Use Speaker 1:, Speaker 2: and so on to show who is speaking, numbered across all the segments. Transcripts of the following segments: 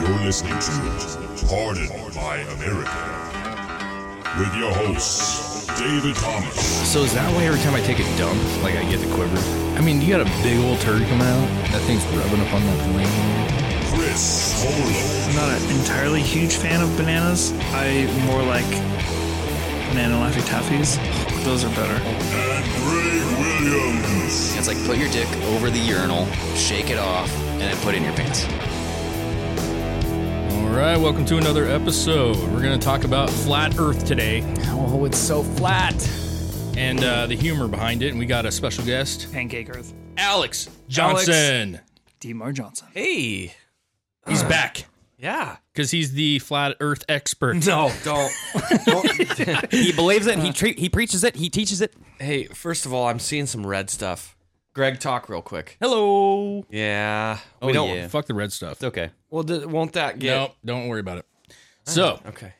Speaker 1: You're listening to Pardon by America with your hosts, David Thomas
Speaker 2: So is that why every time I take a dump, like I get the quiver? I mean, you got a big old turd coming out. That thing's rubbing up on that plane.
Speaker 1: Chris Holo,
Speaker 3: I'm not an entirely huge fan of bananas. I more like banana laffy taffies. Those are better.
Speaker 1: and Greg Williams.
Speaker 4: It's like put your dick over the urinal, shake it off, and then put it in your pants.
Speaker 2: All right, welcome to another episode. We're going to talk about flat Earth today. Oh, it's so flat. And uh, the humor behind it. And we got a special guest,
Speaker 3: Pancake Earth.
Speaker 2: Alex Johnson.
Speaker 3: Demar Johnson.
Speaker 5: Hey,
Speaker 2: He's back
Speaker 5: yeah.
Speaker 2: because he's the flat Earth expert.
Speaker 5: No, don't.
Speaker 4: He believes it. He tre- he preaches it. He teaches it.
Speaker 5: hey, first of all, I'm seeing some red stuff. Greg, talk real quick.
Speaker 4: Hello.
Speaker 5: Yeah.
Speaker 4: Oh,
Speaker 5: We don't.
Speaker 4: yeah.
Speaker 2: Fuck the red stuff.
Speaker 4: Okay.
Speaker 5: Well, d- won't that get?
Speaker 2: Nope, don't worry about it. So,
Speaker 5: Okay.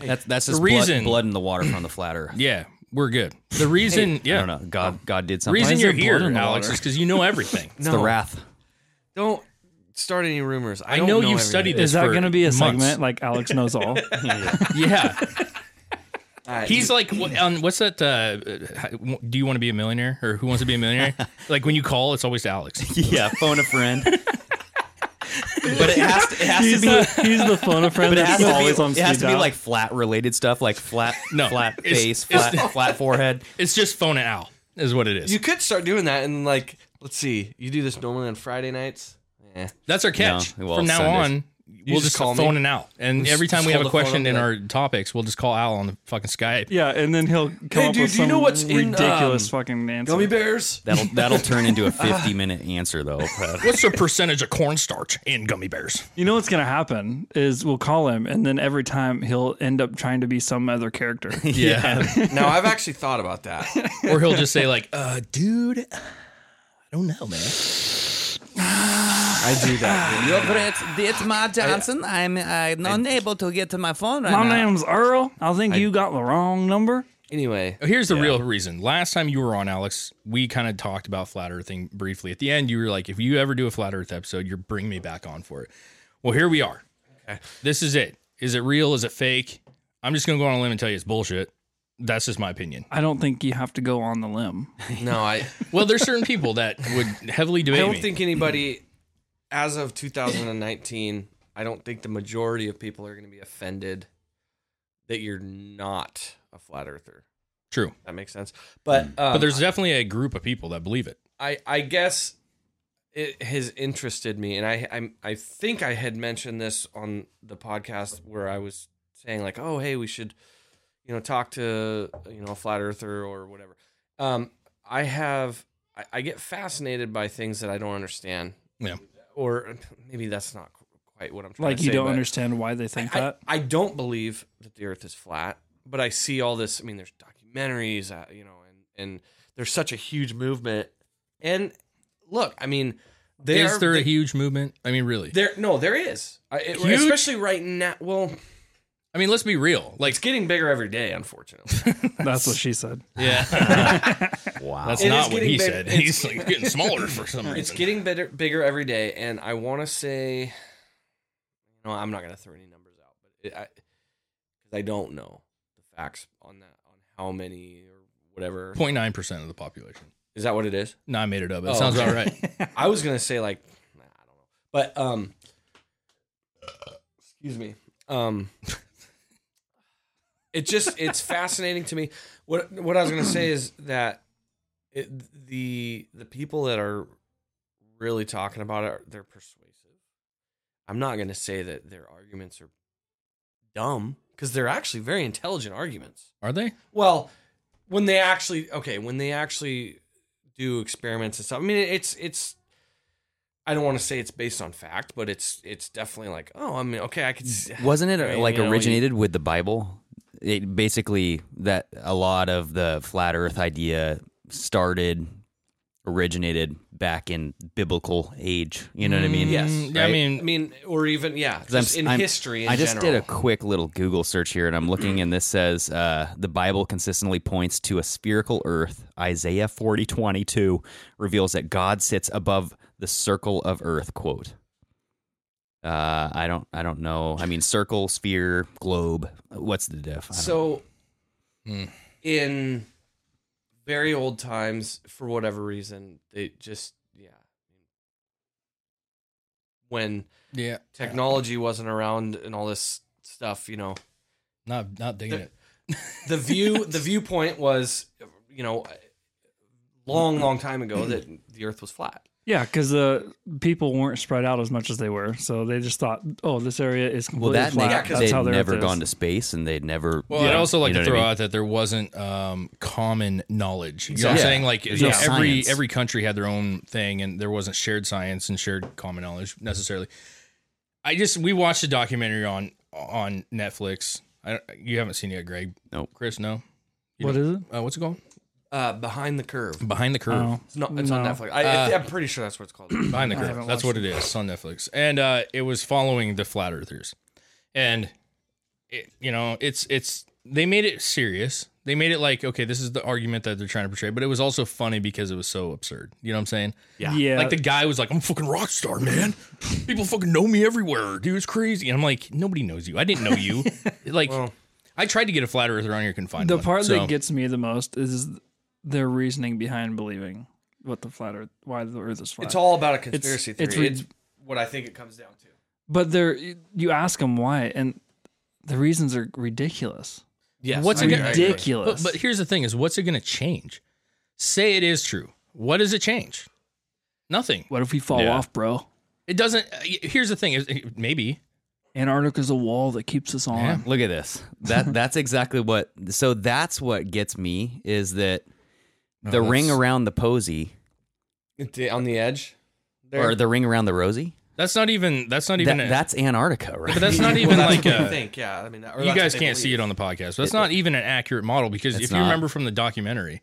Speaker 4: That's that's
Speaker 2: The
Speaker 4: just blood-
Speaker 2: reason-
Speaker 4: blood, in the water from the flat Earth.
Speaker 2: yeah, we're good. The reason, yeah.
Speaker 4: I don't know. God God did
Speaker 2: The
Speaker 4: something.
Speaker 2: reason
Speaker 4: Why is
Speaker 2: you're
Speaker 4: there
Speaker 2: here,
Speaker 4: blood in the
Speaker 2: Alex,
Speaker 4: water?
Speaker 2: is because you know everything.
Speaker 4: It's
Speaker 5: No.
Speaker 4: the wrath.
Speaker 5: Don't start any rumors. I,
Speaker 2: I
Speaker 5: don't
Speaker 2: know
Speaker 5: know
Speaker 2: you've
Speaker 5: everything.
Speaker 2: studied
Speaker 3: Is
Speaker 2: this.
Speaker 3: that
Speaker 2: going to
Speaker 3: be a
Speaker 2: months.
Speaker 3: segment like Alex knows all?
Speaker 2: Yeah.
Speaker 5: right.
Speaker 2: He's like, what, on, what's that? Uh, do you want to be a millionaire or who wants to be a millionaire? like when you call, it's always Alex.
Speaker 4: Yeah. Phone a friend. but it has to, it has to
Speaker 3: he's,
Speaker 4: be.
Speaker 3: the, he's the phone a friend
Speaker 4: But it has
Speaker 3: that's
Speaker 4: to
Speaker 3: always
Speaker 4: be,
Speaker 3: on
Speaker 4: it has
Speaker 3: speed
Speaker 4: to be
Speaker 3: dial.
Speaker 4: like flat related stuff, like flat,
Speaker 2: No,
Speaker 4: flat
Speaker 2: it's-
Speaker 4: face,
Speaker 2: it's-
Speaker 4: flat, flat forehead.
Speaker 2: It's just phone and Al is what it is.
Speaker 5: You could start doing that, and like, let's see. You do this normally on Friday nights. Yeah.
Speaker 2: That's our catch.
Speaker 4: No, well,
Speaker 2: From now
Speaker 4: Sundays.
Speaker 2: on, we'll
Speaker 5: just
Speaker 2: just,
Speaker 5: call me.
Speaker 2: phone and Al. And
Speaker 5: Just-
Speaker 2: every time
Speaker 5: just
Speaker 2: we have
Speaker 5: hold
Speaker 2: a
Speaker 5: the phone
Speaker 2: question
Speaker 5: up
Speaker 2: in
Speaker 5: to
Speaker 2: our topics, we'll just call Al on the fucking Skype.
Speaker 3: yeah, and then he'll come
Speaker 5: Hey,
Speaker 3: up
Speaker 5: dude,
Speaker 3: with
Speaker 5: do you
Speaker 3: some
Speaker 5: know what's in,
Speaker 3: ridiculous
Speaker 5: um,
Speaker 3: fucking answer.
Speaker 5: Gummy bears.
Speaker 4: That'll that'll turn into a fifty minute answer though. But-
Speaker 2: What's the percentage of cornstarch in gummy bears?
Speaker 3: You know what's gonna happen is we'll call him, and then every time he'll end up trying to be some other character.
Speaker 2: Yeah.
Speaker 5: now I've actually thought about that.
Speaker 2: or he'll just say like, uh, dude, I don't know, man.
Speaker 5: I do that.
Speaker 6: But it's, it's Mark Johnson. I'm uh, unable to get to my phone right
Speaker 3: My
Speaker 6: now.
Speaker 3: name's Earl. I think you got the wrong number.
Speaker 5: Anyway,
Speaker 2: Here's the real reason. Last time you were on, Alex, we kind of talked about flat earthing briefly. At the end, you were like, if you ever do a flat earth episode, you're bring me back on for it. Well, here we are. This is it. Is it real? Is it fake? I'm just going to go on a limb and tell you it's bullshit. That's just my opinion.
Speaker 3: I don't think you have to go on the limb.
Speaker 5: no, I.
Speaker 2: Well, there's certain people that would heavily
Speaker 5: I
Speaker 2: debate
Speaker 5: don't
Speaker 2: me.
Speaker 5: think anybody, as of 2019, I don't think the majority of people are going to be offended that you're not a flat earther.
Speaker 2: True.
Speaker 5: That makes sense.
Speaker 3: Hmm.
Speaker 5: But um,
Speaker 2: But there's definitely a group of people that believe it.
Speaker 5: I I guess it has interested me, and I I'm, I think I had mentioned this on the podcast where I was saying like, oh hey, we should, you know, talk to you know a flat earther or whatever. Um, I have I, I get fascinated by things that I don't understand.
Speaker 2: Yeah.
Speaker 5: Or maybe that's not quite what I'm trying
Speaker 3: Like
Speaker 5: to
Speaker 3: you
Speaker 5: say,
Speaker 3: don't
Speaker 5: but
Speaker 3: understand why they think
Speaker 5: I-
Speaker 3: that.
Speaker 5: I don't believe that the Earth is flat, but I see all this. I mean, there's documentaries, uh, you know, and and there's such a huge movement. And look, I mean, there
Speaker 2: Is there a huge movement? I mean, really?
Speaker 5: there no there is, I, it-
Speaker 2: Huge?
Speaker 5: especially right now. Well,
Speaker 2: I mean, let's be real. Like,
Speaker 5: it's getting bigger every day, unfortunately.
Speaker 3: That's what she said.
Speaker 4: wow.
Speaker 2: that's
Speaker 5: It is
Speaker 2: not what
Speaker 5: getting
Speaker 2: he
Speaker 5: big.
Speaker 2: said.
Speaker 5: It's-
Speaker 2: He's like getting smaller for some reason.
Speaker 5: it's getting bigger bigger every day, and I want to say, no, I'm not gonna throw any numbers out, but it, I because I don't know the facts on that on how many or whatever
Speaker 2: 0.9% of the population.
Speaker 5: is that what it is.
Speaker 2: No, I made it up. It
Speaker 5: Oh,
Speaker 2: sounds
Speaker 5: okay.
Speaker 2: about right.
Speaker 5: I was gonna say like nah, I don't know, but um, excuse me. Um, it just it's fascinating to me. What what I was gonna say is that it, the the people that are really talking about it are- they're persuasive. I'm not gonna say that their arguments are dumb because they're actually very intelligent arguments.
Speaker 2: Are they?
Speaker 5: Well, when they actually okay, when they actually do experiments and stuff. I mean, it's it's I don't want to say it's based on fact, but it's it's definitely like, oh, I mean, okay, I could. s-
Speaker 4: Wasn't it uh,
Speaker 5: I mean,
Speaker 4: like
Speaker 5: you know, you-
Speaker 4: originated with the Bible? It basically that a lot of the flat Earth idea started, originated back in biblical age. You know what I mean?
Speaker 5: Yes.
Speaker 2: Yeah, I
Speaker 4: Right?
Speaker 5: Mm, I
Speaker 2: mean,
Speaker 5: mean, or even yeah,
Speaker 4: 'Cause I'm-
Speaker 5: just in
Speaker 4: I'm-
Speaker 5: history. In
Speaker 4: I just
Speaker 5: general.
Speaker 4: did a quick little Google search here, and I'm looking, and this says uh, the Bible consistently points to a spherical Earth. Isaiah 40:22 reveals that God sits above the circle of Earth. Quote. Uh, I don't, I don't know. I mean, circle, sphere, globe. What's the diff? I don't-
Speaker 5: So, in very old times, for whatever reason, they just yeah, when
Speaker 2: yeah,
Speaker 5: technology wasn't around and all this stuff, you know,
Speaker 2: not not digging it.
Speaker 5: the view the viewpoint was, you know, long long time ago that the Earth was flat.
Speaker 7: Yeah, because the people weren't spread out as much as they were, so they just thought, "Oh, this area is
Speaker 4: well,
Speaker 7: completely
Speaker 4: that
Speaker 7: flat.
Speaker 4: they,
Speaker 7: That's
Speaker 4: they'd
Speaker 7: how the Earth
Speaker 4: never
Speaker 7: is."
Speaker 4: gone to space, and they'd never.
Speaker 2: Well, I'd also like
Speaker 4: You know
Speaker 2: to
Speaker 4: what I
Speaker 2: throw
Speaker 4: mean?
Speaker 2: out that there wasn't um, common knowledge. You know what
Speaker 4: Yeah.
Speaker 2: I'm saying? Like
Speaker 4: There's no
Speaker 2: every
Speaker 4: science.
Speaker 2: every country had their own thing, and there wasn't shared science and shared common knowledge necessarily. I just we watched a documentary on on Netflix. I don't, you haven't seen it, yet, Greg?
Speaker 4: Nope.
Speaker 2: Chris, no. You
Speaker 7: What
Speaker 2: know-
Speaker 7: is it?
Speaker 2: Uh, what's it called?
Speaker 5: Uh, behind the curve.
Speaker 2: Behind the Curve.
Speaker 7: Oh.
Speaker 5: It's not. It's on
Speaker 7: No.
Speaker 5: Netflix. I,
Speaker 2: Uh,
Speaker 5: I'm pretty sure that's what it's called.
Speaker 2: Behind the Curve. That's what it is. It's on Netflix. And uh, it was following the flat earthers. And it, you know, it's it's they made it serious. They made it like, okay, this is the argument that they're trying to portray, but it was also funny because it was so absurd. You know what I'm saying?
Speaker 7: Yeah, yeah.
Speaker 2: Like the guy was like, I'm a fucking rock star, man. People fucking know me everywhere. Dude, it's crazy. And I'm like, nobody knows you. I didn't know you. like I tried to get a flat earther on here, couldn't find
Speaker 7: the
Speaker 2: one.
Speaker 7: part
Speaker 2: So-
Speaker 7: that gets me the most is their reasoning behind believing what the flat Earth, why the Earth is flat.
Speaker 5: It's all about a conspiracy
Speaker 7: it's
Speaker 5: theory.
Speaker 7: re-
Speaker 5: it's what I think it comes down to.
Speaker 7: but they're you ask them why, and the reasons are ridiculous.
Speaker 5: Yes.
Speaker 2: What's
Speaker 5: I-
Speaker 2: it
Speaker 5: I
Speaker 2: gonna-
Speaker 5: agree.
Speaker 7: ridiculous.
Speaker 2: But, but here's the thing: is what's it going to change? Say it is true. What does it change? Nothing.
Speaker 7: what if we fall
Speaker 4: Yeah.
Speaker 7: off, bro?
Speaker 2: It doesn't. uh, Here's the thing: is maybe
Speaker 7: Antarctica's a wall that keeps us on.
Speaker 2: Yeah.
Speaker 4: Look at this. That that's exactly what. So that's what gets me is that the ring around the posy
Speaker 5: The- on the edge.
Speaker 4: or the ring around the rosy.
Speaker 2: that's not even. That's not even.
Speaker 4: That,
Speaker 2: a-
Speaker 4: that's Antarctica, right?
Speaker 2: but that's not
Speaker 5: Well,
Speaker 2: even
Speaker 5: that's
Speaker 2: like
Speaker 5: what they
Speaker 2: a.
Speaker 5: think. Yeah, I mean, that- or
Speaker 2: you
Speaker 5: that's what
Speaker 2: guys
Speaker 5: they
Speaker 2: can't see
Speaker 5: believe.
Speaker 2: it on the podcast. But it's not even an accurate model because
Speaker 4: It's
Speaker 2: if you
Speaker 4: not.
Speaker 2: remember from the documentary,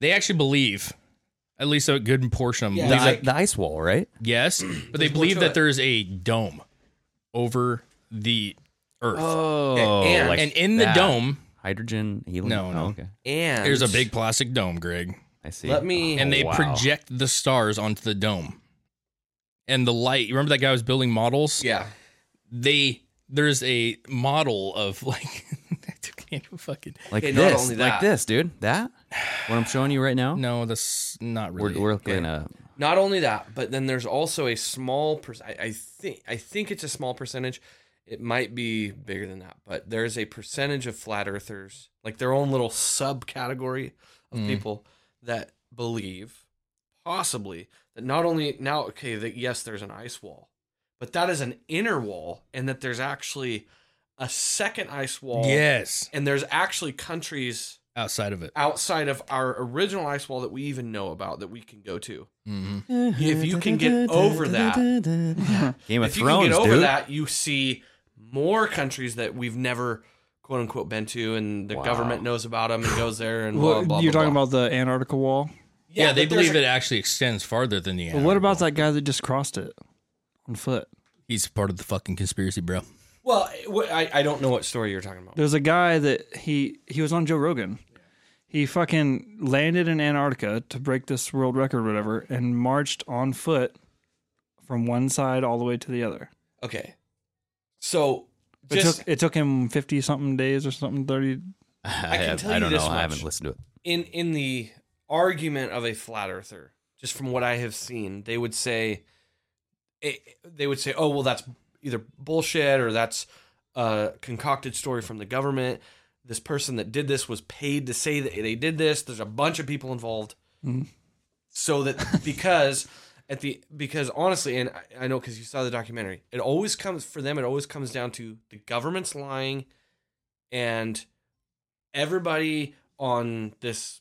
Speaker 2: they actually believe, at least a good portion of them,
Speaker 4: the,
Speaker 2: believe that-
Speaker 4: the ice wall, right?
Speaker 2: yes, but they
Speaker 5: more
Speaker 2: believe
Speaker 5: to
Speaker 2: that
Speaker 5: it.
Speaker 2: there is a dome over the Earth,
Speaker 4: Oh,
Speaker 5: and-
Speaker 2: and in the dome
Speaker 4: hydrogen helium.
Speaker 2: No,
Speaker 4: Oh,
Speaker 2: no.
Speaker 4: okay,
Speaker 5: And
Speaker 2: there's a big plastic dome, Greg.
Speaker 4: I see.
Speaker 5: Let me.
Speaker 2: and they
Speaker 4: wow.
Speaker 2: project the stars onto the dome and the light you remember that guy was building models
Speaker 5: yeah.
Speaker 2: they there's a model of like Can't even fucking
Speaker 4: like
Speaker 5: Okay, not
Speaker 4: this,
Speaker 5: only
Speaker 4: like
Speaker 5: that.
Speaker 4: this, dude. That what I'm showing you right now.
Speaker 2: no that's not really
Speaker 4: we're, we're looking at
Speaker 5: Not only that, but then there's also a small. Per- I, I think. I think it's a small percentage. It might be bigger than that, but there's a percentage of flat earthers, like their own little subcategory of people that believe, possibly, that not only now, okay, that yes, there's an ice wall, but that is an inner wall, and that there's actually a second ice wall.
Speaker 2: yes
Speaker 5: and there's actually countries
Speaker 2: outside of it
Speaker 5: outside of our original ice wall that we even know about that we can go to.
Speaker 2: Mhm.
Speaker 5: If you can get over that,
Speaker 4: Game of
Speaker 5: if you
Speaker 4: Thrones,
Speaker 5: can get over
Speaker 4: dude.
Speaker 5: that, you see more countries that we've never quote unquote been to, and the government knows about them and goes there and blah
Speaker 7: What-
Speaker 5: blah.
Speaker 7: you're
Speaker 5: blah,
Speaker 7: talking
Speaker 5: blah.
Speaker 7: about the Antarctica wall.
Speaker 2: yeah, they
Speaker 5: but there's
Speaker 2: believe
Speaker 5: a-
Speaker 2: it actually extends farther than the
Speaker 7: But what about that guy that just crossed it on foot?
Speaker 2: he's part of the fucking conspiracy bro
Speaker 5: Well, wh- I, I don't know what story you're talking about.
Speaker 7: There's a guy that he he was on Joe Rogan. He fucking landed in Antarctica to break this world record, or whatever, and marched on foot from one side all the way to the other.
Speaker 5: Okay, so
Speaker 7: It
Speaker 5: just
Speaker 7: took it took him fifty something days or something thirty.
Speaker 4: I,
Speaker 5: can
Speaker 4: have-
Speaker 5: tell
Speaker 4: I
Speaker 5: you
Speaker 4: don't
Speaker 5: this
Speaker 4: know. I
Speaker 5: much.
Speaker 4: haven't listened to it.
Speaker 5: in in the argument of a flat earther, just from what I have seen, they would say, it, they would say, oh well, that's either bullshit or that's a concocted story from the government. This person that did this was paid to say that they did this. There's a bunch of people involved, so that because at the because honestly, and I, I know because you saw the documentary, it always comes for them. It always comes down to the government's lying, and everybody on this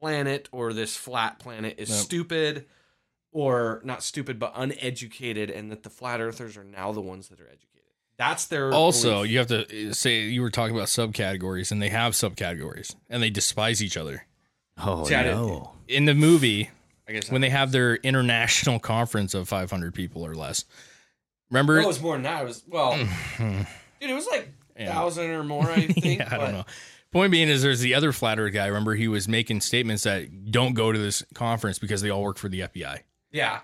Speaker 5: planet or this flat planet is
Speaker 2: Yep.
Speaker 5: stupid or not stupid but uneducated, and that the flat earthers are now the ones that are educated. That's their
Speaker 2: Also,
Speaker 5: belief.
Speaker 2: you have to uh, say you were talking about subcategories, and they have subcategories, and they despise each other.
Speaker 4: Oh
Speaker 5: See, I didn't-
Speaker 4: no!
Speaker 2: In the movie,
Speaker 5: I guess
Speaker 2: when they have their international conference of 500 people or less, remember?
Speaker 5: Well, it was more than that. It was well, dude. It was like
Speaker 2: Yeah.
Speaker 5: thousand or more. I think.
Speaker 2: yeah, I
Speaker 5: but-
Speaker 2: don't know. Point being is, there's the other flat earth guy. Remember, he was making statements that don't go to this conference because they all work for the FBI.
Speaker 5: Yeah,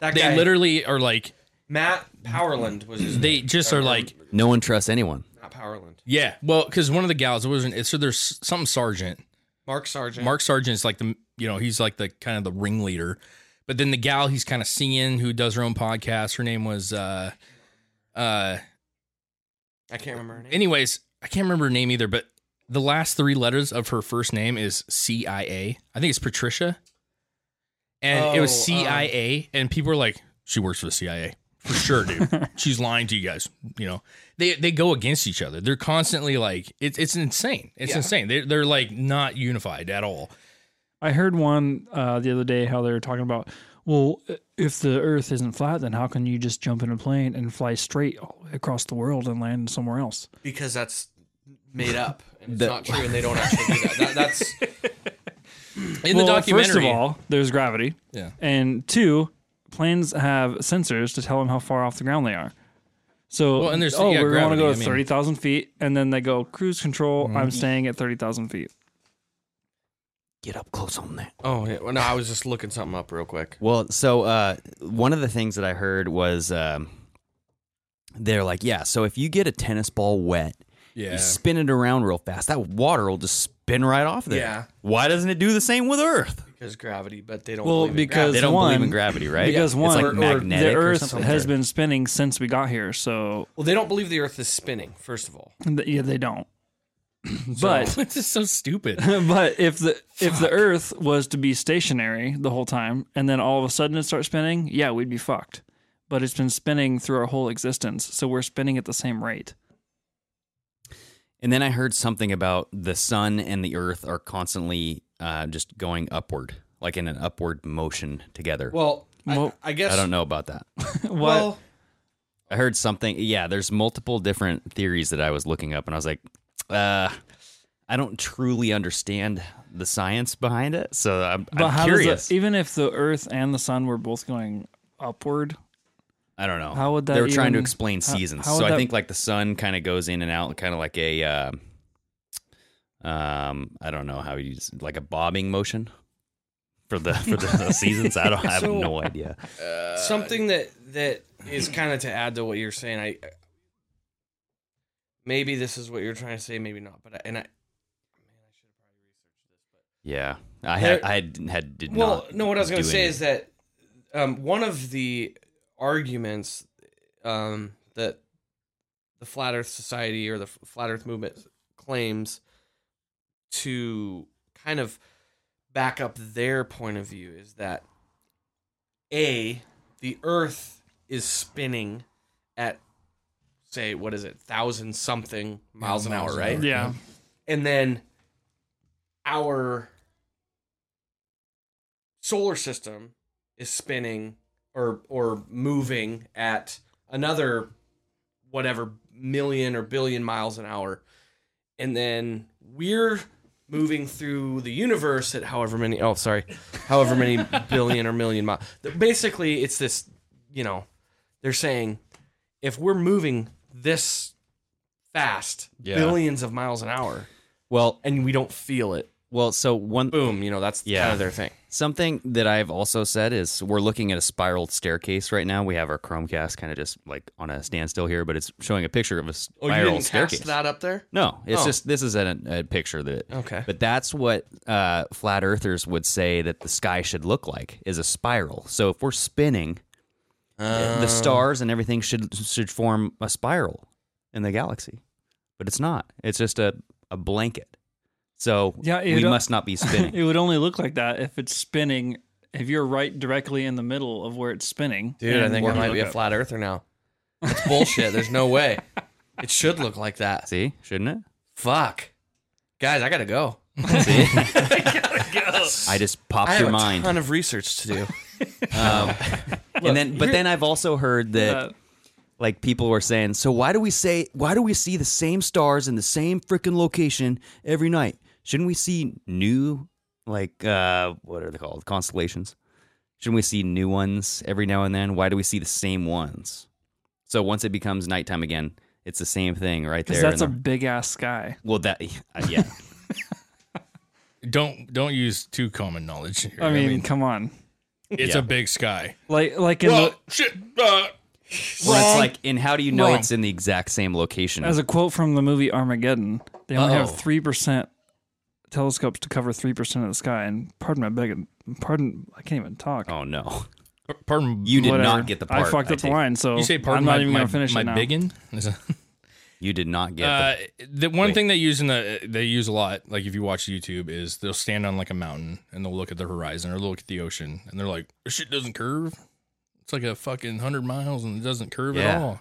Speaker 5: that
Speaker 2: They
Speaker 5: guy
Speaker 2: literally are like,
Speaker 5: Matt Powerland was his.
Speaker 2: they just are like,
Speaker 4: No one trusts anyone.
Speaker 5: Matt Powerland.
Speaker 2: yeah, well, because one of the gals it wasn't. So there's some sergeant,
Speaker 5: Mark Sargent.
Speaker 2: Mark Sargent's like the you know he's like the kind of the ringleader, but then the gal he's kind of seeing who does her own podcast. Her name was uh uh.
Speaker 5: I can't remember her name.
Speaker 2: Anyways, I can't remember her name either, but the last three letters of her first name is CIA. I think it's Patricia, and it was
Speaker 5: Oh, um,
Speaker 2: CIA, and people were like, "She works for the CIA." For sure, dude. She's lying to you guys. You know, they they go against each other. They're constantly like, it's it's insane. It's insane. They're they're like not unified at all.
Speaker 7: I heard one uh, the other day how they were talking about, well, if the Earth isn't flat, then how can you just jump in a plane and fly straight all the way across the world and land somewhere else?
Speaker 5: because that's made up and it's
Speaker 4: The-
Speaker 5: not true, and they don't actually do that. that that's
Speaker 2: In the
Speaker 7: Well,
Speaker 2: documentary,
Speaker 7: First of all, there's gravity.
Speaker 2: Yeah.
Speaker 7: And two, planes have sensors to tell them how far off the ground they are. So,
Speaker 2: Well, and there's-
Speaker 7: oh,
Speaker 2: yeah,
Speaker 7: we're going to
Speaker 2: gravity,
Speaker 7: go
Speaker 2: I
Speaker 7: to
Speaker 2: mean.
Speaker 7: 30,000 feet. And then they go, cruise control, I'm staying at 30,000 feet.
Speaker 4: Get up close on that.
Speaker 5: oh yeah. Well, no, I was just looking something up real quick.
Speaker 4: Well, so uh, one of the things that I heard was um, they're like, yeah, so if you get a tennis ball wet,
Speaker 2: yeah,
Speaker 4: you spin it around real fast, that water will just spin right off there.
Speaker 5: Yeah.
Speaker 4: Why doesn't it do the same with Earth?
Speaker 5: Because gravity, but they don't.
Speaker 7: Well,
Speaker 5: believe in
Speaker 7: because-
Speaker 4: They don't believe in
Speaker 7: one-
Speaker 4: gravity, right?
Speaker 7: Because
Speaker 4: it's
Speaker 7: one,
Speaker 4: like
Speaker 7: or- or
Speaker 4: magnetic
Speaker 7: the
Speaker 4: or
Speaker 7: Earth
Speaker 4: something.
Speaker 7: has been spinning since we got here. So,
Speaker 5: gravity. well, they don't believe the Earth is spinning. First of all,
Speaker 7: th- yeah, they don't. but
Speaker 2: this is so stupid.
Speaker 7: but if the if the Earth was to be stationary the whole time, and then all of a sudden it starts spinning, yeah, we'd be fucked. But it's been spinning through our whole existence, so we're spinning at the same rate.
Speaker 4: And then I heard something about the sun and the Earth are constantly uh, just going upward, like in an upward motion together.
Speaker 5: well,
Speaker 7: Well,
Speaker 5: I, I guess
Speaker 4: I don't know about that.
Speaker 7: What?
Speaker 5: Well,
Speaker 4: I heard something. Yeah, there's multiple different theories that I was looking up, and I was like, uh, I don't truly understand the science behind it, so I'm,
Speaker 7: but
Speaker 4: I'm
Speaker 7: how
Speaker 4: curious.
Speaker 7: does the, even if the Earth and the Sun were both going upward?
Speaker 4: I don't know.
Speaker 7: how would that
Speaker 4: They were trying to
Speaker 7: even-
Speaker 4: explain
Speaker 7: how-
Speaker 4: seasons,
Speaker 7: how
Speaker 4: so
Speaker 7: would
Speaker 4: I
Speaker 7: that-
Speaker 4: think like the sun kind of goes in and out, kind of like a, uh, um, I don't know how you s- like a bobbing motion for the for the seasons. I don't I have
Speaker 5: So-
Speaker 4: no idea.
Speaker 5: something that that is kind of to add to what you're saying. I maybe this is what you're trying to say, maybe not. But I, and I
Speaker 4: Yeah, I had
Speaker 5: There-
Speaker 4: I had, had did
Speaker 5: well,
Speaker 4: not.
Speaker 5: no, what I was going to
Speaker 4: do
Speaker 5: say
Speaker 4: any-
Speaker 5: is that um, one of the arguments um, that the Flat Earth Society or the F- Flat Earth Movement claims to kind of back up their point of view is that a the Earth is spinning at say what is it thousand something miles an hour, right?
Speaker 7: Yeah,
Speaker 5: and then our solar system is spinning or or moving at another whatever million or billion miles an hour and then we're moving through the universe at however many oh sorry however many billion or million miles basically it's this you know they're saying if we're moving this fast
Speaker 4: Yeah.
Speaker 5: billions of miles an hour
Speaker 4: well,
Speaker 5: and we don't feel it.
Speaker 4: well, so one
Speaker 5: Boom, you know, that's
Speaker 4: Yeah.
Speaker 5: kind of their thing.
Speaker 4: Something that I've also said is we're looking at a spiraled staircase right now. We have our Chromecast kind of just like on a standstill here, but it's showing a picture of a
Speaker 5: Oh,
Speaker 4: spiral
Speaker 5: you didn't
Speaker 4: staircase.
Speaker 5: cast that up there?
Speaker 4: No, it's
Speaker 5: Oh.
Speaker 4: just this is a, a picture that.
Speaker 5: Okay.
Speaker 4: But that's what uh, flat earthers would say that the sky should look like is a spiral. So if we're spinning, the stars and everything should should form a spiral in the galaxy, but it's not. It's just a a blanket. So
Speaker 7: Yeah, it
Speaker 4: we
Speaker 7: don't-
Speaker 4: must not be spinning.
Speaker 7: it would only look like that if it's spinning. If you're right directly in the middle of where it's spinning,
Speaker 5: Dude, I
Speaker 7: and
Speaker 5: think I
Speaker 7: where
Speaker 5: might
Speaker 7: you
Speaker 5: be a
Speaker 7: look up.
Speaker 5: flat earther now. That's bullshit. There's no way. It should look like that.
Speaker 4: See, shouldn't it?
Speaker 5: Fuck. Guys, I gotta go.
Speaker 4: I just popped
Speaker 5: I have
Speaker 4: your
Speaker 5: a
Speaker 4: mind.
Speaker 5: ton of research to do.
Speaker 4: and then, but then I've also heard that
Speaker 7: Uh,
Speaker 4: like people were saying, so why do we say why do we see the same stars in the same freaking location every night? Shouldn't we see new like uh what are they called? Constellations. Shouldn't we see new ones every now and then? Why do we see the same ones? So once it becomes nighttime again, it's the same thing right there.
Speaker 7: Because that's a
Speaker 4: in the-
Speaker 7: big ass sky.
Speaker 4: well that uh, yeah.
Speaker 2: Don't don't use too common knowledge. here.
Speaker 7: I mean, come on.
Speaker 2: it's
Speaker 4: yeah.
Speaker 2: a big sky.
Speaker 7: Like, like in
Speaker 2: Oh shit! Uh,
Speaker 4: Well, it's like and how do you know
Speaker 2: Wrong.
Speaker 4: it's in the exact same location?
Speaker 7: the, as a quote from the movie Armageddon, they only
Speaker 4: Oh.
Speaker 7: have three percent telescopes to cover three percent of the sky. And pardon my begging, pardon, I can't even talk.
Speaker 4: oh no.
Speaker 2: p- pardon.
Speaker 4: You did
Speaker 7: Whatever.
Speaker 4: not get the part.
Speaker 7: I fucked up the
Speaker 4: take it.
Speaker 7: line, so
Speaker 2: You say pardon
Speaker 7: I'm not
Speaker 2: my,
Speaker 7: even
Speaker 2: my,
Speaker 7: gonna finish
Speaker 2: my
Speaker 7: it now.
Speaker 2: biggin?
Speaker 4: You did not get
Speaker 2: Uh,
Speaker 4: the
Speaker 2: the one
Speaker 4: Wait.
Speaker 2: thing they use in the they use a lot, like if you watch YouTube, is they'll stand on like a mountain and they'll look at the horizon or they'll look at the ocean and they're like, "This shit doesn't curve. It's like a fucking hundred miles and it doesn't curve at
Speaker 4: Yeah.
Speaker 2: all.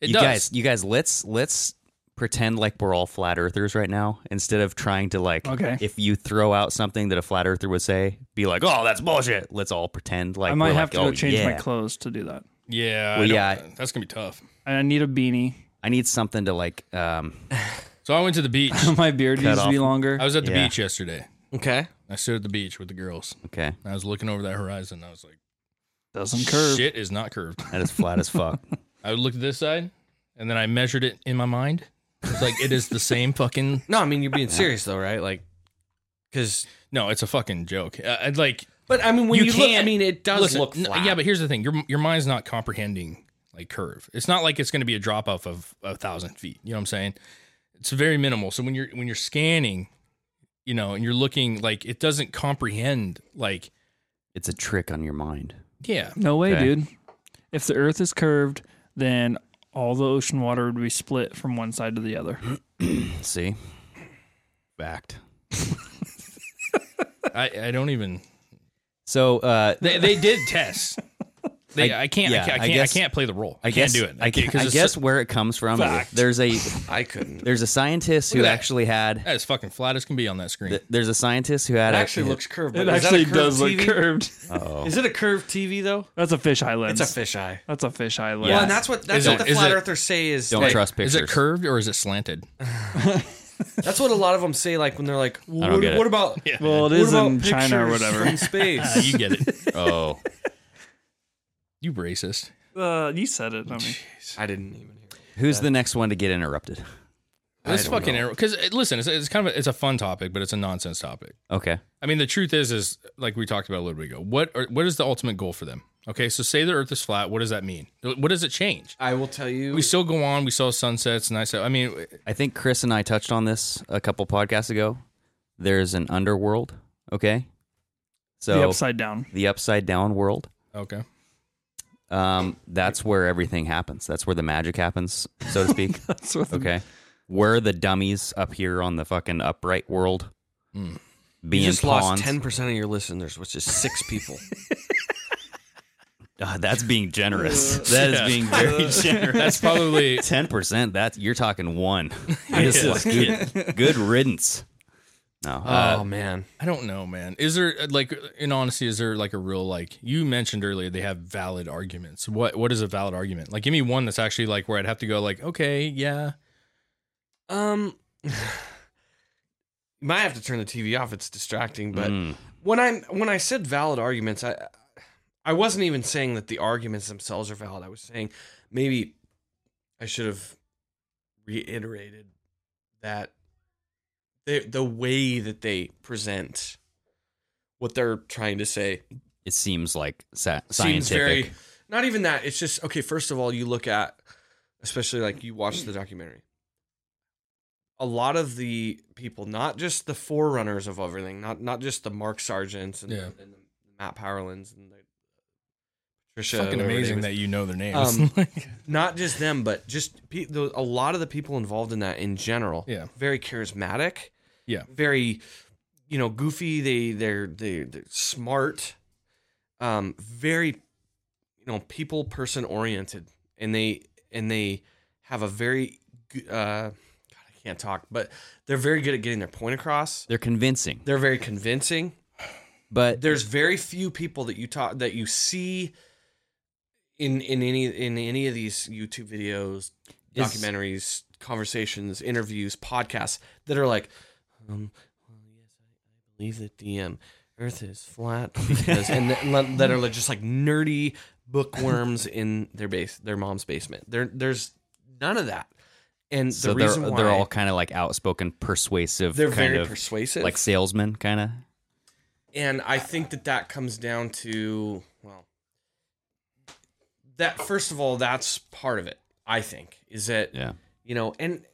Speaker 2: It
Speaker 4: you
Speaker 2: does.
Speaker 4: guys, you guys, let's let's pretend like we're all flat earthers right now instead of trying to like
Speaker 7: Okay.
Speaker 4: if you throw out something that a flat earther would say, be like, "Oh, that's bullshit." Let's all pretend like
Speaker 7: I might
Speaker 4: we're
Speaker 7: have
Speaker 4: like,
Speaker 7: to
Speaker 4: oh,
Speaker 7: go change
Speaker 4: yeah.
Speaker 7: my clothes to do that.
Speaker 2: yeah, I
Speaker 4: Well,
Speaker 2: don't-
Speaker 4: yeah.
Speaker 2: that's gonna be tough.
Speaker 7: And I need a beanie.
Speaker 4: I need something to like um
Speaker 2: So I went to the beach.
Speaker 7: my beard
Speaker 4: Cut
Speaker 7: needs to be
Speaker 4: off.
Speaker 7: longer.
Speaker 5: Oh,
Speaker 2: I was at the
Speaker 4: Yeah.
Speaker 2: beach yesterday.
Speaker 5: Okay.
Speaker 2: I stood at the beach with the girls.
Speaker 4: okay,
Speaker 2: And I was looking over that horizon. And I was like,
Speaker 7: Doesn't curve.
Speaker 2: "Shit is not curved."
Speaker 4: that is flat as fuck.
Speaker 2: I looked at this side, and then I measured it in my mind. It's like it is the same fucking
Speaker 5: No, I mean you're being serious though, right? Like, because.
Speaker 2: No, it's a fucking joke. Uh, I'd like
Speaker 5: But I mean, when
Speaker 2: You
Speaker 5: you, look, I
Speaker 2: can't-
Speaker 5: mean, it does
Speaker 2: listen,
Speaker 5: look
Speaker 2: n-
Speaker 5: flat.
Speaker 2: yeah, but here's the thing: your your mind's not comprehending like curve. It's not like it's going to be a drop off of a thousand feet. You know what I'm saying? It's very minimal. So when you're when you're scanning, you know, and you're looking like it doesn't comprehend. Like
Speaker 4: it's a trick on your mind.
Speaker 2: yeah,
Speaker 7: No way,
Speaker 4: Okay.
Speaker 7: dude. If the Earth is curved, then all the ocean water would be split from one side to the other.
Speaker 4: See, fact.
Speaker 2: I, I don't even.
Speaker 4: So uh
Speaker 2: They, they did tests. They, I, can't. I
Speaker 4: yeah,
Speaker 2: can't. I
Speaker 4: I
Speaker 2: can't,
Speaker 4: guess-
Speaker 2: I can't play the role. I,
Speaker 4: I
Speaker 2: can't
Speaker 4: guess
Speaker 2: do it.
Speaker 4: I, can,
Speaker 2: because
Speaker 4: I
Speaker 2: it's-
Speaker 4: guess where it comes from.
Speaker 2: Fact.
Speaker 4: There's a
Speaker 5: I couldn't.
Speaker 4: there's a scientist who
Speaker 2: Look at that.
Speaker 4: actually had.
Speaker 2: that is fucking flat as can be on that screen.
Speaker 4: th- There's a scientist who had
Speaker 5: It
Speaker 4: a-
Speaker 5: actually looks curved.
Speaker 7: It
Speaker 5: but is that a
Speaker 7: actually
Speaker 5: curved
Speaker 7: does look
Speaker 5: TV?
Speaker 7: curved.
Speaker 5: Is it a curved TV though?
Speaker 7: That's a fisheye lens.
Speaker 5: It's a fisheye.
Speaker 7: That's a fisheye lens.
Speaker 5: Well, and that's what that's
Speaker 2: Is
Speaker 5: what
Speaker 2: it-
Speaker 5: the
Speaker 2: is
Speaker 5: flat
Speaker 2: it-
Speaker 5: earthers say is
Speaker 4: Don't
Speaker 5: like-
Speaker 4: trust pictures.
Speaker 2: Is it curved or is it slanted?
Speaker 5: that's what a lot of them say like when they're like what,
Speaker 4: get it.
Speaker 5: what about
Speaker 7: Well, it
Speaker 5: what
Speaker 7: is
Speaker 5: about
Speaker 7: in China or
Speaker 5: pictures
Speaker 7: whatever.
Speaker 5: from space?
Speaker 2: Uh, you get it.
Speaker 4: Oh,
Speaker 2: You racist.
Speaker 7: Uh, you said it. I mean,
Speaker 5: I didn't even hear. it.
Speaker 4: Who's the next one to get interrupted?
Speaker 2: This fucking arrow. Because listen, it's, it's kind of a, it's a fun topic, but it's a nonsense topic.
Speaker 4: Okay.
Speaker 2: I mean, the truth is, is like we talked about a little bit ago. What are, what is the ultimate goal for them? Okay, so say the Earth is flat. What does that mean? What does it change?
Speaker 5: I will tell you.
Speaker 2: We still go on. We saw sunsets, and I said, I mean,
Speaker 4: I think Chris and I touched on this a couple podcasts ago. There's an underworld, okay? So
Speaker 7: the upside down.
Speaker 4: the upside down world.
Speaker 2: okay,
Speaker 4: Um, that's where everything happens. That's where the magic happens, so to speak.
Speaker 7: That's what the,
Speaker 4: okay. We're the dummies up here on the fucking upright world. Being
Speaker 5: you just
Speaker 4: pawns.
Speaker 5: lost ten percent of your listeners, which is six people.
Speaker 4: Ah, that's being generous. That is
Speaker 2: Yeah.
Speaker 4: being very generous.
Speaker 2: that's probably
Speaker 4: Ten percent. That's you're talking one. You're just like, good, good riddance. No. uh,
Speaker 5: oh man,
Speaker 2: I don't know, man. Is there uh, like in honesty, is there like a real like you mentioned earlier they have valid arguments. What what is a valid argument? Like give me one that's actually like where I'd have to go like, okay, yeah.
Speaker 5: um, you might have to turn the TV off. It's distracting, but.
Speaker 4: mm.
Speaker 5: when I when I said valid arguments, I I wasn't even saying that the arguments themselves are valid. I was saying maybe I should have reiterated that the the way that they present what they're trying to say
Speaker 4: it seems like sa-
Speaker 5: seems
Speaker 4: scientific.
Speaker 5: very not even that. It's just okay. First of all, you look at especially like you watch the documentary. A lot of the people, not just the forerunners of everything, not not just the Mark Sargents and,
Speaker 2: Yeah.
Speaker 5: and the Matt Powerlands and the Patricia,
Speaker 2: fucking
Speaker 5: whatever
Speaker 2: amazing
Speaker 5: name
Speaker 2: that
Speaker 5: is.
Speaker 2: you know their names.
Speaker 5: Um,
Speaker 2: Like-
Speaker 5: not just them, but just pe- the, a lot of the people involved in that in general.
Speaker 2: Yeah.
Speaker 5: very charismatic.
Speaker 2: Yeah.
Speaker 5: very you know goofy. They they're they they're smart. Um, very you know people person oriented and they and they have a very g- uh god i can't talk but they're very good at getting their point across
Speaker 4: They're convincing.
Speaker 5: they're very convincing
Speaker 4: But
Speaker 5: there's very few people that you talk that you see in in any in any of these YouTube videos,
Speaker 4: Is-
Speaker 5: documentaries, conversations, interviews, podcasts that are like, um, well, yes, I, I believe that the um, Earth is flat because and th- that are like just like nerdy bookworms in their base their mom's basement. There there's none of that, and
Speaker 4: so
Speaker 5: the
Speaker 4: they're
Speaker 5: reason why
Speaker 4: they're all kind of like outspoken, persuasive.
Speaker 5: they're
Speaker 4: kind
Speaker 5: very
Speaker 4: of,
Speaker 5: persuasive,
Speaker 4: like salesmen, kind of.
Speaker 5: and I think that that comes down to well, that first of all, that's part of it. I think is that
Speaker 4: Yeah.
Speaker 5: you know, and maybe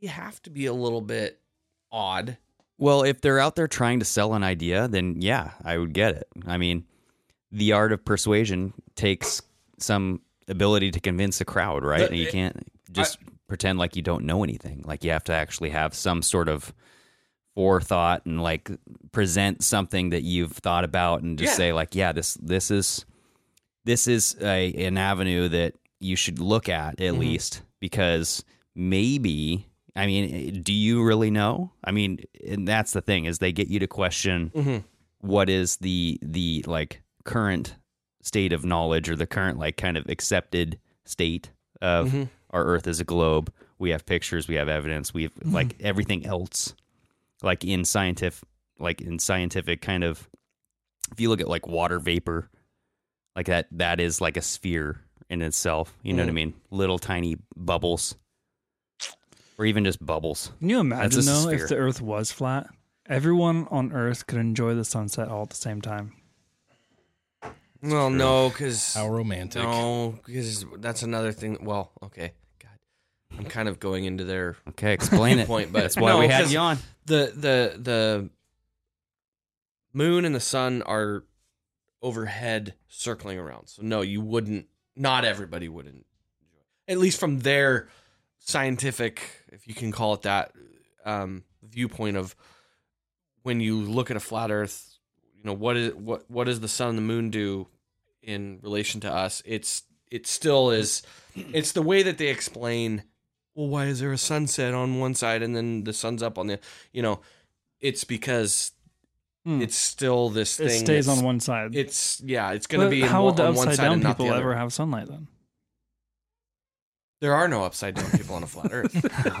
Speaker 5: you have to be a little bit odd.
Speaker 4: Well, if they're out there trying to sell an idea, then yeah, I would get it. I mean, the art of persuasion takes some ability to convince a crowd, right?
Speaker 5: The-
Speaker 4: and you can't just pretend like you don't know anything. Like you have to actually have some sort of forethought and like present something that you've thought about and just
Speaker 5: Yeah.
Speaker 4: say like, yeah, this this is this is a an avenue that you should look at
Speaker 5: Mm-hmm.
Speaker 4: at least because maybe I mean, do you really know? I mean, and that's the thing is they get you to question what is the the like current state of knowledge or the current like kind of accepted state of
Speaker 5: Mm-hmm.
Speaker 4: our earth is a globe. We have pictures, we have evidence, we have
Speaker 5: Mm-hmm.
Speaker 4: like everything else like in scientific like in scientific kind of if you look at like water vapor like that that is like a sphere in itself you know
Speaker 5: Mm.
Speaker 4: what i mean little tiny bubbles or even just bubbles
Speaker 7: Can you imagine
Speaker 4: just a
Speaker 7: though
Speaker 4: sphere.
Speaker 7: if the Earth was flat? Everyone on Earth could enjoy the sunset all at the same time.
Speaker 5: Well, no, because
Speaker 2: How romantic.
Speaker 5: no, because that's another thing. Well, okay, God, I'm kind of going into their
Speaker 4: okay explain it
Speaker 5: Point, but-
Speaker 4: that's why
Speaker 5: No,
Speaker 4: we had
Speaker 5: 'cause-
Speaker 4: you on
Speaker 5: the the the moon and the sun are overhead circling around. So no, you wouldn't. Not everybody would enjoy. At least from their scientific, if you can call it that, um, viewpoint of when you look at a flat Earth, you know what is what what does the sun and the moon do in relation to us? It's it still is. It's the way that they explain. Well, why is there a sunset on one side and then the sun's up on the? You know, it's because
Speaker 7: Hmm.
Speaker 5: it's still this thing.
Speaker 7: It stays
Speaker 5: that's-
Speaker 7: on one side.
Speaker 5: It's yeah. It's going to
Speaker 7: But
Speaker 5: be in
Speaker 7: how
Speaker 5: one,
Speaker 7: would the
Speaker 5: on one
Speaker 7: upside
Speaker 5: side
Speaker 7: down
Speaker 5: and not
Speaker 7: people
Speaker 5: the other.
Speaker 7: ever have sunlight then?
Speaker 5: There are no upside down people on a flat Earth.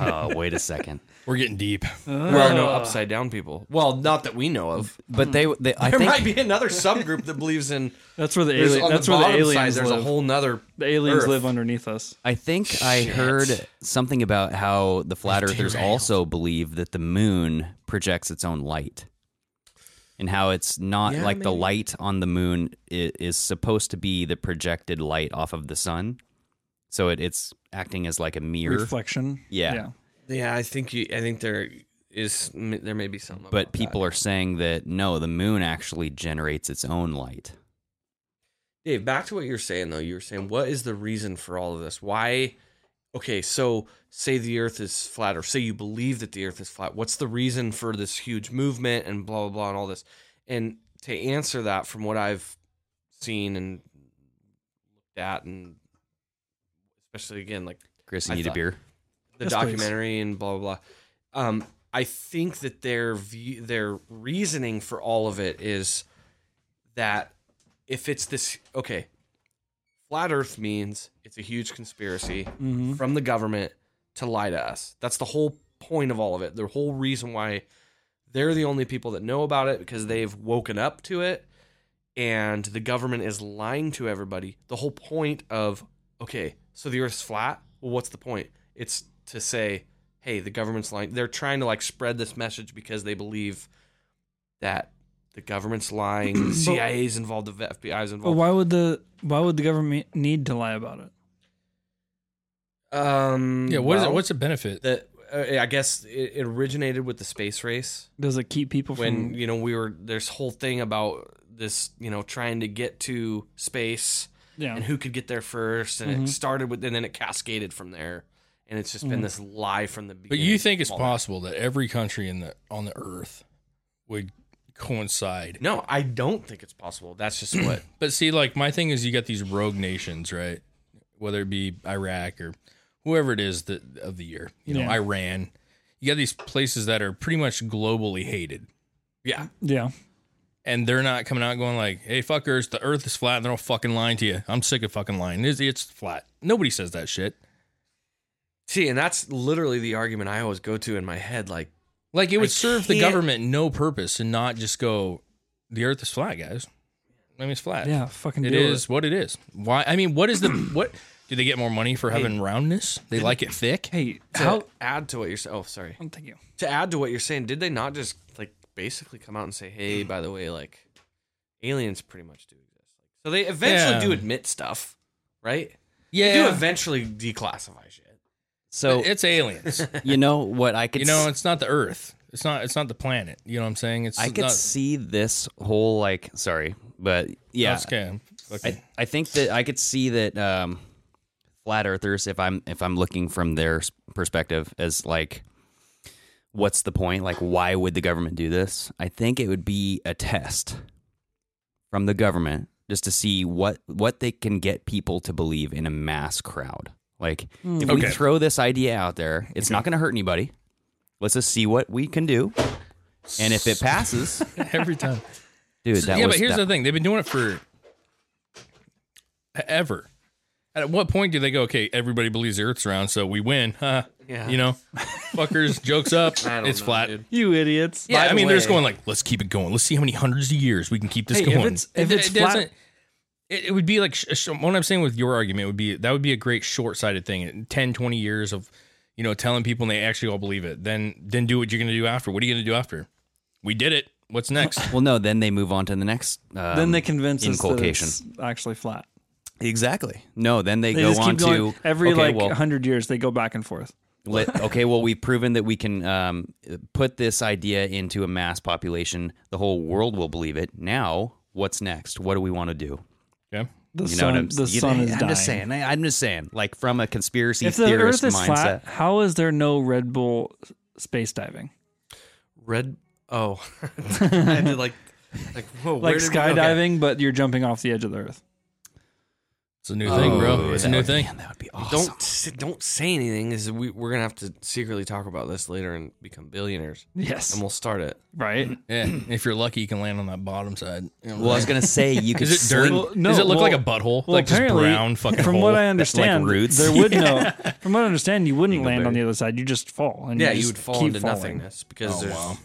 Speaker 4: oh wait a second
Speaker 2: We're getting deep.
Speaker 5: there are no upside down people. Well, not that we know of.
Speaker 4: but they, they i
Speaker 5: Hmm. there
Speaker 4: think
Speaker 5: might be another subgroup that believes in.
Speaker 7: That's where the
Speaker 5: there's-
Speaker 7: alien,
Speaker 5: on
Speaker 7: that's
Speaker 5: the
Speaker 7: where the
Speaker 5: bottom
Speaker 7: aliens
Speaker 5: side, there's
Speaker 7: live.
Speaker 5: a whole nother.
Speaker 7: the aliens
Speaker 5: Earth.
Speaker 7: live underneath us.
Speaker 4: I think I heard something about how the flat earthers also believe that the moon projects its own light. And how it's not
Speaker 5: Yeah,
Speaker 4: like the
Speaker 5: maybe.
Speaker 4: light on the moon i- is supposed to be the projected light off of the sun. So it, it's acting as like a mirror.
Speaker 7: Reflection.
Speaker 4: Yeah.
Speaker 5: Yeah, I think you. I think there is. There may be some.
Speaker 4: but people are saying that no, the moon actually generates its own light.
Speaker 5: Dave, back to what you're saying though. You were saying what is the reason for all of this? Why? Okay, so say the Earth is flat, or say you believe that the Earth is flat. What's the reason for this huge movement and blah blah blah and all this? And to answer that, from what I've seen and looked at, and especially again like
Speaker 4: Chris,
Speaker 5: I
Speaker 4: you need a
Speaker 5: thought-
Speaker 4: beer?
Speaker 5: the
Speaker 7: Yes, please.
Speaker 5: documentary and blah blah blah. Um, I think that their view, their reasoning for all of it is that if it's this okay, flat Earth means it's a huge conspiracy
Speaker 7: Mm-hmm.
Speaker 2: Mm-hmm.
Speaker 5: from the government to lie to us. That's the whole point of all of it. The whole reason why they're the only people that know about it because they've woken up to it and the government is lying to everybody. The whole point of okay, so the Earth's flat. Well, what's the point? It's to say, hey, the government's lying. They're trying to like spread this message because they believe that the government's lying, the CIA's involved, the FBI's
Speaker 7: But
Speaker 5: involved.
Speaker 7: why would the why would the government need to lie about it?
Speaker 5: Um,
Speaker 2: Yeah, what is it?
Speaker 5: well,
Speaker 2: What's the benefit?
Speaker 5: the? Uh, I guess it, it originated with the space race.
Speaker 7: Does it keep people
Speaker 5: when
Speaker 2: Mm-hmm.
Speaker 7: from?
Speaker 5: you know we were there's whole thing about this you know trying to get to space
Speaker 7: yeah.
Speaker 5: and who could get there first and
Speaker 2: Mm-hmm.
Speaker 5: it started with and then it cascaded from there and it's just been this lie from the
Speaker 2: But
Speaker 5: beginning
Speaker 2: you think it's
Speaker 5: of all that.
Speaker 2: possible that every country in the on the earth would coincide?
Speaker 5: no i don't think it's possible that's just what
Speaker 2: But see, like my thing is, you got these rogue nations, right? Whether it be Iraq or whoever it is that of the year, you know,
Speaker 7: Yeah.
Speaker 2: Iran. You got these places that are pretty much globally hated.
Speaker 5: yeah
Speaker 7: yeah.
Speaker 2: and they're not coming out going like, "Hey fuckers, the Earth is flat." and They're all fucking lying to you. I'm sick of fucking lying. It's, it's flat. Nobody says that shit.
Speaker 5: See, and that's literally the argument I always go to in my head. Like,
Speaker 2: Like it would
Speaker 5: I
Speaker 2: serve the
Speaker 5: can't-
Speaker 2: government no purpose and not just go, "The Earth is flat, guys." I mean, it's flat.
Speaker 7: Yeah, fucking
Speaker 2: It
Speaker 7: deal with
Speaker 2: is what it is. Why? I mean, what is the what? Do they get more money for having roundness? They like it thick.
Speaker 7: Hey,
Speaker 5: to
Speaker 7: how?
Speaker 5: add to what you're saying. Oh, sorry.
Speaker 7: Thank you.
Speaker 5: To add to what you're saying, did they not just like basically come out and say, "Hey, by the way, like aliens pretty much do exist." So they eventually
Speaker 2: Yeah.
Speaker 5: do admit stuff, right? They do
Speaker 2: yeah,
Speaker 5: eventually declassify shit.
Speaker 4: So
Speaker 2: it's aliens.
Speaker 4: you know what I could
Speaker 2: you know, it's not the Earth. It's not. It's not the planet. You know what I'm saying? It's
Speaker 4: I could
Speaker 2: not,
Speaker 4: see this whole like sorry, but yeah,
Speaker 2: That's okay. Fucking-
Speaker 4: I, I think that I could see that um, flat earthers, if I'm if I'm looking from their s- perspective, as like, what's the point? Like, why would the government do this? I think it would be a test from the government just to see what what they can get people to believe in a mass crowd. Like, if we
Speaker 2: Okay.
Speaker 4: throw this idea out there, it's not going to hurt anybody. Let's just see what we can do, and if it passes,
Speaker 2: every time.
Speaker 4: dude, that
Speaker 2: yeah,
Speaker 4: was
Speaker 2: but here's
Speaker 4: that-
Speaker 2: the thing: they've been doing it for e-, ever. At what point do they go? Okay, everybody believes the Earth's round, so we win. Huh?
Speaker 5: Yeah.
Speaker 2: You know, fuckers, jokes up.
Speaker 5: I don't
Speaker 2: It's
Speaker 5: know,
Speaker 2: flat.
Speaker 5: dude.
Speaker 7: You idiots.
Speaker 2: Yeah,
Speaker 5: By
Speaker 2: I
Speaker 5: the
Speaker 2: mean, they're just
Speaker 5: way-
Speaker 2: going like, let's keep it going. Let's see how many hundreds of years we can keep this
Speaker 7: Hey, if
Speaker 2: going.
Speaker 7: it's- if it's flat-
Speaker 2: doesn't. It, it would be like sh- sh- what I'm saying with your argument would be that would be a great short-sighted thing. 10, 20 years of, you know, telling people and they actually all believe it. Then, then do what you're going to do after. What are you going to do after? We did it. What's next?
Speaker 4: Well, no, then they move on to the next. Um,
Speaker 7: then they convince us that
Speaker 4: inculcation.
Speaker 7: it's actually flat.
Speaker 4: Exactly. No, then they,
Speaker 7: They
Speaker 4: go
Speaker 7: just
Speaker 4: on
Speaker 7: keep going.
Speaker 4: to
Speaker 7: Every
Speaker 4: okay,
Speaker 7: like
Speaker 4: well,
Speaker 7: hundred years, they go back and forth.
Speaker 4: let- okay, well, we've proven that we can um, put this idea into a mass population. The whole world will believe it. Now, what's next? What do we want to do?
Speaker 2: Okay.
Speaker 7: The
Speaker 4: You know
Speaker 7: sun,
Speaker 4: what I'm,
Speaker 7: the
Speaker 4: you-
Speaker 7: sun is
Speaker 4: I'm
Speaker 7: dying.
Speaker 4: just saying. I, am just saying. Like from a conspiracy
Speaker 7: If the
Speaker 4: theorist
Speaker 7: Earth is
Speaker 4: mindset.
Speaker 7: flat, how is there no Red Bull space diving?
Speaker 5: Red. Oh, I did like, like whoa, where
Speaker 7: like
Speaker 5: did we- okay.
Speaker 7: skydiving, but you're jumping off the edge of the Earth.
Speaker 2: It's a new thing, bro.
Speaker 4: Ooh,
Speaker 2: It's a
Speaker 4: Oh, that
Speaker 2: new
Speaker 4: would-
Speaker 2: thing.
Speaker 4: man, that would be awesome.
Speaker 5: Don't s- don't say anything. Is we we're gonna have to secretly talk about this later and become billionaires,
Speaker 7: Yes,
Speaker 5: and we'll start it.
Speaker 7: right.
Speaker 2: Yeah. If you're lucky, you can land on that bottom side. You know,
Speaker 4: Well, I was gonna say you could.
Speaker 2: is it dirt?
Speaker 4: sling-
Speaker 7: Well, no,
Speaker 2: Does it look
Speaker 7: well-
Speaker 2: like a butthole?
Speaker 7: Well,
Speaker 2: like just
Speaker 7: apparently,
Speaker 2: brown fucking
Speaker 7: from
Speaker 2: hole?
Speaker 7: what I
Speaker 4: that's like
Speaker 7: understand,
Speaker 4: roots.
Speaker 7: there would no. From what I understand, you wouldn't land on
Speaker 4: Dingleberry.
Speaker 7: the other side. You just fall. And
Speaker 5: Yeah,
Speaker 7: you,
Speaker 5: you
Speaker 7: just
Speaker 5: would fall
Speaker 7: keep
Speaker 5: into
Speaker 7: falling.
Speaker 5: nothingness because
Speaker 2: Oh,
Speaker 5: there's
Speaker 2: wow.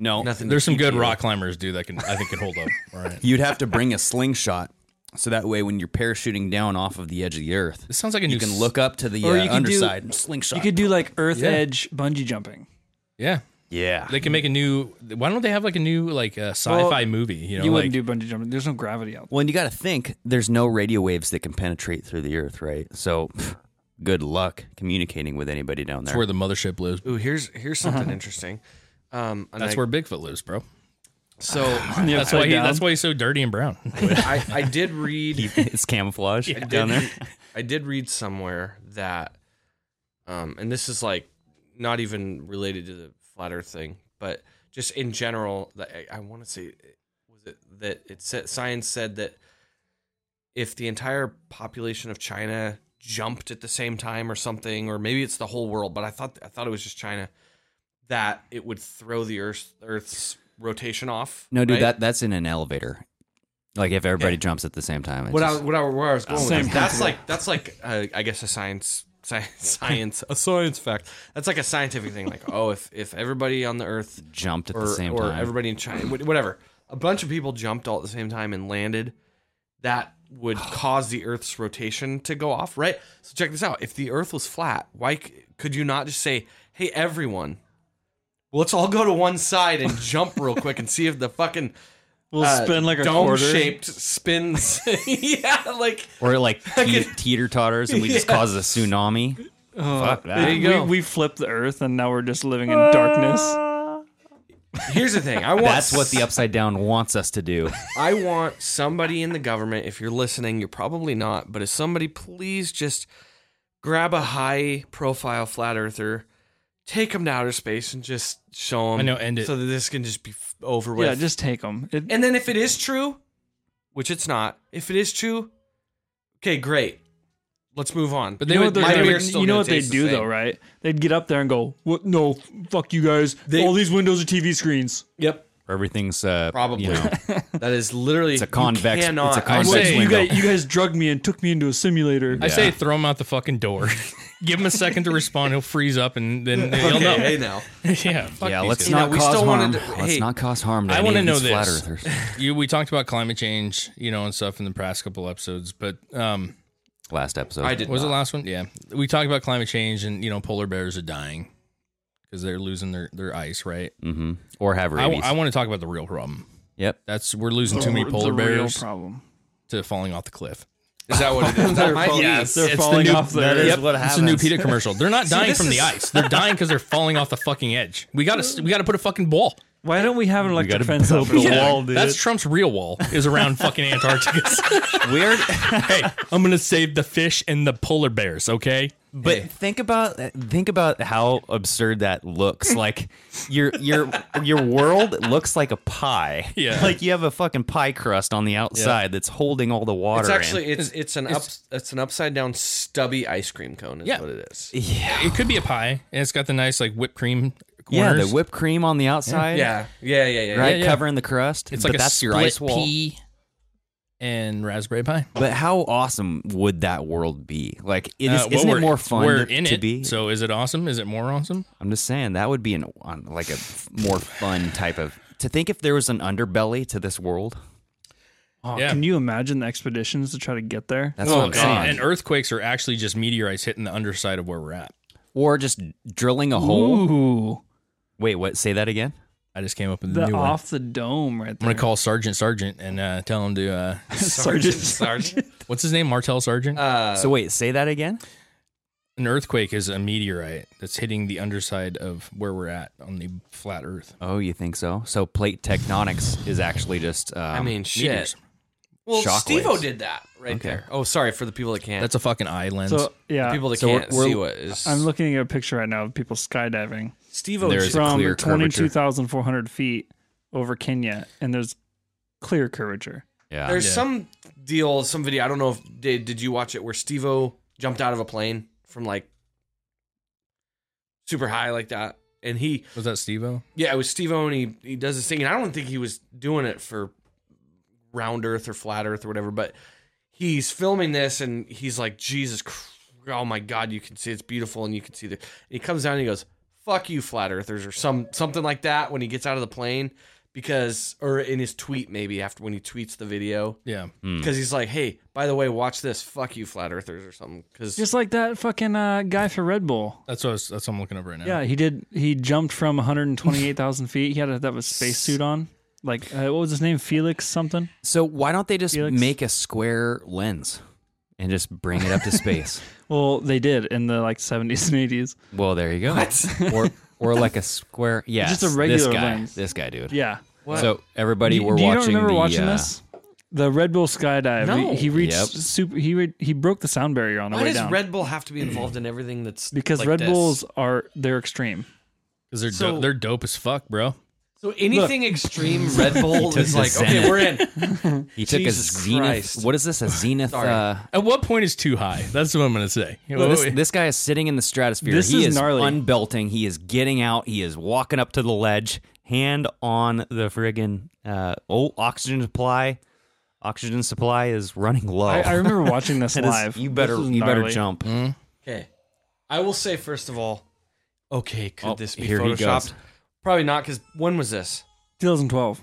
Speaker 4: No,
Speaker 5: nothing. to
Speaker 2: There's some
Speaker 5: keep
Speaker 2: good
Speaker 5: you.
Speaker 2: rock climbers, dude, that can I think can hold up. All right.
Speaker 4: You'd have to bring a slingshot, so that way when you're parachuting down off of the edge of the Earth,
Speaker 2: This sounds like a new
Speaker 4: you can
Speaker 2: s-
Speaker 4: look up to the
Speaker 7: Or you
Speaker 4: uh,
Speaker 7: could do-
Speaker 4: underside and slingshot.
Speaker 7: You could do like Earth
Speaker 2: Yeah.
Speaker 7: Edge bungee jumping.
Speaker 2: Yeah.
Speaker 4: yeah.
Speaker 2: They can make a new. Why don't they have like a new like uh, sci-fi movie? You
Speaker 7: You,
Speaker 2: know, like
Speaker 7: wouldn't do bungee jumping. There's no gravity out there.
Speaker 4: Well, and you got to think there's no radio waves that can penetrate through the earth, right? So, pff, good luck communicating with anybody down
Speaker 2: that's
Speaker 4: there.
Speaker 2: where the mothership lives.
Speaker 5: Ooh, here's here's something interesting. Um, and
Speaker 2: That's
Speaker 5: I-
Speaker 2: where Bigfoot lives, bro.
Speaker 5: So
Speaker 2: That's why he. That's why he's so dirty and brown.
Speaker 5: I, I did read.
Speaker 4: it's camouflage down there.
Speaker 5: I did read somewhere that, um, and this is like not even related to the flat Earth thing, but just in general, that I, I want to say, was it that it said science said that if the entire population of China jumped at the same time or something, or maybe it's the whole world, but I thought I thought it was just China, that it would throw the Earth Earth's rotation off.
Speaker 4: No, dude,
Speaker 5: right?
Speaker 4: that that's in an elevator. Like if everybody
Speaker 5: Yeah.
Speaker 4: jumps at the same time. it's
Speaker 5: what I,
Speaker 4: just-
Speaker 5: what I, where I was going with
Speaker 7: Same
Speaker 5: this, that's like that's like uh, I guess a science science science a science fact. That's like a scientific thing. Like oh, if if everybody on the Earth
Speaker 4: jumped at
Speaker 5: or
Speaker 4: the same
Speaker 5: or
Speaker 4: time.
Speaker 5: everybody in China, wh- whatever, a bunch of people jumped all at the same time and landed, that would cause the Earth's rotation to go off. Right. So check this out. If the Earth was flat, why c- could you not just say, hey everyone? Let's all go to one side and jump real quick and see if the fucking
Speaker 7: We'll
Speaker 5: uh,
Speaker 7: spin like a
Speaker 5: dome
Speaker 7: quarter.
Speaker 5: shaped spins. yeah, like
Speaker 4: or like te- teeter totters, and we just cause a tsunami. Fuck that.
Speaker 7: We, we flipped the Earth, and now we're just living in darkness.
Speaker 5: Here's the thing. I want
Speaker 4: That's what the upside down wants us to do.
Speaker 5: I want somebody in the government. If you're listening, you're probably not, but if somebody please just grab a high profile flat earther, take them to outer space, and just show them.
Speaker 2: I know, end it.
Speaker 5: so that this can just be f- over with.
Speaker 7: Yeah, just take them. It,
Speaker 5: and then if it is true, which it's not, if it is true, okay, great. Let's move on.
Speaker 2: But
Speaker 5: But
Speaker 2: they
Speaker 5: you know
Speaker 2: would-
Speaker 5: what,
Speaker 2: they
Speaker 5: my
Speaker 2: would-
Speaker 7: They
Speaker 5: beer's
Speaker 7: would-
Speaker 5: still
Speaker 7: you know
Speaker 5: gonna
Speaker 7: what they
Speaker 5: taste the
Speaker 7: do
Speaker 5: same.
Speaker 7: though, right? They'd get up there and go, "What? No, fuck you guys! All these windows are TV screens."
Speaker 5: Yep.
Speaker 4: where everything's uh,
Speaker 5: Probably.
Speaker 4: You know,
Speaker 5: that is literally
Speaker 4: it's a
Speaker 5: you
Speaker 4: convex.
Speaker 5: Cannot,
Speaker 4: It's a
Speaker 5: I
Speaker 4: convex
Speaker 2: say-
Speaker 7: You
Speaker 4: window.
Speaker 7: guys, you guys drugged me and took me into a simulator.
Speaker 2: I say throw him out the fucking door. Give him a second to respond. He'll freeze up and then then he'll
Speaker 5: okay,
Speaker 2: know.
Speaker 5: hey now.
Speaker 2: yeah, fuck
Speaker 4: yeah,
Speaker 2: these
Speaker 4: let's
Speaker 2: guys.
Speaker 5: know,
Speaker 4: not
Speaker 5: we
Speaker 4: cause
Speaker 5: still
Speaker 4: harm.
Speaker 5: wanted to-
Speaker 4: let's
Speaker 5: hey,
Speaker 4: not cause harm. To
Speaker 2: I
Speaker 4: any
Speaker 2: wanna
Speaker 4: of
Speaker 2: know
Speaker 4: these flat
Speaker 2: this.
Speaker 4: earthers.
Speaker 2: You, we talked about climate change, you know, and stuff in the past couple episodes, but um,
Speaker 4: Last episode,
Speaker 5: I did.
Speaker 2: was
Speaker 5: not.
Speaker 2: the last one? Yeah, we talked about climate change and you know polar bears are dying because they're losing their their ice, right?
Speaker 4: Mm-hmm. Or have
Speaker 2: I,
Speaker 4: rabies.
Speaker 2: want to talk about the real problem.
Speaker 4: yep.
Speaker 2: That's we're losing too many polar
Speaker 7: the real
Speaker 2: bears
Speaker 7: problem.
Speaker 2: to falling off the cliff.
Speaker 5: Is that what it is? That might be-
Speaker 7: They're falling off the.
Speaker 4: that is
Speaker 2: Yep,
Speaker 4: what
Speaker 2: It's a new
Speaker 4: happens.
Speaker 2: PETA commercial. They're not dying
Speaker 5: this
Speaker 2: from the
Speaker 5: is-
Speaker 2: ice. They're dying because they're falling off the fucking edge. We gotta we gotta put a fucking wall.
Speaker 7: Why don't we have an electric
Speaker 4: gotta
Speaker 7: fence up?
Speaker 4: build a wall, dude.
Speaker 2: That's Trump's real wall is around fucking Antarctica.
Speaker 4: Weird.
Speaker 2: hey, I'm gonna save the fish and the polar bears. Okay.
Speaker 4: But think about think about how absurd that looks. Like your your your world looks like a pie.
Speaker 2: Yeah.
Speaker 4: Like you have a fucking pie crust on the outside that's holding all the water.
Speaker 5: It's actually
Speaker 4: in.
Speaker 5: it's it's an up it's an upside down stubby ice cream cone is
Speaker 2: Yeah.
Speaker 5: what it is.
Speaker 2: It could be a pie, and it's got the nice like whipped cream
Speaker 4: yeah,
Speaker 2: corners.
Speaker 4: the whipped cream on the outside.
Speaker 5: Yeah, yeah, yeah, yeah.
Speaker 4: Right,
Speaker 2: yeah.
Speaker 4: covering the crust.
Speaker 2: It's
Speaker 4: but
Speaker 2: like
Speaker 4: that's
Speaker 2: a
Speaker 4: your
Speaker 2: split
Speaker 4: ice wall.
Speaker 2: pea and raspberry pie.
Speaker 4: But how awesome would that world be? Like, it is,
Speaker 2: Uh, well,
Speaker 4: isn't
Speaker 2: we're-
Speaker 4: it more fun
Speaker 2: We're
Speaker 4: to,
Speaker 2: in
Speaker 4: to
Speaker 2: it.
Speaker 4: be?
Speaker 2: So is it awesome? Is it more awesome?
Speaker 4: I'm just saying that would be an on, like a f- more fun type of to think if there was an underbelly to this world.
Speaker 7: Oh,
Speaker 2: Yeah.
Speaker 7: Can you imagine the expeditions to try to get there?
Speaker 4: That's what I'm
Speaker 2: and,
Speaker 4: saying.
Speaker 2: and earthquakes are actually just meteorites hitting the underside of where we're at.
Speaker 4: or just drilling a hole.
Speaker 7: Ooh,
Speaker 4: Wait, what? Say that again.
Speaker 2: I just came up with a
Speaker 7: the
Speaker 2: new one.
Speaker 7: off the dome right
Speaker 2: I'm
Speaker 7: there.
Speaker 2: gonna call Sergeant Sergeant and uh, tell him to uh,
Speaker 7: Sergeant.
Speaker 5: Sergeant.
Speaker 2: what's his name? Martel Sergeant.
Speaker 5: Uh,
Speaker 4: so wait, say that again.
Speaker 2: An earthquake is a meteorite that's hitting the underside of where we're at on the flat Earth.
Speaker 4: Oh, you think so? So plate tectonics is actually just. Um,
Speaker 5: I mean shit.
Speaker 2: Meteors.
Speaker 5: Well,
Speaker 4: shockwaves.
Speaker 5: Steve-O did that right
Speaker 4: Okay.
Speaker 5: there. Oh, sorry for the people that can't.
Speaker 2: That's a fucking eye lens.
Speaker 7: So yeah,
Speaker 5: people that
Speaker 4: So we're-
Speaker 5: can't
Speaker 4: we're-
Speaker 5: see what is.
Speaker 7: I'm looking at a picture right now of people skydiving
Speaker 5: Steve-O
Speaker 4: There
Speaker 5: did-
Speaker 4: is a clear
Speaker 7: from
Speaker 4: curvature.
Speaker 7: 22,400 feet over Kenya, and there's clear curvature.
Speaker 4: yeah.
Speaker 5: There's
Speaker 2: Yeah.
Speaker 5: some deal, some video. I don't know if did did you watch it where Steve-O jumped out of a plane from like super high like that, and he
Speaker 2: was that Steve-O?
Speaker 5: yeah it was Steve-O and he he does this thing, and I don't think he was doing it for round Earth or flat Earth or whatever, but he's filming this and he's like Jesus, Christ, oh my God, you can see it's beautiful and you can see the. And he comes down and he goes fuck you flat earthers or some something like that when he gets out of the plane because or in his tweet maybe after when he tweets the video
Speaker 2: Yeah.
Speaker 4: Hmm.
Speaker 5: because he's like, hey, by the way, watch this. Fuck you, flat earthers or something. Because
Speaker 7: Just like that fucking uh, guy for Red Bull.
Speaker 2: That's what I was, that's what I'm looking up right now.
Speaker 7: Yeah, he did. He jumped from 128,000 feet. He had a, that was spacesuit on. Like uh, what was his name? Felix something.
Speaker 4: so why don't they just
Speaker 7: Felix?
Speaker 4: make a square lens and just bring it up to space?
Speaker 7: Well, they did in the like 70s and 80s.
Speaker 4: Well, there you go. Or or like a square. Yeah,
Speaker 7: Just a regular
Speaker 4: this guy,
Speaker 7: lens.
Speaker 4: This guy, dude.
Speaker 7: Yeah.
Speaker 4: So everybody,
Speaker 7: do,
Speaker 4: we're
Speaker 7: do you
Speaker 4: watching.
Speaker 7: don't remember
Speaker 4: the,
Speaker 7: watching
Speaker 4: uh,
Speaker 7: this? The Red Bull skydive.
Speaker 5: No.
Speaker 7: He, he reached
Speaker 4: Yep.
Speaker 7: super. He re- he broke the sound barrier on the
Speaker 5: why
Speaker 7: way
Speaker 5: does
Speaker 7: down
Speaker 5: Red Bull have to be involved in everything that's
Speaker 7: because
Speaker 5: like
Speaker 7: Red
Speaker 5: this?
Speaker 7: Bulls are they're extreme.
Speaker 2: Because they're
Speaker 5: So-
Speaker 2: dope, they're dope as fuck, bro.
Speaker 5: So anything extreme Red Bull is
Speaker 4: the
Speaker 5: like,
Speaker 4: Zenith.
Speaker 5: okay, we're in.
Speaker 4: He took
Speaker 5: Jesus
Speaker 4: a zenith.
Speaker 5: Christ.
Speaker 4: What is this? A zenith? uh,
Speaker 2: At what point is too high? That's what I'm gonna say.
Speaker 4: this, this guy is sitting in the stratosphere.
Speaker 7: This
Speaker 4: he
Speaker 7: is
Speaker 4: is,
Speaker 7: gnarly.
Speaker 4: unbelting. He is getting out. He is walking up to the ledge, hand on the friggin' uh, oh oxygen supply. Oxygen supply is running low.
Speaker 7: I, I remember watching this
Speaker 4: Oh. That is-
Speaker 7: live.
Speaker 4: you
Speaker 7: This
Speaker 4: better
Speaker 7: was
Speaker 4: you better
Speaker 7: gnarly.
Speaker 4: jump.
Speaker 5: Okay. I will say, first of all, okay, could
Speaker 4: Oh,
Speaker 5: this be
Speaker 4: here he
Speaker 5: photoshopped?
Speaker 4: goes.
Speaker 5: Probably not, because when was this?
Speaker 7: 2012.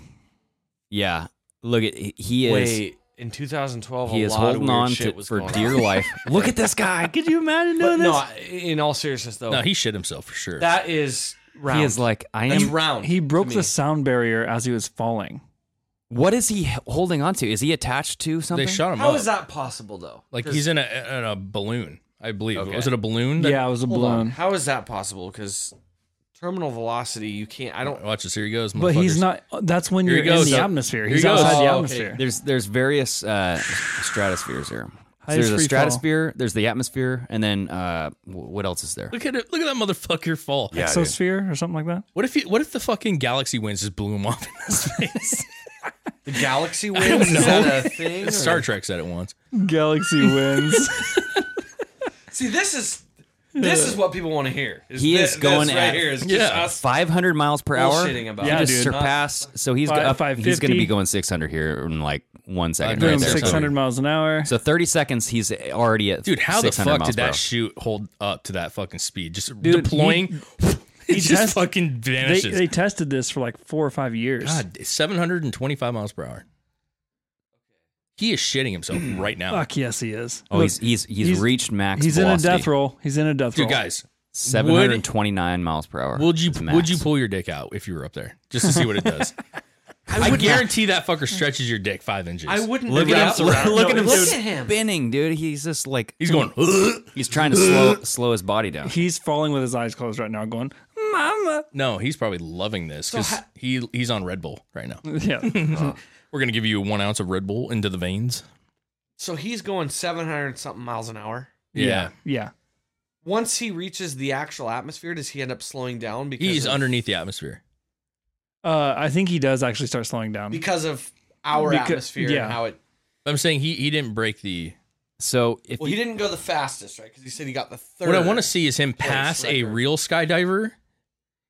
Speaker 4: Yeah, look at he- he is.
Speaker 5: Wait, in 2012,
Speaker 4: He
Speaker 5: a
Speaker 4: is
Speaker 5: lot of
Speaker 4: holding
Speaker 5: weird
Speaker 4: on
Speaker 5: shit
Speaker 4: to,
Speaker 5: was
Speaker 4: for
Speaker 5: going on.
Speaker 4: dear life. Look at this guy. Could you imagine
Speaker 5: But
Speaker 4: doing this?
Speaker 5: no, I- in all seriousness, though,
Speaker 2: no, he shit himself for sure.
Speaker 5: that is round.
Speaker 4: He is like, I
Speaker 5: That's
Speaker 4: am.
Speaker 5: round.
Speaker 7: He
Speaker 5: to
Speaker 7: broke
Speaker 5: me.
Speaker 7: the sound barrier as he was falling.
Speaker 4: What is he h- holding on to? Is he attached to
Speaker 2: they
Speaker 4: something?
Speaker 2: shot him
Speaker 5: How
Speaker 2: up.
Speaker 5: is that possible, though?
Speaker 2: Like
Speaker 5: 'Cause-
Speaker 2: he's in a, in a balloon, I believe.
Speaker 5: Okay.
Speaker 2: Was it a balloon? that-
Speaker 7: yeah, it was a
Speaker 5: Hold on.
Speaker 7: balloon.
Speaker 5: How is that possible? Because terminal velocity, you can't. I don't.
Speaker 2: Watch this. Here he goes.
Speaker 7: But he's
Speaker 2: motherfuckers.
Speaker 7: not. That's when
Speaker 2: Here
Speaker 7: you're
Speaker 2: he
Speaker 7: in
Speaker 2: goes.
Speaker 7: the
Speaker 2: Oh,
Speaker 7: atmosphere.
Speaker 2: here
Speaker 7: He's
Speaker 2: he goes.
Speaker 7: outside the
Speaker 5: Oh, okay.
Speaker 7: atmosphere.
Speaker 4: There's there's various uh, stratospheres here. So
Speaker 7: Highest free
Speaker 4: there's a
Speaker 7: fall.
Speaker 4: stratosphere. There's the atmosphere, and then uh, w- what else is there?
Speaker 2: Look at it. Look at that motherfucker fall.
Speaker 7: Exosphere or something like that.
Speaker 2: What if he, what if the fucking galaxy winds just blew him off in his face?
Speaker 5: The galaxy wins? Is that a thing?
Speaker 2: Star
Speaker 5: or-
Speaker 2: Trek said it once.
Speaker 7: Galaxy wins.
Speaker 5: See, this is This is what people want to hear.
Speaker 4: He
Speaker 5: thi-
Speaker 4: is going
Speaker 5: this
Speaker 4: at-
Speaker 5: right here is just
Speaker 2: Yeah.
Speaker 5: us.
Speaker 4: 500 miles per hour.
Speaker 5: Bullshitting about
Speaker 4: he
Speaker 7: it.
Speaker 4: just
Speaker 7: Yeah, dude.
Speaker 4: surpassed. So he's
Speaker 7: Five-
Speaker 4: up, he's
Speaker 7: 550.
Speaker 4: going to be going 600 here in like one second
Speaker 2: Boom,
Speaker 4: right
Speaker 7: Boom,
Speaker 4: there. So-
Speaker 7: 600 miles an hour.
Speaker 4: So 30 seconds, he's already at
Speaker 2: Dude, how the
Speaker 4: 600
Speaker 2: fuck
Speaker 4: miles
Speaker 2: did
Speaker 4: per
Speaker 2: that
Speaker 4: hour.
Speaker 2: shoot hold up to that fucking speed? Just
Speaker 7: Dude,
Speaker 2: deploying, it just
Speaker 7: test-
Speaker 2: fucking
Speaker 7: They,
Speaker 2: vanishes.
Speaker 7: they tested this for like four or five years.
Speaker 2: God, 725 miles per hour. He is shitting himself right now.
Speaker 7: Fuck yes, he is.
Speaker 4: Oh,
Speaker 7: Look,
Speaker 4: he's, he's he's
Speaker 7: he's-
Speaker 4: reached max.
Speaker 7: he's in a
Speaker 4: velocity.
Speaker 7: death roll. He's in a death
Speaker 2: Dude,
Speaker 7: roll.
Speaker 2: guys,
Speaker 4: 729 miles per hour.
Speaker 2: would you
Speaker 4: is max.
Speaker 2: would you pull your dick out if you were up there just to see what it does? I, guarantee that fucker stretches your dick five inches.
Speaker 5: I wouldn't
Speaker 4: look
Speaker 5: wrap
Speaker 4: at him?
Speaker 5: around-
Speaker 4: Look at him!
Speaker 5: Look at him.
Speaker 4: spinning, dude. He's just like
Speaker 2: He's going.
Speaker 4: he's trying to slow slow his body down.
Speaker 7: He's falling with his eyes closed right now, going, Mama.
Speaker 2: No, he's probably loving this because he he's on Red Bull right now.
Speaker 7: Yeah.
Speaker 2: We're gonna give you one ounce of Red Bull into the veins.
Speaker 5: So he's going 700 something miles an hour.
Speaker 2: Yeah,
Speaker 7: Yeah.
Speaker 5: Once he reaches the actual atmosphere, does he end up slowing down because
Speaker 2: he's
Speaker 5: of,
Speaker 2: underneath the atmosphere.
Speaker 7: Uh, I think he does actually start slowing down.
Speaker 5: because of our
Speaker 7: Becau-
Speaker 5: atmosphere
Speaker 7: yeah.
Speaker 5: and how it?
Speaker 2: I'm saying he he didn't break the.
Speaker 4: So if
Speaker 5: Well, he didn't go the fastest, right? Because he said he got the third.
Speaker 2: What I want to see is him
Speaker 5: place
Speaker 2: pass a
Speaker 5: record.
Speaker 2: real skydiver,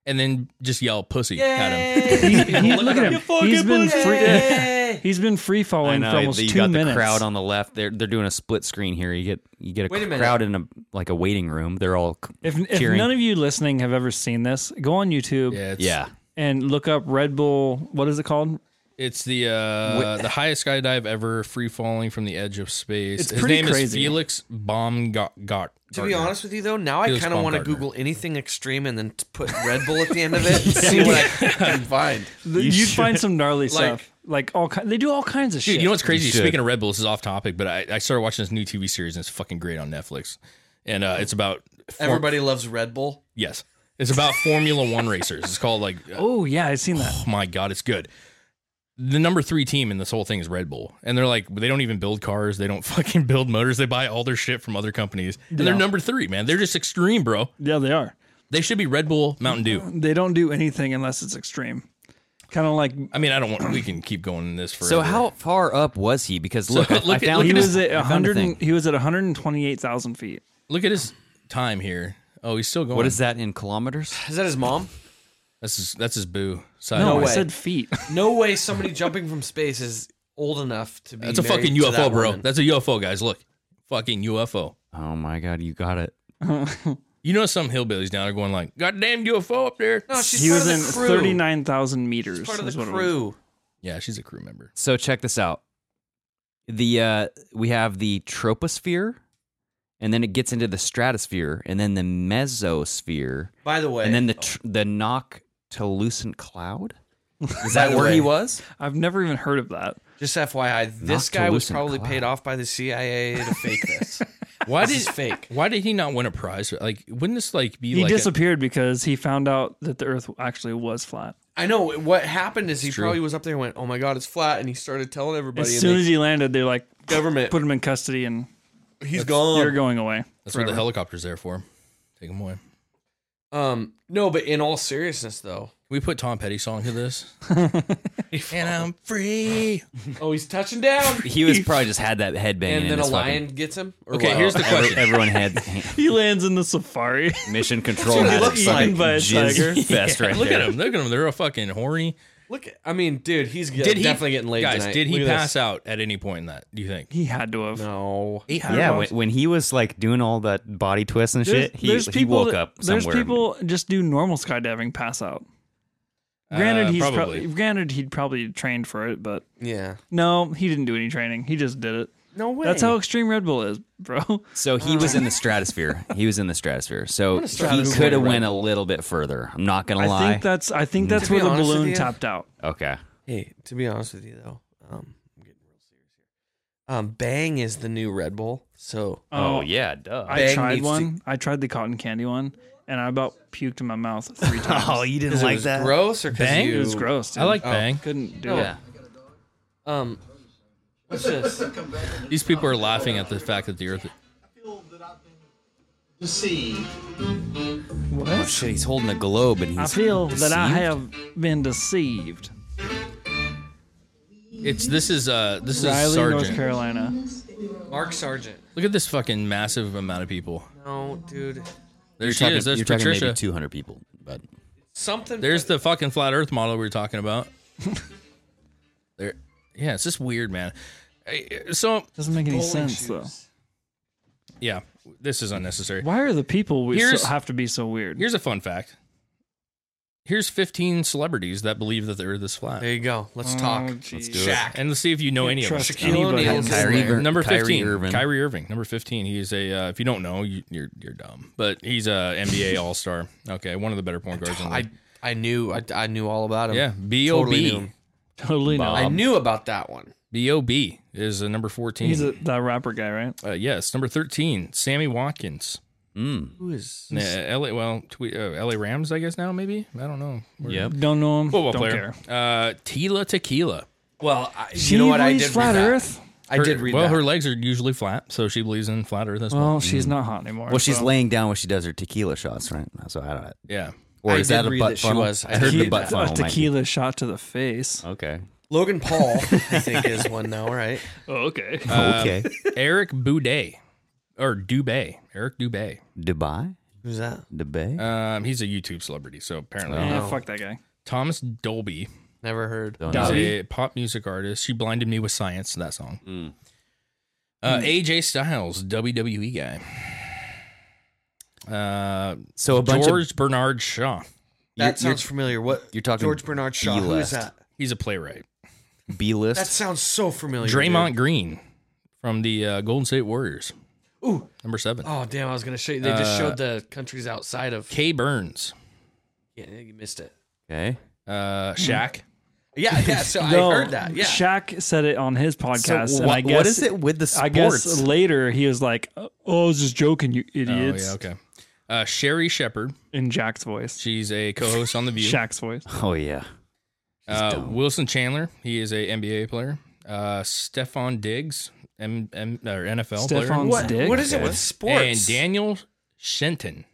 Speaker 2: and then just yell "pussy" at him.
Speaker 7: He- he- look at him. He's been free. He's been free
Speaker 4: I
Speaker 7: falling
Speaker 4: know,
Speaker 7: for almost
Speaker 4: you
Speaker 7: two
Speaker 4: got
Speaker 7: minutes.
Speaker 4: the crowd on the left. They're they're doing a split screen here. You get you get a,
Speaker 5: Wait a minute.
Speaker 4: crowd in a like a waiting room. They're all c-
Speaker 7: if, if
Speaker 4: cheering.
Speaker 7: none of you listening have ever seen this, go on YouTube
Speaker 2: Yeah, it's,
Speaker 4: yeah,
Speaker 7: and look up Red Bull. What is it called?
Speaker 2: It's the uh, the highest skydive ever, free falling from the edge of space.
Speaker 7: It's
Speaker 2: His
Speaker 7: pretty
Speaker 2: name is
Speaker 7: crazy.
Speaker 2: Felix Baumgart.
Speaker 5: To be honest with you, though, now I
Speaker 2: Felix
Speaker 5: kind of want to
Speaker 2: Baumgartner.
Speaker 5: Google anything extreme and then t- put Red Bull at the end of it and see what I can find.
Speaker 7: You would find some gnarly
Speaker 5: Like-
Speaker 7: stuff. Like all ki- they do all kinds of
Speaker 2: Dude,
Speaker 7: shit.
Speaker 2: you know what's crazy?
Speaker 4: should.
Speaker 2: Speaking of Red Bull, this is off topic, but I, I started watching this new TV series and it's fucking great on Netflix. And uh, it's about form-
Speaker 5: Everybody loves Red Bull.
Speaker 2: Yes, it's about Formula One racers. It's called like uh,
Speaker 7: oh yeah, I've seen that.
Speaker 2: oh my god, it's good. The number three team in this whole thing is Red Bull, and they're like they don't even build cars, they don't fucking build motors, they buy all their shit from other companies, and they're
Speaker 7: Yeah.
Speaker 2: number three, man. They're just extreme, bro.
Speaker 7: Yeah, they are.
Speaker 2: They should be Red Bull, Mountain Dew.
Speaker 7: They don't do anything unless it's extreme. Kind of like
Speaker 2: I mean, I don't want. We can keep going in this for.
Speaker 4: So how far up was he? Because look, I-
Speaker 2: look
Speaker 4: I
Speaker 2: at-
Speaker 4: found
Speaker 2: look
Speaker 7: he
Speaker 2: at
Speaker 4: his-
Speaker 7: was at
Speaker 4: I found a
Speaker 7: 100.
Speaker 4: thing.
Speaker 7: and- He was at 128,000 feet.
Speaker 2: Look at his time here. Oh, he's still going.
Speaker 4: What is that in kilometers?
Speaker 5: Is that his mom?
Speaker 2: That's his, that's his boo. Side
Speaker 7: No,
Speaker 2: eye.
Speaker 7: I
Speaker 5: way.
Speaker 7: said feet.
Speaker 5: No way somebody jumping from space is old enough to be.
Speaker 2: that's a
Speaker 5: married
Speaker 2: fucking
Speaker 5: to
Speaker 2: UFO,
Speaker 5: that
Speaker 2: bro.
Speaker 5: woman.
Speaker 2: That's a UFO, guys. Look, fucking UFO.
Speaker 4: Oh my god, you got it.
Speaker 2: You know, some hillbillies down there going like, "Goddamn UFO up there."
Speaker 5: no, she's
Speaker 7: he
Speaker 5: part
Speaker 7: was in
Speaker 5: of the crew.
Speaker 7: 39,000 meters.
Speaker 5: She's part of
Speaker 7: is
Speaker 5: the
Speaker 7: what it was.
Speaker 5: crew.
Speaker 2: Yeah, she's a crew member.
Speaker 4: So check this out. The uh, we have the troposphere, and then it gets into the stratosphere, and then the mesosphere,
Speaker 5: By the way,
Speaker 4: and then the tr- the noctilucent cloud. Is
Speaker 5: By
Speaker 4: that
Speaker 5: the
Speaker 4: where
Speaker 5: way-
Speaker 4: he was?
Speaker 7: I've never even heard of that.
Speaker 5: Just FYI, this guy was
Speaker 4: Noctilucent
Speaker 5: probably
Speaker 4: cloud.
Speaker 5: paid off by the CIA to fake this.
Speaker 2: Why
Speaker 5: this
Speaker 2: did
Speaker 5: is fake.
Speaker 2: Why did he not win a prize? for- Like, wouldn't this like be
Speaker 7: He
Speaker 2: like? a-
Speaker 7: disappeared because he found out that the Earth actually was flat.
Speaker 5: I know what happened is he probably was up there and went, "Oh my god, it's flat," and he started telling everybody.
Speaker 7: As
Speaker 5: and
Speaker 7: soon
Speaker 5: they-
Speaker 7: as he landed, they're like,
Speaker 5: government,
Speaker 7: put him in custody and
Speaker 5: he's
Speaker 7: you're
Speaker 5: gone.
Speaker 7: going away.
Speaker 2: that's what the
Speaker 7: forever.
Speaker 2: helicopter's there for. Take him away. Can
Speaker 5: Um, no, but in all seriousness, though,
Speaker 2: we put Tom Petty song to this? and I'm free.
Speaker 5: oh, he's touching down,
Speaker 4: He was probably just had that headband,
Speaker 5: and
Speaker 4: in
Speaker 5: then a
Speaker 4: his fucking-
Speaker 5: lion gets him. Or
Speaker 2: Okay,
Speaker 5: what?
Speaker 2: here's the
Speaker 4: Every-
Speaker 2: question.
Speaker 4: everyone had
Speaker 7: He lands in the safari.
Speaker 4: mission control.
Speaker 5: what it
Speaker 4: had
Speaker 5: looks
Speaker 4: its
Speaker 5: like.
Speaker 4: fucking
Speaker 7: Eaten by a
Speaker 4: jizz
Speaker 7: tiger.
Speaker 4: Fest right
Speaker 2: Look
Speaker 4: there.
Speaker 2: at him. Look at him. They're all fucking horny.
Speaker 5: look. at- I mean, dude, he's get-
Speaker 2: Did he
Speaker 5: definitely getting laid
Speaker 2: Guys,
Speaker 5: tonight.
Speaker 2: did he
Speaker 5: Look at
Speaker 2: pass
Speaker 5: this.
Speaker 2: out at any point in that? Do you think?
Speaker 7: He had to have.
Speaker 5: No,
Speaker 4: Yeah, when, when he was like doing all that body twists and shit, he, he woke
Speaker 7: that-
Speaker 4: up
Speaker 7: There's
Speaker 4: somewhere.
Speaker 7: people just do normal skydiving, pass out. Granted,
Speaker 2: Uh,
Speaker 7: he's
Speaker 2: probably.
Speaker 7: probably. granted he'd probably trained for it, but
Speaker 5: yeah,
Speaker 7: no, he didn't do any training. He just did it.
Speaker 5: no way.
Speaker 7: That's how extreme Red Bull is, bro.
Speaker 4: So he was in the stratosphere. He was in the stratosphere. So he
Speaker 5: stratosphere
Speaker 4: could have
Speaker 5: right
Speaker 4: went a little bit further. I'm not gonna
Speaker 7: I
Speaker 4: lie.
Speaker 7: think that's. I think that's
Speaker 5: To be
Speaker 7: where the
Speaker 5: honest with
Speaker 7: balloon
Speaker 5: you-
Speaker 7: tapped out.
Speaker 4: okay.
Speaker 5: Hey, to be honest with you though, um, I'm getting real serious here. Um, Bang is the new Red Bull, so
Speaker 4: Oh, yeah, duh.
Speaker 7: I
Speaker 5: Bang
Speaker 7: tried
Speaker 5: needs to-
Speaker 7: one. I tried the cotton candy one, and I about puked in my mouth three times.
Speaker 4: Oh, you didn't like that.
Speaker 5: gross or 'cause
Speaker 2: Bang?
Speaker 5: you-
Speaker 7: it was gross. Dude.
Speaker 2: I like Bang.
Speaker 7: Couldn't do it.
Speaker 4: Yeah.
Speaker 5: Um, what's this?
Speaker 2: These people are laughing at the fact that the Earth.
Speaker 4: Oh shit, he's holding a globe and he's.
Speaker 7: I feel that I
Speaker 4: deceived?
Speaker 7: have been deceived.
Speaker 2: It's this is uh this is
Speaker 7: Riley, North
Speaker 2: Sergeant.
Speaker 7: Carolina.
Speaker 5: Mark Sargent.
Speaker 2: Look at this fucking massive amount of people.
Speaker 5: No, dude.
Speaker 2: There
Speaker 4: you're
Speaker 2: she
Speaker 4: talking,
Speaker 2: is. There's
Speaker 4: you're talking
Speaker 2: Patricia.
Speaker 4: maybe 200 people, but
Speaker 5: Something.
Speaker 2: There's the fucking flat Earth model we were talking about. there, yeah, it's just weird, man. I- So
Speaker 7: Doesn't make any sense though.
Speaker 2: yeah, this is unnecessary.
Speaker 7: Why are the people we
Speaker 2: Here's-
Speaker 7: so, have to be so weird?
Speaker 2: Here's a fun fact. Here's 15 celebrities that believe that the Earth is flat,
Speaker 5: There you go. Let's talk.
Speaker 4: let's do it.
Speaker 5: Shaq.
Speaker 2: and let's see if you know any of them.
Speaker 7: Trust
Speaker 5: Shaquille
Speaker 7: anybody.
Speaker 5: O'Neal's
Speaker 4: Kyrie
Speaker 5: there.
Speaker 4: Irving.
Speaker 2: Number
Speaker 4: Kyrie
Speaker 2: 15,
Speaker 4: Irving.
Speaker 2: Kyrie Irving. Number 15. He's a, uh, if you don't know, you, you're you're dumb, but he's a NBA All Star. Okay, one of the better point guards in the
Speaker 5: I
Speaker 2: league.
Speaker 5: I knew I, I knew all about him.
Speaker 2: Yeah, B O
Speaker 5: Totally knew
Speaker 2: B.
Speaker 5: him.
Speaker 7: totally no.
Speaker 5: I knew about that one.
Speaker 2: B O B is a number 14.
Speaker 7: He's a, that rapper guy, right?
Speaker 2: uh, yes, number 13, Sammy Watkins.
Speaker 4: Mm.
Speaker 2: Nah, LA, well, tweet, uh, LA Rams, I guess now maybe. I don't know. We're-
Speaker 4: Yep.
Speaker 7: Don't know him.
Speaker 2: Football
Speaker 7: don't
Speaker 2: player.
Speaker 7: care.
Speaker 2: Uh, Tila Tequila.
Speaker 5: Well, I,
Speaker 7: She
Speaker 5: you know what I
Speaker 7: believes
Speaker 5: did
Speaker 7: flat
Speaker 5: read that.
Speaker 7: Earth.
Speaker 5: I
Speaker 2: Her-
Speaker 5: did read
Speaker 2: Well,
Speaker 5: that.
Speaker 2: her legs are usually flat, so she believes in flat Earth as well.
Speaker 7: Well, she's not hot anymore.
Speaker 4: Well, she's
Speaker 7: so-
Speaker 4: laying down when she does her tequila shots, right? So I don't know.
Speaker 2: yeah.
Speaker 4: Or
Speaker 5: I
Speaker 4: is
Speaker 5: did
Speaker 4: that a
Speaker 5: read
Speaker 4: butt
Speaker 5: that she
Speaker 4: funnel?
Speaker 5: was.
Speaker 4: I
Speaker 5: I
Speaker 4: heard
Speaker 5: did
Speaker 4: the
Speaker 5: read
Speaker 4: butt
Speaker 5: that.
Speaker 4: funnel.
Speaker 7: a
Speaker 4: might be-
Speaker 7: Oh, tequila shot to the face.
Speaker 4: Okay.
Speaker 5: Logan Paul, I think, is one now, right?
Speaker 7: Oh, okay.
Speaker 4: okay.
Speaker 2: Eric Boudet or Dubay. Eric Dubay.
Speaker 4: Dubai?
Speaker 5: Who's that?
Speaker 4: Dubai?
Speaker 2: Um, he's a YouTube celebrity, so apparently.
Speaker 7: Yeah, fuck that guy.
Speaker 2: Thomas Dolby
Speaker 5: Never heard.
Speaker 2: is
Speaker 4: Don't know.
Speaker 2: a pop music artist. She blinded me with science, that song. Uh, AJ Styles, WWE guy. Uh,
Speaker 4: So a bunch
Speaker 2: George
Speaker 4: of
Speaker 2: Bernard Shaw.
Speaker 5: That
Speaker 4: You're-
Speaker 5: sounds familiar. What
Speaker 4: you're talking
Speaker 5: George Bernard Shaw? Who is
Speaker 4: B-list.
Speaker 5: that?
Speaker 2: He's a playwright.
Speaker 4: B
Speaker 5: That
Speaker 4: list.
Speaker 5: sounds so familiar. dude.
Speaker 2: Draymond Green from the uh, Golden State Warriors.
Speaker 5: Ooh.
Speaker 2: Number seven.
Speaker 5: Oh damn! I was gonna show you. They
Speaker 4: Uh,
Speaker 5: just showed the countries outside of.
Speaker 2: Kay Burns.
Speaker 5: Yeah, you missed it.
Speaker 4: Okay.
Speaker 2: Uh, Shaq.
Speaker 5: Yeah, yeah. So
Speaker 7: No,
Speaker 5: I heard that. Yeah.
Speaker 7: Shaq said it on his podcast,
Speaker 4: So
Speaker 7: and I
Speaker 4: wh-
Speaker 7: guess
Speaker 4: what is it with the sports?
Speaker 7: I guess later he was like, "Oh, I was just joking, you
Speaker 2: Oh,
Speaker 7: idiots."
Speaker 2: yeah, okay. Uh, Sherry Shepard.
Speaker 7: In Jack's voice,
Speaker 2: She's a co host on The View.
Speaker 7: Shaq's voice.
Speaker 4: oh yeah.
Speaker 2: Uh, Wilson Chandler. He is a NBA player. Uh, Stefan Diggs, M- M- or NFL
Speaker 7: Stephon
Speaker 2: player.
Speaker 5: What,
Speaker 7: Dick.
Speaker 5: what is it with sports?
Speaker 2: And Daniel Shenton.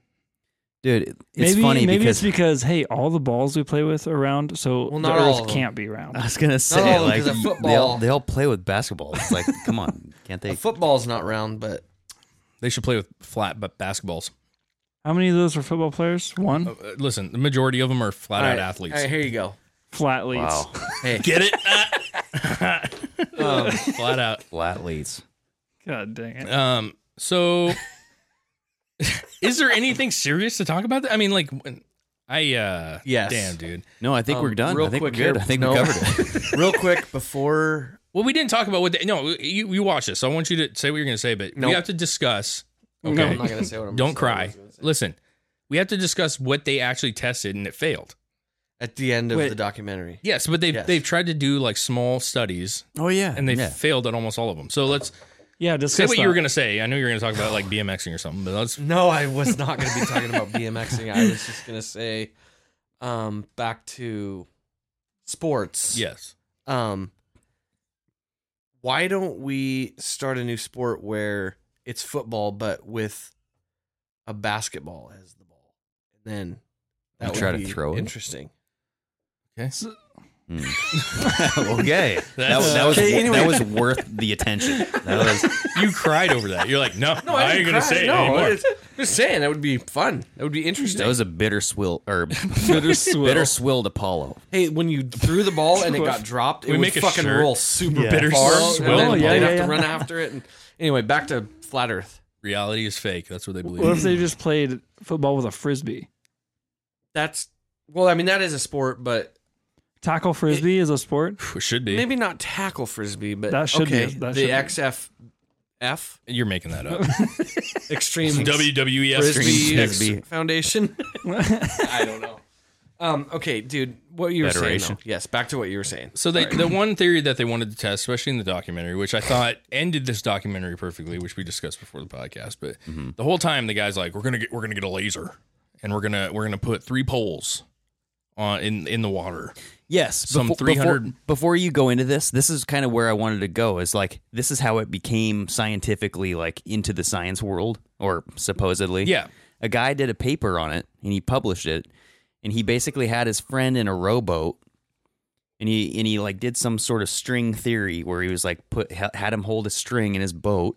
Speaker 4: Dude, it- it's
Speaker 7: Maybe
Speaker 4: funny
Speaker 7: maybe
Speaker 4: because
Speaker 7: it's because hey, all the balls we play with are round, so
Speaker 5: Well,
Speaker 7: the
Speaker 5: not all
Speaker 7: Earth
Speaker 5: of them.
Speaker 7: can't be round.
Speaker 4: I was gonna say
Speaker 5: all of them,
Speaker 4: like
Speaker 5: 'cause of
Speaker 4: they all
Speaker 5: football.
Speaker 4: they all play with basketball. It's like, come on, can't they?
Speaker 5: Football's not round, but
Speaker 2: They should play with flat but basketballs.
Speaker 7: How many of those are football players? One
Speaker 2: Uh, listen, the majority of them are flat out
Speaker 5: All right,
Speaker 2: athletes.
Speaker 5: All right, here you go.
Speaker 7: flat leads.
Speaker 4: Wow,
Speaker 2: Get it? flat out.
Speaker 4: flat leads.
Speaker 7: God dang it!
Speaker 2: Um, so is there anything serious to talk about? I mean, like when- I uh
Speaker 5: Yes.
Speaker 2: damn dude.
Speaker 4: No, I think
Speaker 5: Um,
Speaker 4: we're done.
Speaker 5: real
Speaker 4: I think
Speaker 5: quick
Speaker 4: we're good.
Speaker 5: here.
Speaker 4: I think
Speaker 5: No.
Speaker 4: we covered it.
Speaker 5: Real quick before
Speaker 2: Well, we didn't talk about what the, no, you you watch this. So I want you to say what you're going to say, but we
Speaker 5: Nope.
Speaker 2: have to discuss
Speaker 5: No,
Speaker 2: okay.
Speaker 5: I'm not gonna say what I'm.
Speaker 2: Don't
Speaker 5: saying.
Speaker 2: cry. Listen. We have to discuss what they actually tested and it failed.
Speaker 5: At the end of
Speaker 7: Wait.
Speaker 5: the documentary,
Speaker 2: Yes, but they've
Speaker 5: Yes.
Speaker 2: they've tried to do like small studies
Speaker 4: oh yeah,
Speaker 2: and they
Speaker 4: yeah.
Speaker 2: failed at almost all of them. So let's
Speaker 7: Yeah,
Speaker 2: say
Speaker 7: discuss
Speaker 2: what you were
Speaker 7: that.
Speaker 2: going to say. I know you were going to talk about like BMXing or something, but let's
Speaker 5: No, I was not going to be talking about BMXing. I was just going to say, um, back to sports.
Speaker 2: yes.
Speaker 5: Um, why don't we start a new sport where it's football, but with a basketball as the ball, and then
Speaker 4: You
Speaker 5: that
Speaker 4: try
Speaker 5: would
Speaker 4: to
Speaker 5: be
Speaker 4: throw it?
Speaker 5: Interesting.
Speaker 4: Mm. okay, that
Speaker 2: That's-
Speaker 4: was that was,
Speaker 2: Okay,
Speaker 4: that was worth the attention. That was
Speaker 2: You cried over that. You're like, "No, I, ain't going to say it
Speaker 5: no,
Speaker 2: anymore."
Speaker 5: it's- Just saying that would be fun. That would be interesting.
Speaker 4: that was a bitter swill or
Speaker 7: Bitter
Speaker 4: bitter
Speaker 7: swill.
Speaker 4: swilled Apollo.
Speaker 5: hey, when you threw the ball and it got dropped, it
Speaker 2: We
Speaker 5: would
Speaker 2: make a
Speaker 5: fucking
Speaker 2: shirt.
Speaker 5: roll super
Speaker 2: Yeah.
Speaker 5: bitter
Speaker 2: Bitter
Speaker 5: far,
Speaker 2: swill.
Speaker 5: and
Speaker 2: Well,
Speaker 5: then
Speaker 7: Oh, yeah,
Speaker 5: they'd
Speaker 7: yeah,
Speaker 5: have
Speaker 7: yeah.
Speaker 5: to run after it. And anyway, back to flat Earth.
Speaker 2: Reality is fake. That's what they believe.
Speaker 7: What if they just played football with a frisbee?
Speaker 5: That's well, I mean that is a sport, but
Speaker 7: Tackle frisbee is a sport.
Speaker 2: It should be.
Speaker 5: maybe not tackle frisbee. But
Speaker 7: That should be-
Speaker 5: okay,
Speaker 7: that
Speaker 5: the
Speaker 7: should be.
Speaker 5: XFF
Speaker 2: You're making that up. E
Speaker 5: Extreme
Speaker 2: WWE
Speaker 5: Frisbee,
Speaker 2: Extreme
Speaker 5: Ex-
Speaker 4: Frisbee.
Speaker 5: Foundation. I don't know. Um, okay, dude, what you were
Speaker 4: Federation.
Speaker 5: saying? Though. Yes, back to what you were saying.
Speaker 2: So they, the one theory that they wanted to test, especially in the documentary, which I thought ended this documentary perfectly, which we discussed before the podcast. But
Speaker 4: Mm-hmm.
Speaker 2: the whole time, the guy's like, "We're gonna get, we're gonna get a laser, and we're gonna, we're gonna put three poles on in in the water."
Speaker 4: Yes,
Speaker 2: Some
Speaker 4: befo-
Speaker 2: 300
Speaker 4: Before, before you go into this, this is kind of where I wanted to go. Is like this is how it became scientifically like into the science world, or supposedly.
Speaker 2: Yeah.
Speaker 4: a guy did a paper on it and he published it, and he basically had his friend in a rowboat, and he and he like did some sort of string theory where he was like put ha- had him hold a string in his boat.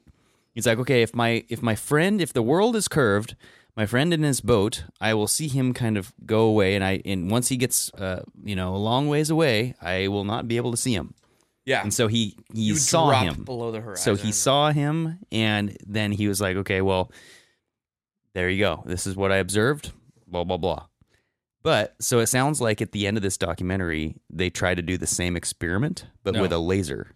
Speaker 4: He's like, okay, if my if my friend, if the world is curved, my friend in his boat, I will see him kind of go away, and I and once he gets uh, you know a long ways away, I will not be able to see him.
Speaker 5: Yeah.
Speaker 4: And so he he
Speaker 5: You
Speaker 4: saw
Speaker 5: drop
Speaker 4: him
Speaker 5: below the horizon.
Speaker 4: So he saw him, and then he was like, "Okay, well, there you go. This is what I observed." Blah blah blah. But so it sounds like at the end of this documentary, they try to do the same experiment, but
Speaker 2: No.
Speaker 4: with a laser.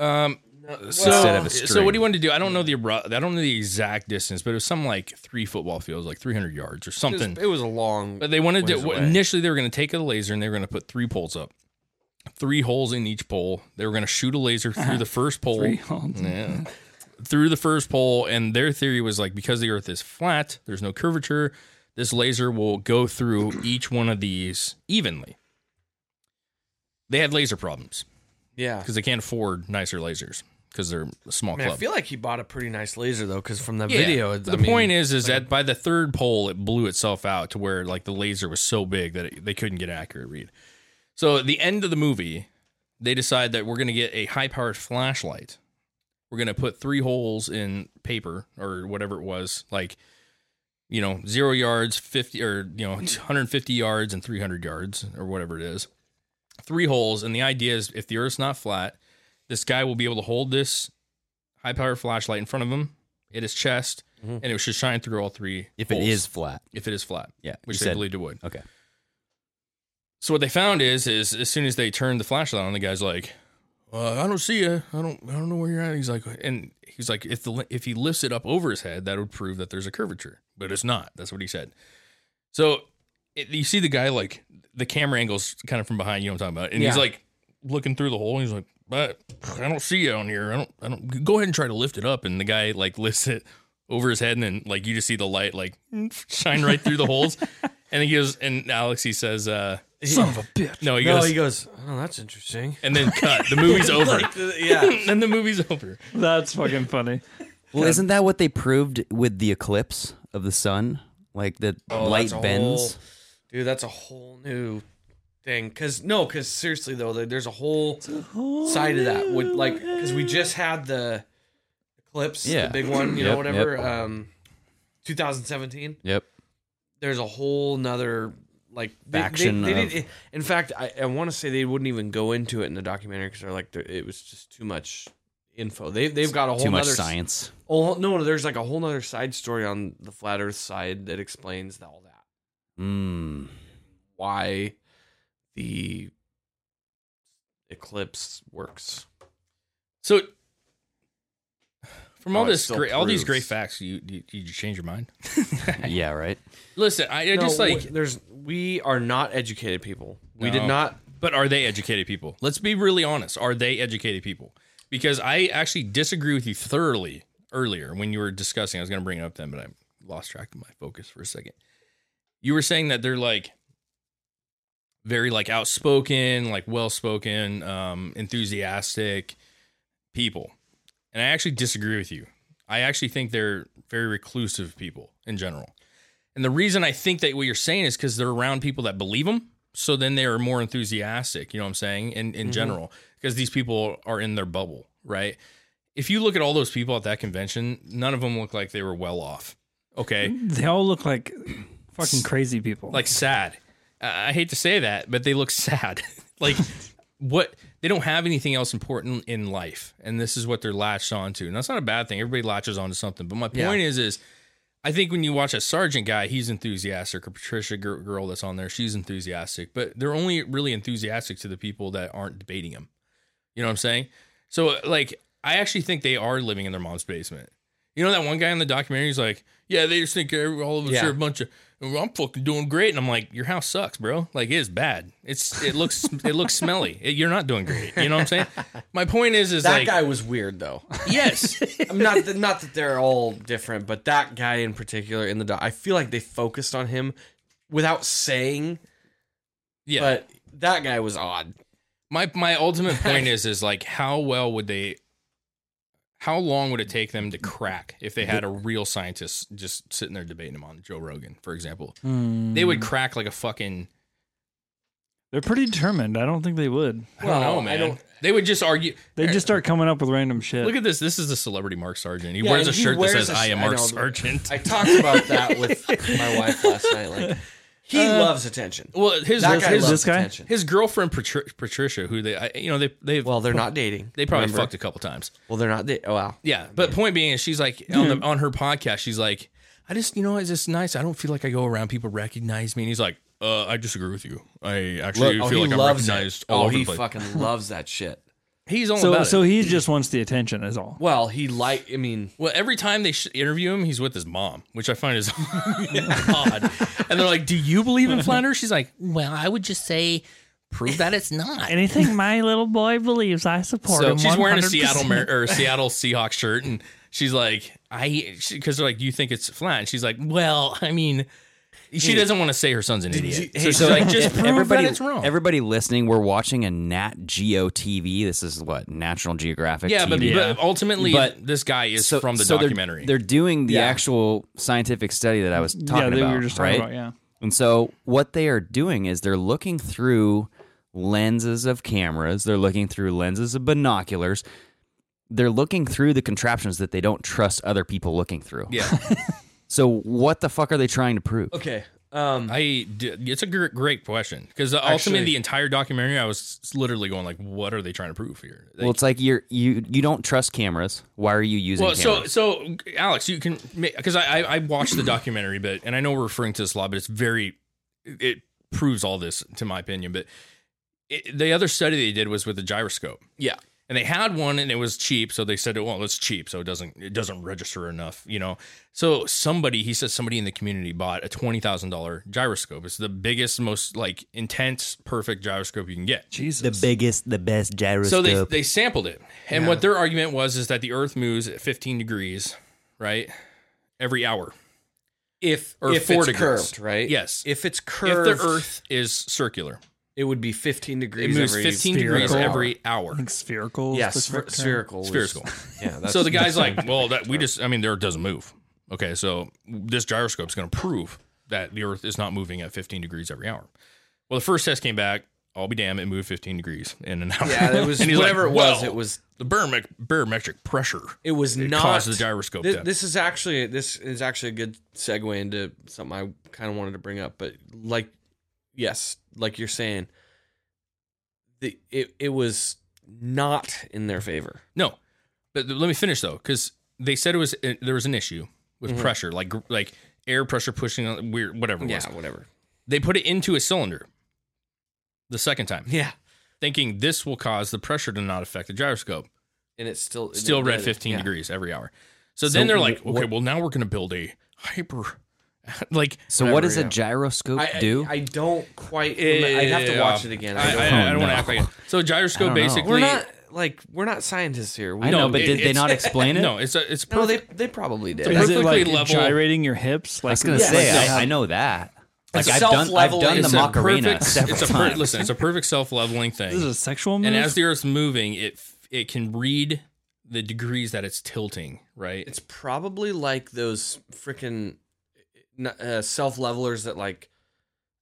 Speaker 2: Um, so,
Speaker 4: Instead of a
Speaker 2: so what do
Speaker 4: string.
Speaker 2: you want to do? I don't know the abru- I don't know the exact distance, but it was some like three football fields, like 300 yards or
Speaker 5: It was,
Speaker 2: something.
Speaker 5: it was a long.
Speaker 2: But they wanted to
Speaker 5: ways away.
Speaker 2: initially they were going to take a laser and they were going to put three poles up, three holes in each pole. They were going to shoot a laser through the first pole,
Speaker 7: Three holes.
Speaker 2: Yeah. through the first pole, and their theory was like because the Earth is flat, there's no curvature. This laser will go through each one of these evenly. They had laser problems
Speaker 5: yeah.
Speaker 2: because they can't afford nicer lasers because they're a small
Speaker 5: I, mean, I
Speaker 2: club.
Speaker 5: feel like he bought a pretty nice laser though, because from that video,
Speaker 2: The point is, is that by the third pole, it blew itself out to where like the laser was so big that it, they couldn't get an accurate read. So at the end of the movie, they decide that we're going to get a high powered flashlight. We're going to put three holes in paper or whatever it was, like you know, zero yards, fifty or you know, 150 yards and 300 yards or whatever it is. Three holes, and the idea is if the Earth's not flat, this guy will be able to hold this high powered flashlight in front of him at his chest, and it should shine through all three.
Speaker 4: Mm-hmm. If it
Speaker 2: holes,
Speaker 4: is flat,
Speaker 2: if it is flat,
Speaker 4: Yeah,
Speaker 2: which
Speaker 4: you
Speaker 2: they
Speaker 4: said-
Speaker 2: believed it would.
Speaker 4: okay.
Speaker 2: So what they found is, is as soon as they turned the flashlight on, the guy's like, uh, "I don't see you. I don't. I don't know where you're at." He's like, and he's like, if the if he lifts it up over his head, that would prove that there's a curvature, but it's not. That's what he said. So it, you see the guy like the camera angles kind of from behind. You know what I'm talking about? And he's
Speaker 5: Yeah.
Speaker 2: like looking through the hole. And he's like, "But I don't see you on here. I don't. I don't. Go ahead and try to lift it up." And the guy like lifts it over his head, and then like you just see the light like shine right through the holes. And he goes, and Alex he says, uh,
Speaker 7: Son of a bitch.
Speaker 2: "No, he
Speaker 5: no,
Speaker 2: goes."
Speaker 5: he goes, oh, that's interesting.
Speaker 2: and then cut. The movie's over.
Speaker 5: yeah.
Speaker 2: then the movie's over.
Speaker 7: That's fucking funny.
Speaker 4: Well, isn't that what they proved with the eclipse of the sun? Like that light
Speaker 5: Oh, that's a
Speaker 4: bends.
Speaker 5: whole- dude. That's a whole new thing. Cause no, cause seriously though, there- there's a whole, side of that with like because we just had the eclipse,
Speaker 4: Yeah.
Speaker 5: the big one, you know,
Speaker 4: Yep,
Speaker 5: whatever. Um, 2017.
Speaker 4: Yep.
Speaker 5: There's a whole nother like they- they-
Speaker 4: Faction
Speaker 5: they
Speaker 4: of-
Speaker 5: didn't- in fact, I, I want to say they wouldn't even go into it in the documentary because they're like they're- it was just too much info. They they've got a whole
Speaker 4: Too much
Speaker 5: nother s-
Speaker 4: science.
Speaker 5: Oh no, no, there's like a whole nother side story on the flat Earth side that explains all that
Speaker 4: Mm.
Speaker 5: why the eclipse works.
Speaker 2: So, from
Speaker 5: Oh,
Speaker 2: all
Speaker 5: it
Speaker 2: this
Speaker 5: still
Speaker 2: great, all these great
Speaker 5: proves.
Speaker 2: facts, you you, you change your mind.
Speaker 4: Yeah. Right.
Speaker 2: Listen, I, I just
Speaker 5: No,
Speaker 2: like,
Speaker 5: w- there's we are not educated people. We did
Speaker 2: No.
Speaker 5: not.
Speaker 2: but are they educated people? Let's be really honest. Are they educated people? Because I actually disagree with you thoroughly earlier when you were discussing. I was going to bring it up then, but I lost track of my focus for a second. You were saying that they're like very like outspoken, like well spoken, um, enthusiastic people, and I actually disagree with you. I actually think they're very reclusive people in general. And the reason I think that what you're saying is because they're around people that believe them. So then they are more enthusiastic, you know what I'm saying, in, in general, because these people are in their bubble, right? If you look at all those people at that convention, none of them look like they were well off. Okay.
Speaker 7: They all look like fucking crazy people.
Speaker 2: Like sad. I I hate to say that, but they look sad. like what they don't have anything else important in life. And this is what they're latched onto. And that's not a bad thing. Everybody latches onto something. But my point is, is I think when you watch a sergeant guy, he's enthusiastic, or Patricia gir- girl that's on there, she's enthusiastic, but they're only really enthusiastic to the people that aren't debating him. You know what I'm saying? So, like, I actually think they are living in their mom's basement. You know that one guy in the documentary? He's like, "Yeah, they just think every- all of us
Speaker 5: Yeah.
Speaker 2: are a bunch of I'm fucking doing great," and I'm like, "Your house sucks, bro. Like, it is bad. It's it looks it looks smelly. It- you're not doing great. You know what I'm saying? My point is, is
Speaker 5: That
Speaker 2: like,
Speaker 5: guy was weird though.
Speaker 2: yes,
Speaker 5: I'm not that, not that they're all different, but that guy in particular in the doc, I feel like they focused on him without saying.
Speaker 2: yeah.
Speaker 5: But that guy was odd.
Speaker 2: my my ultimate point is is like how well would they how long would it take them to crack if they had a real scientist just sitting
Speaker 5: Hmm.
Speaker 2: there debating them on Joe Rogan, for example? They would crack like a fucking
Speaker 7: They're pretty determined. I don't think they would.
Speaker 2: I don't know, man. they would just argue.
Speaker 7: They just start coming up with random shit.
Speaker 2: Look at this. This is the celebrity Mark Sargent. He
Speaker 5: Yeah,
Speaker 2: wears a
Speaker 5: and he
Speaker 2: shirt
Speaker 5: wears
Speaker 2: that says,
Speaker 5: a
Speaker 2: "I am
Speaker 5: sh-
Speaker 2: Mark
Speaker 5: know.
Speaker 2: Sargent."
Speaker 5: I talked about that with my wife last night. Like, he
Speaker 2: Uh,
Speaker 5: loves attention.
Speaker 2: well, his
Speaker 5: That guy
Speaker 2: his,
Speaker 5: loves
Speaker 7: this guy?
Speaker 5: attention.
Speaker 2: his girlfriend Patri- Patricia, who they I, you know they they
Speaker 5: well, they're not dating.
Speaker 2: they probably
Speaker 5: remember?
Speaker 2: fucked a couple times.
Speaker 5: Well, they're not. Da- oh, wow.
Speaker 2: Yeah, but point being, is she's like on
Speaker 5: Mm-hmm.
Speaker 2: the, on her podcast, she's like, I just you know it's just nice. I don't feel like I go around people recognize me, and he's like, uh, I disagree with you. I actually
Speaker 5: Look, oh,
Speaker 2: feel
Speaker 5: he
Speaker 2: like I'm
Speaker 5: loves
Speaker 2: recognized
Speaker 5: it.
Speaker 2: all
Speaker 5: oh,
Speaker 2: over
Speaker 5: he
Speaker 2: the place.
Speaker 5: fucking loves that shit.
Speaker 2: He's all
Speaker 7: so
Speaker 2: about
Speaker 7: so
Speaker 2: it.
Speaker 7: he just wants the attention is all.
Speaker 5: Well, he like. I mean,
Speaker 2: Well, every time they sh- interview him, he's with his mom, which I find is odd. And they're like, "Do you believe in flat Earth?" She's like, "Well, I would just say." Prove that it's not.
Speaker 7: Anything my little boy believes, I support
Speaker 2: So she's wearing a Seattle Mar- or Seattle Seahawks shirt, and she's like, "I," because they're like, "You think it's flat?" And she's like, "Well, I mean, she doesn't want to say her son's an idiot." so she's like, "Just prove
Speaker 4: everybody,
Speaker 2: that it's wrong."
Speaker 4: Everybody listening, we're watching a Nat Geo TV. This is what National Geographic.
Speaker 2: yeah,
Speaker 4: TV.
Speaker 2: but, but ultimately,
Speaker 4: But-
Speaker 2: this guy is
Speaker 4: So-
Speaker 2: from the
Speaker 4: so they're-
Speaker 2: documentary.
Speaker 4: They're, doing the actual scientific study that I was talking
Speaker 7: Yeah, that
Speaker 4: about.
Speaker 7: we were just
Speaker 4: right?
Speaker 7: talking about. Yeah.
Speaker 4: And so what they are doing is they're looking through lenses of cameras, they're looking through lenses of binoculars. They're looking through the contraptions that they don't trust other people looking through.
Speaker 2: yeah,
Speaker 4: So what the fuck are they trying to prove?
Speaker 5: okay. Um,
Speaker 2: I. d- It's a gr- great question because ultimately, the entire documentary, I was literally going like, "What are they trying to prove here?" Like,
Speaker 4: Well, it's like you're you you don't trust cameras. Why are you using
Speaker 2: Well, so
Speaker 4: cameras?
Speaker 2: so Alex, you can because I, I I watched the documentary, but and I know we're referring to this a lot, but it's very it proves all this to my opinion. But it, the other study they did was with the gyroscope. Yeah, and they had one and it was cheap, so they said, well, it's cheap, so it doesn't it doesn't register enough, you know. So somebody, he says, somebody in the community bought a twenty thousand dollar gyroscope. It's the biggest, most like intense, perfect gyroscope you can get.
Speaker 7: Jesus.
Speaker 4: biggest, the best gyroscope.
Speaker 2: So they they sampled it, and what their argument was is that the Earth moves at 15 degrees, right, every hour.
Speaker 5: if
Speaker 2: Or
Speaker 5: if
Speaker 2: four
Speaker 5: it's
Speaker 2: degrees.
Speaker 5: curved, right?
Speaker 2: Yes.
Speaker 5: If it's curved,
Speaker 2: If the Earth is circular,
Speaker 5: it would be 15
Speaker 2: it
Speaker 5: degrees.
Speaker 2: moves
Speaker 5: every
Speaker 2: 15
Speaker 5: spherical
Speaker 2: degrees
Speaker 5: hour.
Speaker 2: every hour.
Speaker 7: Like spherical.
Speaker 5: Yeah,
Speaker 7: is the
Speaker 5: spher-
Speaker 7: correct term?
Speaker 5: spherical. is-
Speaker 2: Spherical.
Speaker 5: Yeah. That's,
Speaker 2: so the guy's like, well, that we just, I mean, the Earth doesn't move. Okay, so this gyroscope's going to prove that the Earth is not moving at 15 degrees every hour. Well, the first test came back. I'll be damned, it moved 15 degrees in an hour.
Speaker 5: yeah, it was
Speaker 2: And he's like,
Speaker 5: whatever it was.
Speaker 2: well,
Speaker 5: it was
Speaker 2: the barometric, barometric pressure.
Speaker 5: It was
Speaker 2: It
Speaker 5: not
Speaker 2: caused the gyroscope
Speaker 5: This,
Speaker 2: to-
Speaker 5: this is actually this is actually a good segue into something I kind of wanted to bring up, but like, yes, like you're saying, the it it was not in their favor.
Speaker 2: No, but th- let me finish though, because they said it was uh, there was an issue with pressure, like gr- like air pressure pushing on weird whatever. It was.
Speaker 5: Yeah, whatever.
Speaker 2: They put it into a cylinder the second time,
Speaker 5: Yeah,
Speaker 2: thinking this will cause the pressure to not affect the gyroscope.
Speaker 5: and it's still and
Speaker 2: Still
Speaker 5: it
Speaker 2: read
Speaker 5: it.
Speaker 2: 15
Speaker 5: Yeah.
Speaker 2: degrees every hour. So, then they're like,
Speaker 4: wh-
Speaker 2: okay, well now we're gonna build a hyper, like
Speaker 4: So what does a gyroscope
Speaker 5: I, I-
Speaker 4: do?
Speaker 5: I, don't quite. remember. I'd have to
Speaker 2: Yeah.
Speaker 5: watch it again.
Speaker 2: I, I, I don't want to act like it. so. a Gyroscope
Speaker 4: I don't know.
Speaker 2: basically.
Speaker 5: we're not like we're not scientists here. We
Speaker 4: I
Speaker 5: don't-
Speaker 4: know, but
Speaker 2: it-
Speaker 4: did they
Speaker 2: it's-
Speaker 4: not explain it?
Speaker 2: No, it's a, it's
Speaker 5: No, they
Speaker 2: perfect.
Speaker 5: they probably did.
Speaker 7: Is it
Speaker 2: perfectly
Speaker 7: like
Speaker 2: level-
Speaker 7: gyrating your hips?
Speaker 4: I
Speaker 7: Like
Speaker 4: was gonna
Speaker 5: Yes.
Speaker 4: say,
Speaker 5: Like
Speaker 4: I, I know that.
Speaker 5: It's
Speaker 4: Like I've done, I've
Speaker 5: self-leveling.
Speaker 4: done the
Speaker 5: It's a
Speaker 4: Macarena
Speaker 2: perfect-
Speaker 4: several
Speaker 2: it's a per-
Speaker 4: times.
Speaker 2: listen, it's a perfect self leveling thing.
Speaker 7: this is a sexual move.
Speaker 2: and as the Earth's moving, it it can read the degrees that it's tilting, right?
Speaker 5: It's probably like those freaking uh, self levelers that like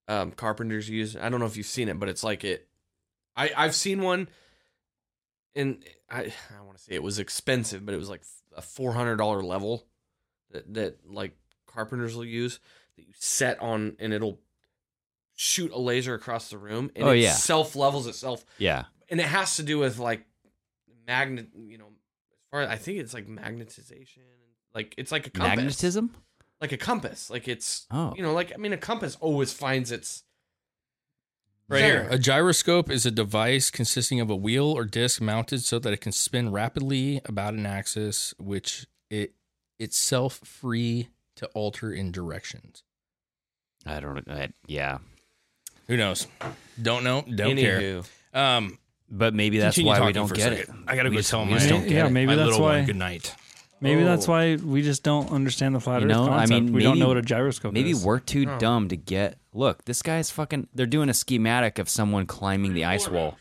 Speaker 5: um, carpenters use. I don't know if you've seen it, but it's like it. I I've seen one, and I I want to say it was expensive, but it was like a four hundred dollar level that that like carpenters will use that you set on, and it'll shoot a laser across the room, and
Speaker 4: Oh,
Speaker 5: it
Speaker 4: yeah.
Speaker 5: self levels itself
Speaker 4: yeah,
Speaker 5: and it has to do with like magnet you know as far as i think it's like magnetization like it's like a compass
Speaker 4: magnetism.
Speaker 5: like a compass like it's
Speaker 4: Oh.
Speaker 5: you know like i mean a compass always finds its
Speaker 2: right
Speaker 5: there.
Speaker 2: here. A gyroscope is a device consisting of a wheel or disc mounted so that it can spin rapidly about an axis, which it itself free to alter in directions.
Speaker 4: I don't. I, yeah,
Speaker 2: Who knows? Don't know. Don't care.
Speaker 5: Anywho.
Speaker 2: Um,
Speaker 4: but maybe that's
Speaker 2: Continue
Speaker 4: why we
Speaker 2: talking
Speaker 4: don't
Speaker 2: for a
Speaker 4: get it.
Speaker 2: second. I gotta
Speaker 4: We
Speaker 2: go
Speaker 4: just-
Speaker 2: tell
Speaker 4: we
Speaker 2: my-
Speaker 4: just don't get
Speaker 7: yeah,
Speaker 4: it.
Speaker 7: maybe
Speaker 2: my
Speaker 7: that's
Speaker 2: little
Speaker 7: why.
Speaker 2: one. Good night.
Speaker 7: Maybe that's
Speaker 5: Oh.
Speaker 7: why we just don't understand the flat
Speaker 4: You
Speaker 7: Earth
Speaker 4: know, I
Speaker 7: concept.
Speaker 4: mean,
Speaker 7: we don't
Speaker 4: maybe-
Speaker 7: know what a gyroscope
Speaker 4: Maybe
Speaker 7: is.
Speaker 4: we're too dumb to get. Look, this guy's fucking. They're doing a schematic of someone climbing the ice wall.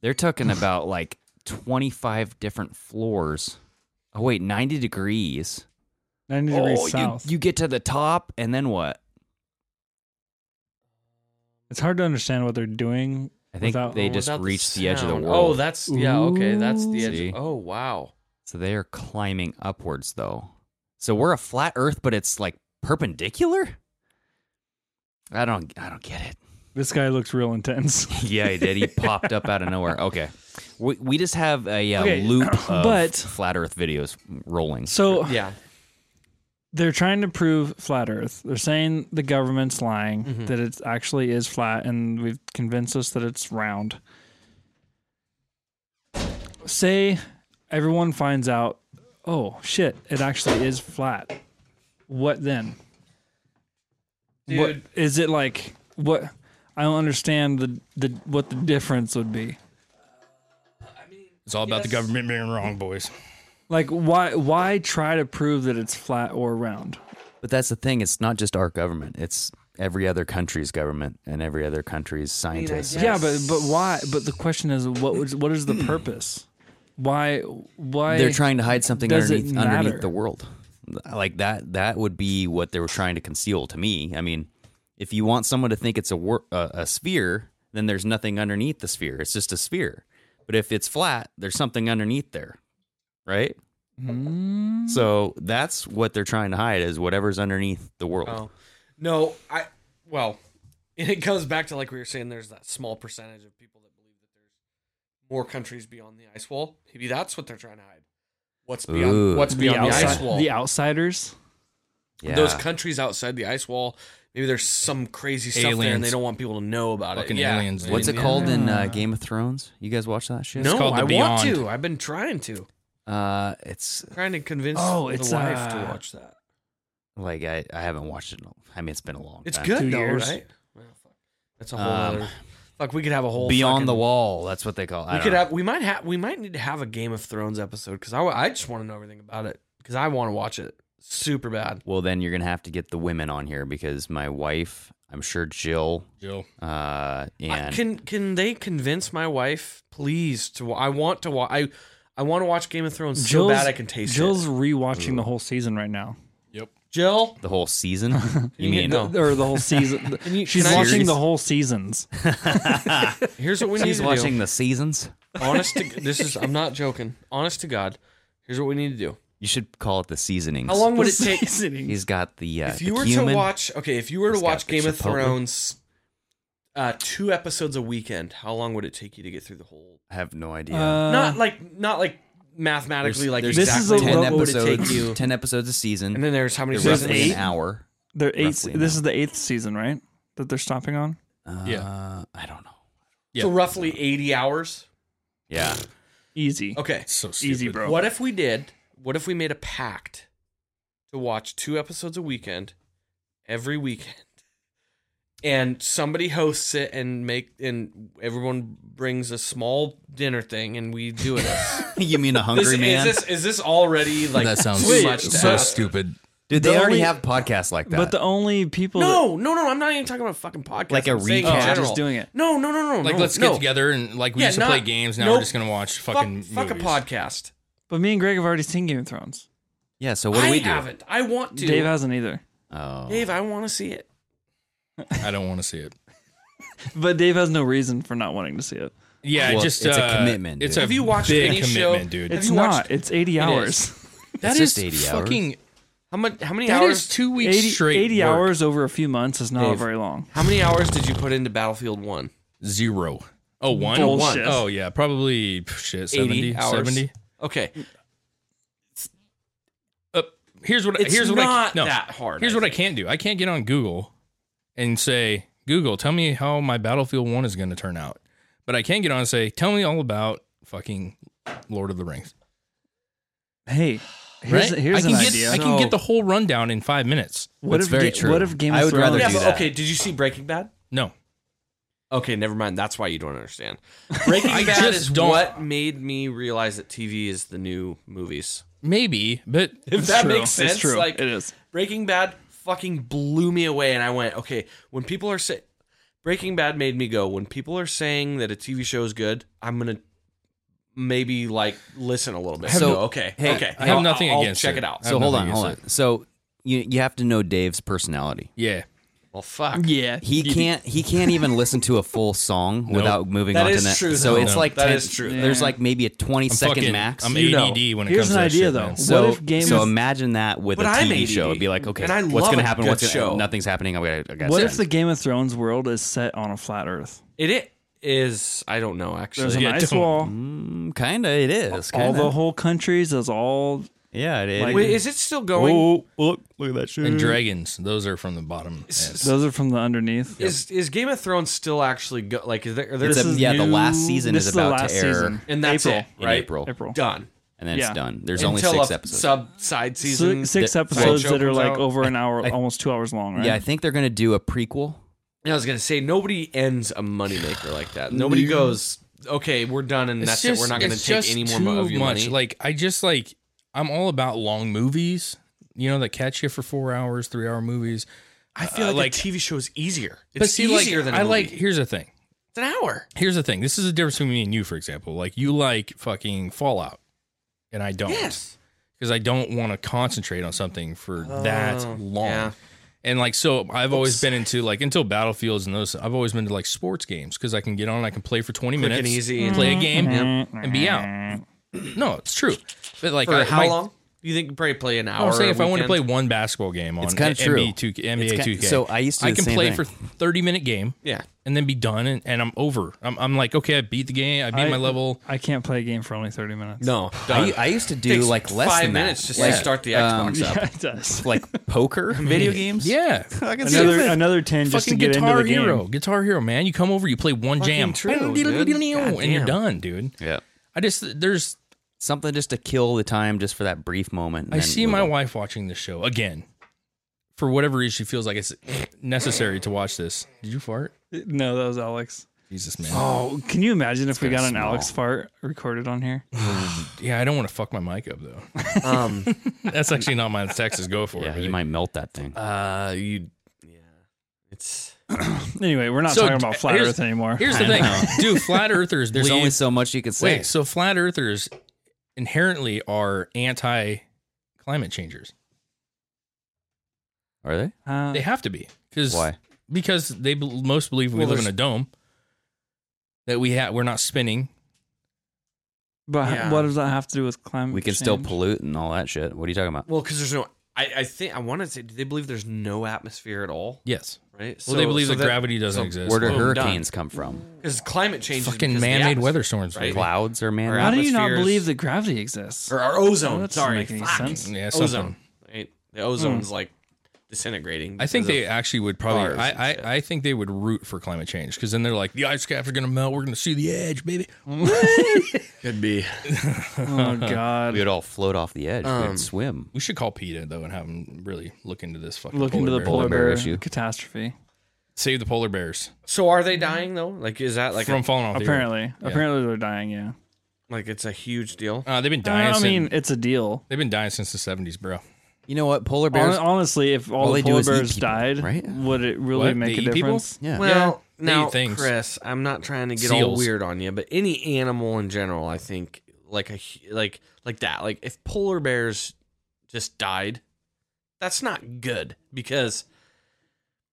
Speaker 4: They're talking about like 25 different floors. Oh wait, 90 degrees.
Speaker 7: ninety degrees
Speaker 4: oh, you,
Speaker 7: south.
Speaker 4: you get to the top, and then what?
Speaker 7: It's hard to understand what they're doing.
Speaker 4: I think
Speaker 7: without-
Speaker 4: they just
Speaker 5: Without
Speaker 4: reached the edge of the
Speaker 5: sound.
Speaker 4: world.
Speaker 5: Oh, that's yeah. Okay, that's the edge.
Speaker 4: See?
Speaker 5: Oh wow.
Speaker 4: So they are climbing upwards, though. So we're a flat Earth, but it's like perpendicular. I don't, I don't get it.
Speaker 7: This guy looks real intense.
Speaker 4: Yeah, he did. He popped up out of nowhere. Okay, we, we just have a uh,
Speaker 7: Okay,
Speaker 4: loop of
Speaker 7: but-
Speaker 4: flat Earth videos rolling.
Speaker 7: So
Speaker 5: Yeah.
Speaker 7: they're trying to prove flat Earth. They're saying the government's lying that it actually is flat, and we've convinced us that it's round. Say everyone finds out, oh shit, it actually is flat. What then? What
Speaker 5: Dude.
Speaker 7: is it like? What I don't understand the the what the difference would be.
Speaker 2: It's all about the government being wrong, boys.
Speaker 7: Like why why try to prove that it's flat or round?
Speaker 4: But that's the thing. It's not just our government. It's every other country's government and every other country's scientists.
Speaker 7: Yeah, but but why? But the question is, what was what is the
Speaker 5: Hmm.
Speaker 7: purpose? Why why
Speaker 4: They're trying to hide something
Speaker 7: does it
Speaker 4: underneath underneath
Speaker 7: matter?
Speaker 4: the world. Like that that would be what they were trying to conceal to me. I mean, if you want someone to think it's a wor- a, a sphere, then there's nothing underneath the sphere. It's just a sphere. But if it's flat, there's something underneath there. Right?
Speaker 7: Hmm.
Speaker 4: So that's what they're trying to hide is whatever's underneath the world.
Speaker 5: Oh. No, I well, it comes back to like we were saying. There's that small percentage of people that believe that there's more countries beyond the ice wall. Maybe that's what they're trying to hide. What's beyond?
Speaker 4: Ooh.
Speaker 5: What's
Speaker 7: the,
Speaker 5: beyond the,
Speaker 7: outside-
Speaker 5: ice wall?
Speaker 7: the outsiders?
Speaker 4: Yeah.
Speaker 5: Those countries outside the ice wall. Maybe there's some crazy stuff there, and
Speaker 2: Aliens.
Speaker 5: they don't want people to know about
Speaker 2: Fucking
Speaker 5: it. Yeah.
Speaker 2: aliens, dude.
Speaker 4: What's it
Speaker 5: Yeah.
Speaker 4: called in uh, Game of Thrones? You guys watch that shit?
Speaker 5: No,
Speaker 2: called The
Speaker 5: I want
Speaker 2: Beyond.
Speaker 5: to. I've been trying to,
Speaker 4: Uh, it's
Speaker 5: trying to convince
Speaker 7: Oh,
Speaker 5: the
Speaker 7: it's,
Speaker 5: wife to
Speaker 7: uh,
Speaker 5: watch that.
Speaker 4: like I, I haven't watched it. In a, I mean, it's been a long
Speaker 5: It's
Speaker 4: time.
Speaker 5: good
Speaker 7: Two
Speaker 5: though,
Speaker 7: years.
Speaker 5: right? Well, fuck. That's a whole
Speaker 4: Um,
Speaker 5: other. Fuck, we could have a whole
Speaker 4: Beyond
Speaker 5: fucking-
Speaker 4: the Wall. That's what they call. it. I
Speaker 5: We
Speaker 4: don't
Speaker 5: could
Speaker 4: know.
Speaker 5: have. We might have. We might need to have a Game of Thrones episode because I, I just want to know everything about it because I want to watch it super bad.
Speaker 4: Well, then you're gonna have to get the women on here because my wife, I'm sure Jill,
Speaker 2: Jill.
Speaker 4: uh,
Speaker 5: I,
Speaker 4: and
Speaker 5: can can they convince my wife, please? To wa- I want to watch. I I want to watch Game of Thrones so bad I can taste
Speaker 7: Jill's
Speaker 5: it.
Speaker 7: rewatching the whole season right now,
Speaker 5: Jill,
Speaker 4: the whole season. you mean? oh.
Speaker 5: No.
Speaker 7: or the whole season.
Speaker 5: Can you-
Speaker 7: She's
Speaker 5: can I-
Speaker 7: watching the whole seasons.
Speaker 5: here's what we need
Speaker 4: He's
Speaker 5: to
Speaker 4: watching
Speaker 5: do.
Speaker 4: the seasons.
Speaker 5: Honest to this is I'm not joking. Honest to God, here's what we need to do.
Speaker 4: You should call it the seasonings.
Speaker 5: How long would it take?
Speaker 4: He's got the. Uh,
Speaker 5: if you
Speaker 4: the
Speaker 5: were
Speaker 4: cumin.
Speaker 5: to watch okay if you were to
Speaker 4: It's got
Speaker 5: watch
Speaker 4: the
Speaker 5: game of
Speaker 4: chipotle.
Speaker 5: thrones uh two episodes a weekend how long would it take you to get through the whole
Speaker 4: I have no idea.
Speaker 7: Uh,
Speaker 5: not like not like mathematically uh, like
Speaker 4: there's
Speaker 7: This is a
Speaker 5: exactly
Speaker 7: low-
Speaker 4: ten
Speaker 5: what would
Speaker 4: episodes.
Speaker 5: it take you
Speaker 4: Ten episodes a season.
Speaker 5: and then there's how many
Speaker 4: they're
Speaker 5: seasons
Speaker 4: roughly
Speaker 7: eight?
Speaker 4: an hour.
Speaker 7: They're eighth.
Speaker 4: Roughly,
Speaker 7: This
Speaker 4: no.
Speaker 7: is the eighth season, right? That they're stopping on.
Speaker 4: Uh,
Speaker 2: Yeah.
Speaker 4: I don't know.
Speaker 2: Yeah.
Speaker 5: so roughly 80 hours
Speaker 4: Yeah.
Speaker 7: Easy,
Speaker 5: okay
Speaker 2: So stupid.
Speaker 7: easy, bro.
Speaker 5: what if we did what if we made a pact to watch two episodes a weekend every weekend and somebody hosts it and make and everyone brings a small dinner thing and we do it
Speaker 4: you mean a hungry
Speaker 5: This-
Speaker 4: man?
Speaker 5: Is this is this already like
Speaker 2: that sounds
Speaker 5: too much to
Speaker 2: so
Speaker 5: ask?
Speaker 2: stupid.
Speaker 4: Dude, they
Speaker 7: The
Speaker 4: already
Speaker 7: only-
Speaker 4: have podcasts like that.
Speaker 7: But the only people.
Speaker 5: No, no, no. I'm not even talking about fucking podcast.
Speaker 4: Like a
Speaker 5: I'm saying in
Speaker 4: recap. Oh, just
Speaker 5: general.
Speaker 7: doing it.
Speaker 5: No, no, no, no.
Speaker 2: Like,
Speaker 5: no,
Speaker 2: let's get
Speaker 5: no.
Speaker 2: together and like we
Speaker 5: Yeah,
Speaker 2: used to play
Speaker 5: not-
Speaker 2: games. Now
Speaker 5: nope.
Speaker 2: we're just gonna watch
Speaker 5: Fuck-
Speaker 2: fucking
Speaker 5: fuck a
Speaker 2: movies.
Speaker 5: podcast.
Speaker 7: that- but me and Greg have already seen Game of Thrones.
Speaker 4: yeah, so what do
Speaker 5: I
Speaker 4: we do?
Speaker 5: haven't. I want to.
Speaker 7: Dave hasn't either.
Speaker 4: Oh.
Speaker 5: Dave, I want to see it.
Speaker 2: I don't want to see it.
Speaker 7: But Dave has no reason for not wanting to see it.
Speaker 2: Yeah,
Speaker 4: Well,
Speaker 2: just
Speaker 4: it's a
Speaker 2: uh,
Speaker 4: commitment,
Speaker 2: It's
Speaker 4: dude.
Speaker 2: a
Speaker 5: Have you watched
Speaker 2: big
Speaker 5: any show-
Speaker 2: commitment, dude.
Speaker 5: Have
Speaker 7: It's
Speaker 5: you watched-
Speaker 7: not. It's eighty hours.
Speaker 5: That
Speaker 4: It's
Speaker 5: is
Speaker 4: just 80 hours.
Speaker 2: fucking.
Speaker 5: how much? How many
Speaker 2: That
Speaker 5: hours?
Speaker 2: is two weeks
Speaker 7: 80,
Speaker 2: straight.
Speaker 7: 80
Speaker 2: work.
Speaker 7: hours over a few months is not
Speaker 5: Dave.
Speaker 7: very long.
Speaker 5: How many hours did you put into Battlefield One?
Speaker 2: Zero. Oh, one?
Speaker 7: Bullshit.
Speaker 2: Oh, yeah. Probably, pff, shit,
Speaker 5: 80
Speaker 2: 70,
Speaker 5: hours.
Speaker 2: 70.
Speaker 5: Okay,
Speaker 2: Uh, here's what,
Speaker 5: It's
Speaker 2: here's what
Speaker 5: not
Speaker 2: I, no,
Speaker 5: that hard,
Speaker 2: Here's
Speaker 5: I
Speaker 2: what I can't do. I can't get on Google and say, Google, tell me how my Battlefield 1 is going to turn out. But I can get on and say, tell me all about fucking Lord of the Rings.
Speaker 7: Hey, here's,
Speaker 2: right?
Speaker 7: here's
Speaker 2: I can
Speaker 7: an
Speaker 2: get,
Speaker 7: idea.
Speaker 2: I can
Speaker 5: So-
Speaker 2: get the whole rundown in five minutes.
Speaker 7: what
Speaker 4: That's
Speaker 7: if
Speaker 4: very
Speaker 7: Ga-
Speaker 4: true.
Speaker 7: What if Game
Speaker 4: I
Speaker 7: of
Speaker 4: would
Speaker 7: Thrones?
Speaker 4: rather
Speaker 5: yeah,
Speaker 4: do
Speaker 5: but
Speaker 4: that.
Speaker 5: okay. Did you see Breaking Bad?
Speaker 2: No.
Speaker 5: Okay, never mind. That's why you don't understand. Breaking
Speaker 2: I
Speaker 5: Bad
Speaker 2: just
Speaker 5: is
Speaker 2: don't-
Speaker 5: what made me realize that TV is the new movies.
Speaker 2: Maybe, but
Speaker 5: If that
Speaker 7: true.
Speaker 5: makes sense,
Speaker 7: It's true.
Speaker 5: like
Speaker 7: it is.
Speaker 5: Breaking Bad fucking blew me away, and I went, okay, when people are saying Breaking Bad made me go, when people are saying that a TV show is good, I'm gonna maybe like listen a little bit.
Speaker 4: Have
Speaker 5: So
Speaker 4: you-
Speaker 5: okay,
Speaker 4: Hey,
Speaker 5: okay,
Speaker 2: I have
Speaker 5: I'll-
Speaker 2: nothing
Speaker 5: I'll
Speaker 2: against
Speaker 5: check
Speaker 2: it.
Speaker 5: it out.
Speaker 2: I
Speaker 4: So
Speaker 2: have
Speaker 4: hold on,
Speaker 2: nothing
Speaker 4: hold on.
Speaker 2: against
Speaker 4: So you you have to know Dave's personality.
Speaker 2: yeah.
Speaker 5: Well, fuck.
Speaker 7: Yeah.
Speaker 4: He can't. He can't even listen to a full song without moving
Speaker 5: That
Speaker 4: on
Speaker 5: is
Speaker 4: to that.
Speaker 5: true,
Speaker 4: So
Speaker 5: though.
Speaker 4: it's like
Speaker 5: That
Speaker 4: 10
Speaker 5: is true.
Speaker 4: There's like maybe a 20
Speaker 2: I'm
Speaker 4: second
Speaker 2: fucking-
Speaker 4: max.
Speaker 2: I'm ADD
Speaker 5: You know.
Speaker 2: when it
Speaker 7: Here's
Speaker 2: comes
Speaker 7: an
Speaker 2: to that
Speaker 7: idea
Speaker 2: shit,
Speaker 7: though.
Speaker 2: man.
Speaker 4: So,
Speaker 7: what if games?
Speaker 4: so imagine that with
Speaker 5: But
Speaker 4: a
Speaker 5: I'm
Speaker 4: TV
Speaker 5: ADD,
Speaker 4: show. It'd be like, okay,
Speaker 5: and I
Speaker 4: what's
Speaker 5: love
Speaker 4: going to
Speaker 5: a
Speaker 4: happen?
Speaker 5: good
Speaker 4: What's gonna,
Speaker 5: show.
Speaker 4: Nothing's happening. I gotta, I gotta
Speaker 7: what
Speaker 4: sit
Speaker 7: if the Game of Thrones world is set on a flat Earth?
Speaker 5: It i- is. I don't know
Speaker 7: There's
Speaker 5: actually.
Speaker 7: an
Speaker 2: Yeah,
Speaker 7: ice
Speaker 2: don't-
Speaker 7: wall.
Speaker 4: down. Kinda, it is.
Speaker 7: All
Speaker 4: kinda.
Speaker 7: the whole countries is all
Speaker 4: yeah, it is.
Speaker 7: Like-
Speaker 5: Wait, is it still going?
Speaker 4: look, look at that shit.
Speaker 2: And dragons, those are from the bottom.
Speaker 5: S-
Speaker 7: those are from the underneath.
Speaker 5: Is is Game of Thrones still actually go, like? Is there, are there
Speaker 4: It's a-
Speaker 7: is
Speaker 4: yeah, the last
Speaker 7: new-
Speaker 4: season
Speaker 7: this
Speaker 4: is
Speaker 7: is the
Speaker 4: about
Speaker 7: last
Speaker 4: to air
Speaker 7: season.
Speaker 5: and that's
Speaker 7: April.
Speaker 5: it,
Speaker 4: in
Speaker 5: right?
Speaker 4: April,
Speaker 7: April.
Speaker 5: Done.
Speaker 4: and then it's
Speaker 7: Yeah.
Speaker 4: done. There's only
Speaker 5: Until
Speaker 4: six
Speaker 5: a
Speaker 4: episodes.
Speaker 5: Sub side season.
Speaker 7: Six, six
Speaker 4: that-
Speaker 7: episodes
Speaker 5: Sideshow
Speaker 7: that are
Speaker 5: comes
Speaker 7: like
Speaker 5: out.
Speaker 7: over an hour, almost two hours long, right?
Speaker 4: Yeah, I think they're gonna do a prequel.
Speaker 5: And I was gonna say nobody ends a moneymaker like that. Nobody goes, okay, we're done, and that's it. We're not gonna
Speaker 2: it's
Speaker 5: take
Speaker 2: just
Speaker 5: any more
Speaker 2: too
Speaker 5: mo- of your
Speaker 2: much.
Speaker 5: money.
Speaker 2: Like I just like I'm all about long movies, you know, that catch you for four hours, three hour movies.
Speaker 5: I feel
Speaker 2: uh,
Speaker 5: like,
Speaker 2: like-
Speaker 5: a TV show is easier. It's
Speaker 2: But see, like
Speaker 5: easier than a
Speaker 2: I like.
Speaker 5: movie.
Speaker 2: Here's the thing.
Speaker 5: It's an hour.
Speaker 2: Here's the thing. This is the difference between me and you, for example. Like you like fucking Fallout, and I don't.
Speaker 5: Yes.
Speaker 2: because I don't want to concentrate on something for that
Speaker 5: Oh,
Speaker 2: long.
Speaker 5: yeah.
Speaker 2: And like so, I've always been into like until battlefields and those. I've always been to like sports games because I can get on, I can play for twenty
Speaker 5: Quick
Speaker 2: minutes,
Speaker 5: and easy and-
Speaker 2: play a game,
Speaker 7: Mm-hmm.
Speaker 2: and be out. No, it's true. But like,
Speaker 5: For
Speaker 2: I,
Speaker 5: how
Speaker 2: my-
Speaker 5: long? You think probably play an hour?
Speaker 2: I'm saying
Speaker 5: a
Speaker 2: if I want to play
Speaker 5: weekend?
Speaker 2: one basketball game on
Speaker 4: It's kinda
Speaker 2: NBA
Speaker 4: true.
Speaker 2: 2K,
Speaker 4: It's
Speaker 2: NBA
Speaker 4: ki-
Speaker 2: Two K,
Speaker 4: so I used to
Speaker 2: I
Speaker 4: do the
Speaker 2: can
Speaker 4: same
Speaker 2: play
Speaker 4: thing.
Speaker 2: for thirty minute game,
Speaker 5: yeah,
Speaker 2: and then be done, and, and I'm over. I'm, I'm like, okay, I beat the game, I beat
Speaker 7: I-
Speaker 2: my level.
Speaker 7: I can't play a game for only thirty minutes.
Speaker 5: no,
Speaker 4: I,
Speaker 5: done.
Speaker 4: I used to do
Speaker 5: Takes
Speaker 4: like less
Speaker 5: five
Speaker 4: than
Speaker 5: minutes
Speaker 4: that.
Speaker 5: just
Speaker 4: like,
Speaker 5: to start the
Speaker 4: um,
Speaker 5: Xbox up.
Speaker 7: it does.
Speaker 4: like poker video games.
Speaker 2: Yeah,
Speaker 4: I can see
Speaker 7: Another
Speaker 4: it.
Speaker 7: another ten just to
Speaker 2: fucking
Speaker 7: get into
Speaker 2: Guitar
Speaker 7: the game.
Speaker 2: Hero. Guitar Hero, man. You come over, you play one
Speaker 5: Fucking
Speaker 2: jam,
Speaker 5: true,
Speaker 2: and
Speaker 5: dude.
Speaker 2: you're
Speaker 5: Goddamn.
Speaker 2: done, dude.
Speaker 4: Yeah.
Speaker 2: I just there's
Speaker 4: Something just to kill the time, just for that brief moment. and
Speaker 2: I
Speaker 4: then
Speaker 2: see
Speaker 4: move
Speaker 2: my
Speaker 4: on.
Speaker 2: wife watching this show again. For whatever reason, she feels like it's necessary to watch this. Did you fart?
Speaker 7: No, that was Alex.
Speaker 2: Jesus, man.
Speaker 7: Oh, can you imagine if we
Speaker 4: kinda
Speaker 7: got an
Speaker 4: small.
Speaker 7: Alex fart recorded on here?
Speaker 2: Yeah, I don't want to fuck my mic up though.
Speaker 5: Um,
Speaker 2: That's actually not my Texas go for
Speaker 4: Yeah,
Speaker 2: it.
Speaker 4: you might melt that thing.
Speaker 5: uh, you, yeah, it's
Speaker 7: Anyway, we're not
Speaker 2: So,
Speaker 7: talking about flat
Speaker 2: here's-
Speaker 7: Earth anymore.
Speaker 2: Here's the thing, dude. Flat earthers.
Speaker 4: There's
Speaker 2: believe-
Speaker 4: only so much you can say.
Speaker 2: wait. So flat earthers inherently are anti climate changers.
Speaker 4: Are they?
Speaker 7: Uh,
Speaker 2: They have to be because
Speaker 4: Why?
Speaker 2: because they bel most believe we
Speaker 5: Well,
Speaker 2: live in a
Speaker 5: there's-
Speaker 2: dome that we have we're not spinning
Speaker 7: but
Speaker 5: Yeah.
Speaker 7: what does that have to do with climate?
Speaker 4: We can still
Speaker 7: change?
Speaker 4: pollute and all that shit. What are you talking about?
Speaker 5: well because there's no. I, I think I want to say, do they believe there's no atmosphere at all?
Speaker 2: yes
Speaker 5: Right.
Speaker 2: well they believe
Speaker 5: so
Speaker 2: that gravity doesn't exist
Speaker 4: Where do
Speaker 5: boom, done.
Speaker 4: hurricanes come from?
Speaker 5: because climate change is because
Speaker 2: fucking
Speaker 5: of the
Speaker 2: man-made
Speaker 5: atmosphere,
Speaker 2: weather storms
Speaker 5: right?
Speaker 2: baby.
Speaker 4: Clouds are man.
Speaker 7: How do you not
Speaker 5: Atmospheres-
Speaker 7: believe that gravity exists?
Speaker 5: or our ozone.
Speaker 7: That doesn't
Speaker 5: sorry,
Speaker 7: make any
Speaker 5: fuck.
Speaker 7: sense. Hmm.
Speaker 2: Yeah, something.
Speaker 5: ozone. Right? The ozone's like disintegrating.
Speaker 2: i think
Speaker 5: because
Speaker 2: they
Speaker 5: of-
Speaker 2: actually would probably
Speaker 5: cars and
Speaker 2: I,
Speaker 5: shit.
Speaker 2: I i think they would root for climate change because then they're like the ice caps are gonna melt we're gonna see the edge baby
Speaker 5: could be.
Speaker 7: Oh God!
Speaker 4: We would all float off the edge. we
Speaker 5: Um,
Speaker 4: would swim.
Speaker 2: we should call peta though and have him really look into this fucking
Speaker 7: Look
Speaker 2: polar
Speaker 7: into the
Speaker 2: bear.
Speaker 7: polar
Speaker 4: bear
Speaker 7: bear
Speaker 4: issue.
Speaker 7: catastrophe.
Speaker 2: save the polar bears
Speaker 5: So are they dying though? Like is that like
Speaker 2: from
Speaker 5: a,
Speaker 2: falling off the earth.
Speaker 7: apparently, apparently they're dying. Yeah.
Speaker 5: like it's a huge deal?
Speaker 2: uh, they've been dying
Speaker 7: I
Speaker 2: since,
Speaker 7: mean, it's a deal.
Speaker 2: they've been dying since the 70s bro
Speaker 4: You know what? Polar bears.
Speaker 7: Hon- honestly, if all,
Speaker 4: all they
Speaker 7: the
Speaker 4: do
Speaker 7: polar
Speaker 4: is eat
Speaker 7: bears
Speaker 4: people,
Speaker 7: died,
Speaker 4: right?
Speaker 7: would it really
Speaker 2: What? E
Speaker 7: make
Speaker 2: They
Speaker 7: a
Speaker 2: eat people?
Speaker 7: difference?
Speaker 4: yeah.
Speaker 5: Well,
Speaker 2: Yeah, they
Speaker 5: now
Speaker 2: eat things.
Speaker 5: Chris, I'm not trying to get all
Speaker 2: Seals.
Speaker 5: weird on you, but any animal in general, I think like a hu- like like that. Like if polar bears just died, that's not good because.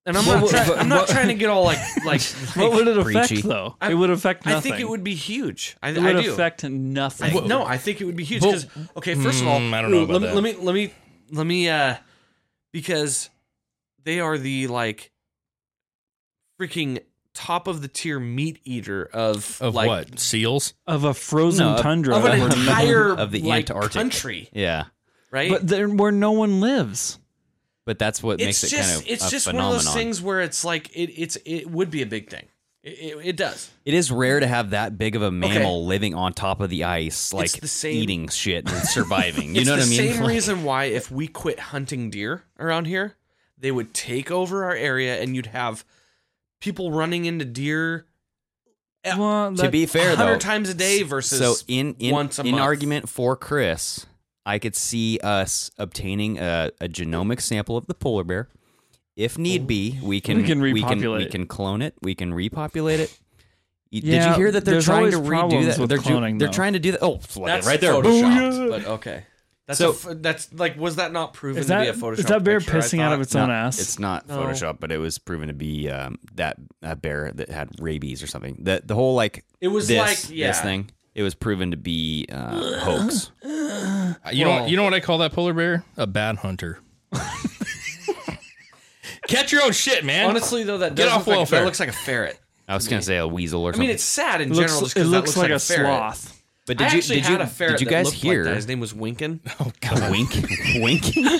Speaker 5: And I'm not,
Speaker 4: What-
Speaker 5: try-
Speaker 4: what-
Speaker 5: I'm
Speaker 4: what-
Speaker 5: not trying to get all like like.
Speaker 7: What would it affect
Speaker 4: Preachy.
Speaker 7: though?
Speaker 5: I-
Speaker 7: it would affect
Speaker 5: I
Speaker 7: nothing.
Speaker 5: think it would be huge. I,
Speaker 7: It
Speaker 5: I
Speaker 7: would
Speaker 5: do.
Speaker 7: affect
Speaker 5: I,
Speaker 7: nothing.
Speaker 5: no, I think it would be huge.
Speaker 2: Well,
Speaker 5: 'cause- okay, first of all,
Speaker 2: mm, I don't know
Speaker 5: let,
Speaker 2: about
Speaker 5: me-
Speaker 2: that.
Speaker 5: let me let me let me uh, because they are the like freaking top of the tier meat eater of
Speaker 2: of
Speaker 5: like,
Speaker 2: what seals
Speaker 7: of a frozen
Speaker 4: No, of-
Speaker 7: tundra.
Speaker 5: of an
Speaker 4: Of the-
Speaker 5: entire
Speaker 4: of the
Speaker 5: like,
Speaker 4: Antarctic.
Speaker 5: country,
Speaker 4: yeah.
Speaker 5: right?
Speaker 7: but there, where no one lives.
Speaker 4: But that's what
Speaker 5: it's
Speaker 4: makes it
Speaker 5: just
Speaker 4: kind of
Speaker 5: it's
Speaker 4: a
Speaker 5: just
Speaker 4: phenomenon.
Speaker 5: one of those things where it's like it it's it would be a big thing. It, it, it does.
Speaker 4: It is rare to have that big of a mammal living on top of the ice, like
Speaker 5: the same-
Speaker 4: eating shit and surviving. you
Speaker 5: it's
Speaker 4: know
Speaker 5: the
Speaker 4: what I mean?
Speaker 5: same
Speaker 4: Like,
Speaker 5: reason why if we quit hunting deer around here, they would take over our area, and you'd have people running into deer
Speaker 7: Well,
Speaker 4: to
Speaker 7: that-
Speaker 4: be fair, though,
Speaker 5: hundred times a day versus
Speaker 4: so in in,
Speaker 5: once a
Speaker 4: in
Speaker 5: month.
Speaker 4: argument for Chris, I could see us obtaining a, a genomic sample of the polar bear. If need be, we can
Speaker 7: We can
Speaker 4: We
Speaker 7: repopulate.
Speaker 4: can, clone it. We can repopulate it. Y- Did you
Speaker 7: Yeah,
Speaker 4: hear that they're
Speaker 7: there's
Speaker 4: trying to
Speaker 7: always
Speaker 4: redo
Speaker 7: problems
Speaker 4: that?
Speaker 7: with
Speaker 4: They're,
Speaker 7: cloning,
Speaker 4: they're
Speaker 7: though.
Speaker 4: trying to do that. Oh, look at it
Speaker 5: That's
Speaker 4: right there.
Speaker 5: photoshopped, but okay. That's
Speaker 4: So-
Speaker 5: a ph- that's like was that not proven
Speaker 7: Is
Speaker 5: to
Speaker 7: that
Speaker 5: be a Photoshop?
Speaker 7: is that bear
Speaker 5: picture? I
Speaker 7: pissing out of
Speaker 5: thought-
Speaker 7: its own ass?
Speaker 4: It's not
Speaker 5: No.
Speaker 4: Photoshop, but it was proven to be um, that a bear that had rabies or something. The the whole like
Speaker 5: It was
Speaker 4: this,
Speaker 5: like- yeah.
Speaker 4: this thing. It was proven to be uh, hoax.
Speaker 2: You know, you know what I call that polar bear? A bad hunter. Catch your own shit, man.
Speaker 5: Honestly, though, that
Speaker 2: Get
Speaker 5: does
Speaker 2: off
Speaker 5: look like,
Speaker 2: welfare.
Speaker 5: that looks like a ferret.
Speaker 4: I was gonna say a weasel or
Speaker 5: I
Speaker 4: something.
Speaker 5: mean, it's sad in
Speaker 7: It looks,
Speaker 5: general. just
Speaker 7: it
Speaker 5: 'cause that
Speaker 7: looks like, a
Speaker 5: ferret.
Speaker 7: sloth.
Speaker 4: but
Speaker 5: I
Speaker 4: did you
Speaker 5: actually
Speaker 4: did you
Speaker 5: had a ferret.
Speaker 4: did you
Speaker 5: that
Speaker 4: guys
Speaker 5: looked like
Speaker 4: hear
Speaker 5: that. His name was Winkin.
Speaker 4: a wink winking?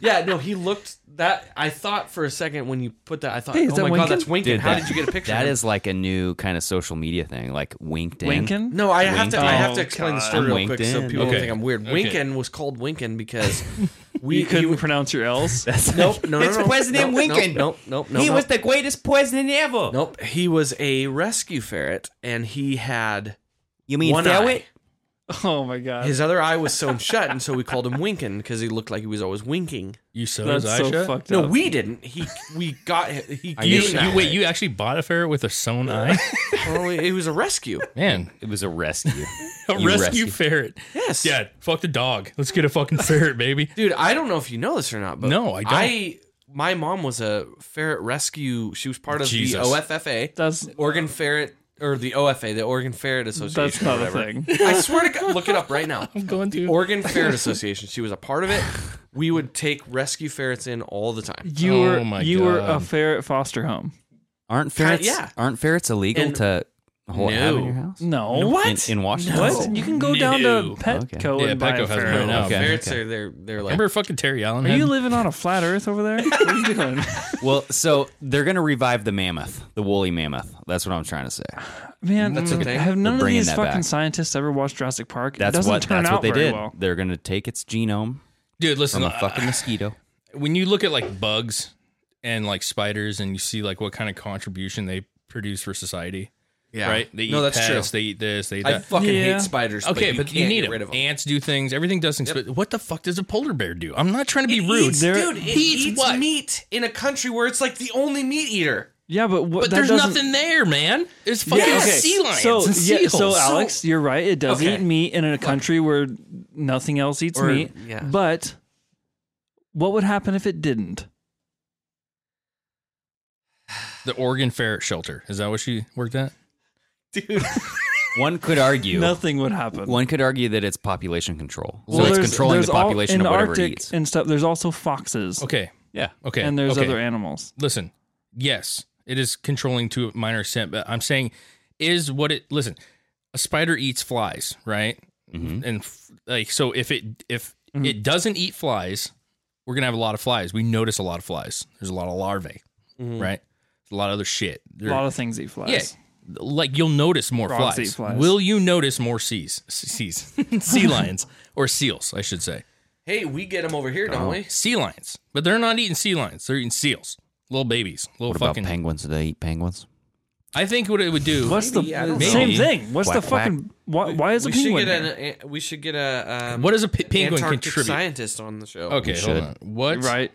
Speaker 5: yeah, no, he looked that. I thought for a second when you put that, I thought,
Speaker 7: Hey, is
Speaker 5: oh
Speaker 7: that
Speaker 5: my
Speaker 7: Winkin?
Speaker 5: god, that's Winkin.
Speaker 4: Dude,
Speaker 5: How
Speaker 4: that-
Speaker 5: did you get a picture?
Speaker 4: That
Speaker 5: of him?
Speaker 4: is like a new kind of social media thing, like winked in.
Speaker 7: Lincoln?
Speaker 5: No, I have to. I have to
Speaker 7: Oh,
Speaker 5: explain the
Speaker 7: God.
Speaker 5: story
Speaker 4: I'm
Speaker 5: real quick
Speaker 4: winked
Speaker 5: so
Speaker 4: in.
Speaker 5: people
Speaker 2: Okay.
Speaker 5: don't think I'm weird.
Speaker 2: Okay.
Speaker 5: Winkin was called Winkin because we
Speaker 7: You
Speaker 5: he
Speaker 7: couldn't
Speaker 5: was-
Speaker 7: pronounce your L's.
Speaker 4: That's
Speaker 5: Nope, no, no,
Speaker 6: It's
Speaker 5: no,
Speaker 6: President
Speaker 5: nope,
Speaker 6: Winkin.
Speaker 5: Nope, nope, nope.
Speaker 6: he
Speaker 5: nope.
Speaker 6: was the greatest poison ever.
Speaker 5: Nope, he was a rescue ferret, and he had
Speaker 6: You
Speaker 5: one eye.
Speaker 7: Oh my god,
Speaker 5: His other eye was sewn shut, and so we called him Winkin because he looked like he was always winking.
Speaker 2: you so
Speaker 7: that's
Speaker 2: his eye
Speaker 7: so
Speaker 2: shut?
Speaker 7: fucked
Speaker 5: No,
Speaker 7: up.
Speaker 5: we didn't. He we got he.
Speaker 4: Are
Speaker 2: You,
Speaker 4: you
Speaker 5: he-
Speaker 4: sure?
Speaker 2: you- wait, you actually bought a ferret with a sewn eye?
Speaker 5: well, it was a rescue.
Speaker 2: Man,
Speaker 4: It was a rescue.
Speaker 2: a
Speaker 4: You
Speaker 2: rescue,
Speaker 4: rescue-
Speaker 2: ferret.
Speaker 5: Yes.
Speaker 2: Yeah, fuck the dog. Let's get a fucking ferret, baby.
Speaker 5: Dude, I don't know if you know this or not, but
Speaker 2: No, I don't.
Speaker 5: I my mom was a ferret rescue. She was part of
Speaker 2: Jesus.
Speaker 5: the OFFA,
Speaker 7: That's
Speaker 5: Oregon Ferret, or the OFA, the Oregon Ferret Association.
Speaker 7: that's
Speaker 5: or
Speaker 7: not a
Speaker 5: whatever.
Speaker 7: thing.
Speaker 5: I swear to God, look it up right now.
Speaker 2: I'm going to.
Speaker 5: Oregon Ferret Association. She was a part of it. We would take rescue ferrets in all the time.
Speaker 7: You
Speaker 2: Oh
Speaker 7: were
Speaker 2: my
Speaker 7: you were a
Speaker 2: God.
Speaker 7: ferret foster home.
Speaker 4: Aren't ferrets?
Speaker 5: yeah.
Speaker 4: Aren't ferrets illegal
Speaker 5: And-
Speaker 4: to hold have in your house?
Speaker 7: No,
Speaker 4: In, in Washington. Oh.
Speaker 7: What? You can go down
Speaker 2: No.
Speaker 7: to Petco
Speaker 2: Okay. Yeah,
Speaker 7: and buy
Speaker 2: Petco
Speaker 7: a
Speaker 2: has
Speaker 7: ferret.
Speaker 2: one now.
Speaker 4: Okay,
Speaker 5: Ferrets
Speaker 4: okay.
Speaker 5: are they're they're like
Speaker 2: Remember fucking Terry Allen?
Speaker 7: Are
Speaker 2: had-
Speaker 7: you living on a flat Earth over there? What are you doing?
Speaker 4: Well, so they're gonna revive the mammoth, the woolly mammoth. That's what I'm trying to say.
Speaker 7: Man, mm,
Speaker 5: That's a thing.
Speaker 7: have
Speaker 4: They're
Speaker 7: none of
Speaker 4: bringing
Speaker 7: these
Speaker 4: that
Speaker 7: fucking
Speaker 4: back.
Speaker 7: scientists ever watched Jurassic Park? it
Speaker 4: That's
Speaker 7: doesn't
Speaker 4: what
Speaker 7: turn
Speaker 4: that's what
Speaker 7: out
Speaker 4: they
Speaker 7: very
Speaker 4: did.
Speaker 7: well.
Speaker 4: They're gonna take its genome
Speaker 2: Dude, listen.
Speaker 4: from a
Speaker 2: I-
Speaker 4: fucking mosquito.
Speaker 2: when you look at like bugs and like spiders and you see like what kind of contribution they produce for society,
Speaker 5: yeah.
Speaker 2: right? They eat
Speaker 5: no, that's
Speaker 2: pests,
Speaker 5: true.
Speaker 2: they eat this, they eat
Speaker 5: I
Speaker 2: that.
Speaker 5: fucking
Speaker 7: Yeah.
Speaker 5: hate spiders.
Speaker 2: okay, but you,
Speaker 5: can't
Speaker 2: need
Speaker 5: get
Speaker 2: them.
Speaker 5: rid of them.
Speaker 2: Ants do things. Everything does things. But what the fuck does a polar bear do? I'm not trying to be rude.
Speaker 7: There-
Speaker 5: Dude, it
Speaker 2: He eats
Speaker 5: eats
Speaker 2: what?
Speaker 5: meat in a country where it's like the only meat eater.
Speaker 7: Yeah, but what,
Speaker 2: but
Speaker 7: that
Speaker 2: there's
Speaker 7: doesn't-
Speaker 2: nothing there, man. There's fucking
Speaker 7: Yeah, okay.
Speaker 2: sea lions
Speaker 7: So,
Speaker 2: and
Speaker 7: yeah,
Speaker 2: seals.
Speaker 7: so Alex, you're right. It does
Speaker 5: Okay.
Speaker 7: eat meat in a country where nothing else eats
Speaker 5: Or-
Speaker 7: meat.
Speaker 5: yeah.
Speaker 7: But what would happen if it didn't?
Speaker 2: the Oregon ferret shelter. Is that what she worked at?
Speaker 4: One could argue.
Speaker 7: Nothing would happen.
Speaker 4: One could argue that it's population control. So
Speaker 7: Well,
Speaker 4: it's
Speaker 7: there's-
Speaker 4: controlling
Speaker 7: there's
Speaker 4: the
Speaker 7: all-
Speaker 4: population
Speaker 7: in
Speaker 4: of
Speaker 7: the
Speaker 4: whatever
Speaker 7: Arctic
Speaker 4: it eats.
Speaker 7: and stuff. There's also foxes,
Speaker 2: Okay.
Speaker 4: yeah.
Speaker 2: Okay.
Speaker 7: and there's
Speaker 2: okay.
Speaker 7: other animals.
Speaker 2: listen, yes, it is controlling to a minor extent, but I'm saying is what it listen, a spider eats flies, right?
Speaker 4: Mm-hmm.
Speaker 2: And f- like so if it if
Speaker 7: Mm-hmm.
Speaker 2: it doesn't eat flies, we're going to have a lot of flies. We notice a lot of flies. There's a lot of larvae, right? There's a lot of other shit.
Speaker 7: A
Speaker 2: There-
Speaker 7: Mm-hmm. lot of things eat flies.
Speaker 2: yeah. Like you'll notice more
Speaker 7: Frogs
Speaker 2: flies.
Speaker 7: eat flies.
Speaker 2: Will you notice more seas? Seas. sea lions or seals, I should say.
Speaker 5: Hey, we get them over here, don't we?
Speaker 2: Sea lions. But they're not eating sea lions. They're eating seals. Little babies. Little
Speaker 4: What about
Speaker 2: fucking
Speaker 4: penguins? Do they eat penguins?
Speaker 2: I think what it would do.
Speaker 7: What's the
Speaker 5: I
Speaker 2: know.
Speaker 5: don't
Speaker 7: same
Speaker 2: Maybe.
Speaker 7: thing? What's the
Speaker 4: Quack, quack.
Speaker 7: fucking? Why, why is a
Speaker 5: we should
Speaker 7: penguin?
Speaker 5: get
Speaker 7: here?
Speaker 5: an, a- we should get a um,
Speaker 2: What does a pe- penguin
Speaker 5: Antarctic
Speaker 2: contribute? Oh,
Speaker 5: scientist on the show.
Speaker 2: Okay, hold
Speaker 4: should.
Speaker 2: on. What?
Speaker 7: right?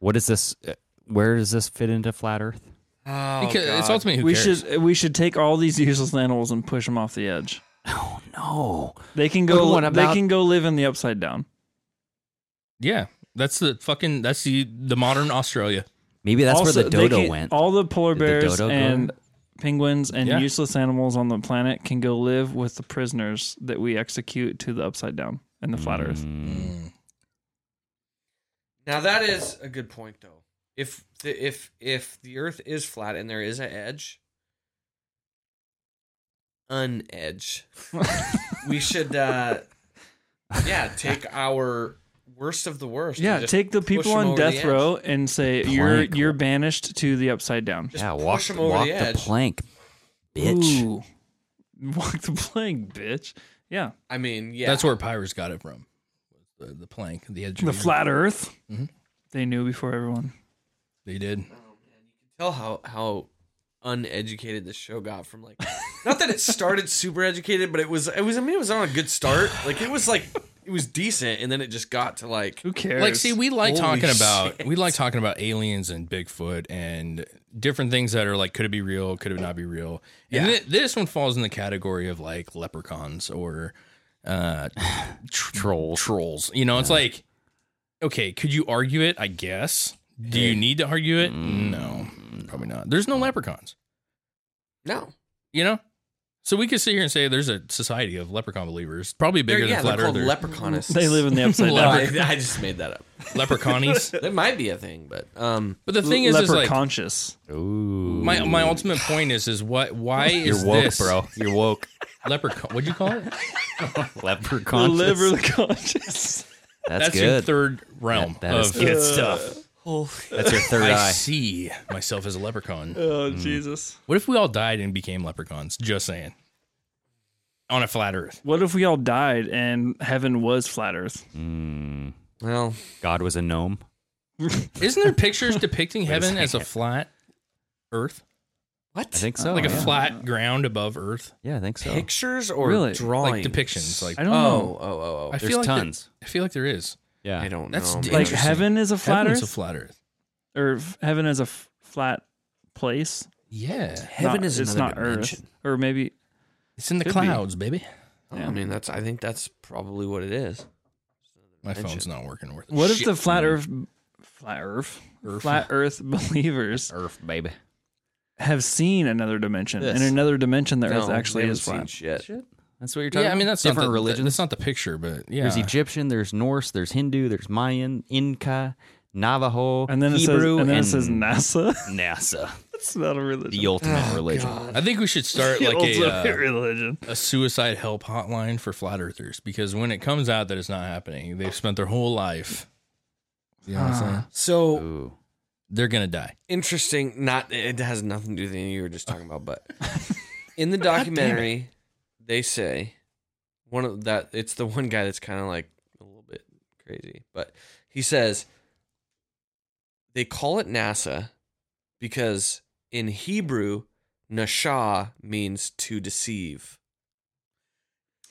Speaker 4: What is this? uh, Where does this fit into flat Earth?
Speaker 5: Oh,
Speaker 2: Because
Speaker 5: God.
Speaker 2: it's ultimately who
Speaker 7: We
Speaker 2: cares.
Speaker 7: should we should take all these useless animals and push them off the edge.
Speaker 4: No.
Speaker 7: They can
Speaker 4: But
Speaker 7: go.
Speaker 4: what
Speaker 7: They
Speaker 4: about-
Speaker 7: can go live in the upside down.
Speaker 2: Yeah, that's the fucking. That's the the modern Australia.
Speaker 4: Maybe that's
Speaker 7: Also,
Speaker 4: where the
Speaker 7: they
Speaker 4: dodo
Speaker 7: can-
Speaker 4: went.
Speaker 7: All the polar
Speaker 4: Did the
Speaker 7: bears
Speaker 4: dodo go
Speaker 7: and penguins and
Speaker 2: Yeah.
Speaker 7: useless animals on the planet can go live with the prisoners that we execute to the upside down and the flat Earth.
Speaker 4: Hmm.
Speaker 5: now that is a good point though. If the, if if the Earth is flat and there is an edge, an edge, we should uh, yeah take our worst of the worst. and
Speaker 7: Yeah,
Speaker 5: just
Speaker 7: take the
Speaker 5: push
Speaker 7: people
Speaker 5: them
Speaker 7: on
Speaker 5: over the
Speaker 7: death
Speaker 5: edge.
Speaker 7: row and say you're
Speaker 4: Plank.
Speaker 7: you're banished to the upside down.
Speaker 5: Just
Speaker 4: yeah,
Speaker 5: push
Speaker 4: walk,
Speaker 5: 'em over
Speaker 4: walk
Speaker 5: the
Speaker 4: the,
Speaker 5: edge.
Speaker 4: plank, bitch.
Speaker 7: Ooh. Walk the plank, bitch. Yeah,
Speaker 5: I mean, yeah,
Speaker 2: That's where pirates got it from. The, the plank, the edge. of
Speaker 7: the
Speaker 2: your-
Speaker 7: flat Earth.
Speaker 4: Mm-hmm.
Speaker 7: They knew before everyone.
Speaker 2: They did.
Speaker 5: tell how how uneducated this show got from like not that it started super educated but it was it was i mean it was on a good start like it was like it was decent and then it just got to like
Speaker 7: Who cares?
Speaker 2: Like, see, we like
Speaker 5: Holy
Speaker 2: talking about
Speaker 5: shit.
Speaker 2: we like talking about aliens and Bigfoot and different things that are like could it be real, could it not be real. And thi- this one falls in the category of like leprechauns or uh,
Speaker 4: Trolls.
Speaker 2: trolls. You know, it's like, okay, could you argue it? I guess. Do you need to argue it?
Speaker 5: Mm.
Speaker 2: No, probably not. There's no leprechauns,
Speaker 5: No.
Speaker 2: you know? So we could sit here and say there's a society of leprechaun believers, probably bigger
Speaker 5: They're, yeah,
Speaker 2: than
Speaker 5: they're
Speaker 2: flat
Speaker 5: called
Speaker 2: earthers.
Speaker 5: leprechaunists.
Speaker 7: They live in the upside down.
Speaker 5: I, I just made that up.
Speaker 2: leprechaunies.
Speaker 5: That might be a thing, but um,
Speaker 2: But the thing is, is
Speaker 7: leper
Speaker 2: like
Speaker 7: conscious.
Speaker 4: Ooh.
Speaker 2: my my ultimate point is is what why is
Speaker 4: You're woke,
Speaker 2: this
Speaker 4: bro. You're woke.
Speaker 2: leprechaun? What'd you call it?
Speaker 4: Leprechaun.
Speaker 7: Liver conscious.
Speaker 4: That's,
Speaker 2: your
Speaker 4: good.
Speaker 2: third realm
Speaker 4: that is
Speaker 2: of
Speaker 4: good stuff. That's your third
Speaker 2: I
Speaker 4: eye.
Speaker 2: see myself as a leprechaun.
Speaker 7: Oh Jesus!
Speaker 2: What if we all died and became leprechauns? Just saying. On a flat Earth,
Speaker 7: What if we all died and heaven was flat Earth?
Speaker 5: well,
Speaker 4: God was a gnome.
Speaker 2: isn't there pictures depicting heaven as a flat Earth,
Speaker 5: what? Uh,
Speaker 4: I think so.
Speaker 2: like a
Speaker 4: Oh, yeah.
Speaker 2: flat ground above Earth,
Speaker 4: Yeah, I think so.
Speaker 5: Pictures or
Speaker 7: Really? Like
Speaker 5: drawings?
Speaker 2: like depictions? Like
Speaker 7: I don't
Speaker 5: Oh,
Speaker 7: know.
Speaker 5: oh, oh, oh.
Speaker 2: I
Speaker 4: There's
Speaker 2: feel like there-
Speaker 4: tons.
Speaker 2: I feel like there is.
Speaker 4: Yeah.
Speaker 5: I don't
Speaker 2: That's
Speaker 5: know.
Speaker 2: d-
Speaker 5: man.
Speaker 7: Like
Speaker 2: Interesting.
Speaker 7: heaven is a flat
Speaker 2: Heaven's
Speaker 7: Earth,
Speaker 2: a flat Earth.
Speaker 7: or f- heaven is a f- flat place.
Speaker 2: Yeah,
Speaker 5: Heaven
Speaker 7: Not-
Speaker 5: is
Speaker 7: it's not
Speaker 5: another dimension.
Speaker 7: Earth, or maybe
Speaker 2: it's in the
Speaker 7: Could be.
Speaker 2: clouds, baby.
Speaker 5: Oh, I mean, that's. I think that's probably what it is.
Speaker 2: My
Speaker 5: Dimension.
Speaker 2: phone's not working worth. a
Speaker 7: what if
Speaker 2: shit. Hmm.
Speaker 7: the flat Earth, flat Earth,
Speaker 2: Earth.
Speaker 7: flat Earth believers
Speaker 4: Earth, baby.
Speaker 7: have seen another dimension?
Speaker 4: Yes.
Speaker 7: In another dimension, the Earth
Speaker 5: No,
Speaker 7: actually
Speaker 5: they haven't
Speaker 7: is
Speaker 5: seen
Speaker 7: flat.
Speaker 5: Shit.
Speaker 4: That's what you're talking
Speaker 2: Yeah, I mean that's not
Speaker 4: different
Speaker 2: the,
Speaker 4: religions.
Speaker 2: That's not the picture, but yeah,
Speaker 4: There's Egyptian, there's Norse, there's Hindu, there's Mayan, Inca, Navajo,
Speaker 7: And then it
Speaker 4: Hebrew,
Speaker 7: says, and then it says NASA.
Speaker 4: NASA,
Speaker 7: That's not a religion.
Speaker 4: the ultimate religion.
Speaker 2: I think we should start like
Speaker 7: It's
Speaker 2: a, uh,
Speaker 7: religion.
Speaker 2: a suicide help hotline for flat earthers because when it comes out that it's not happening, they've spent their whole life. You know what I'm
Speaker 5: Ah.
Speaker 2: saying?
Speaker 5: So
Speaker 4: Ooh.
Speaker 2: They're gonna die.
Speaker 5: interesting. Not it has nothing to do with anything you were just talking about, but in the documentary, they say one of that it's the one guy that's kind of like a little bit crazy, but he says they call it NASA because in Hebrew, Nasha means to deceive.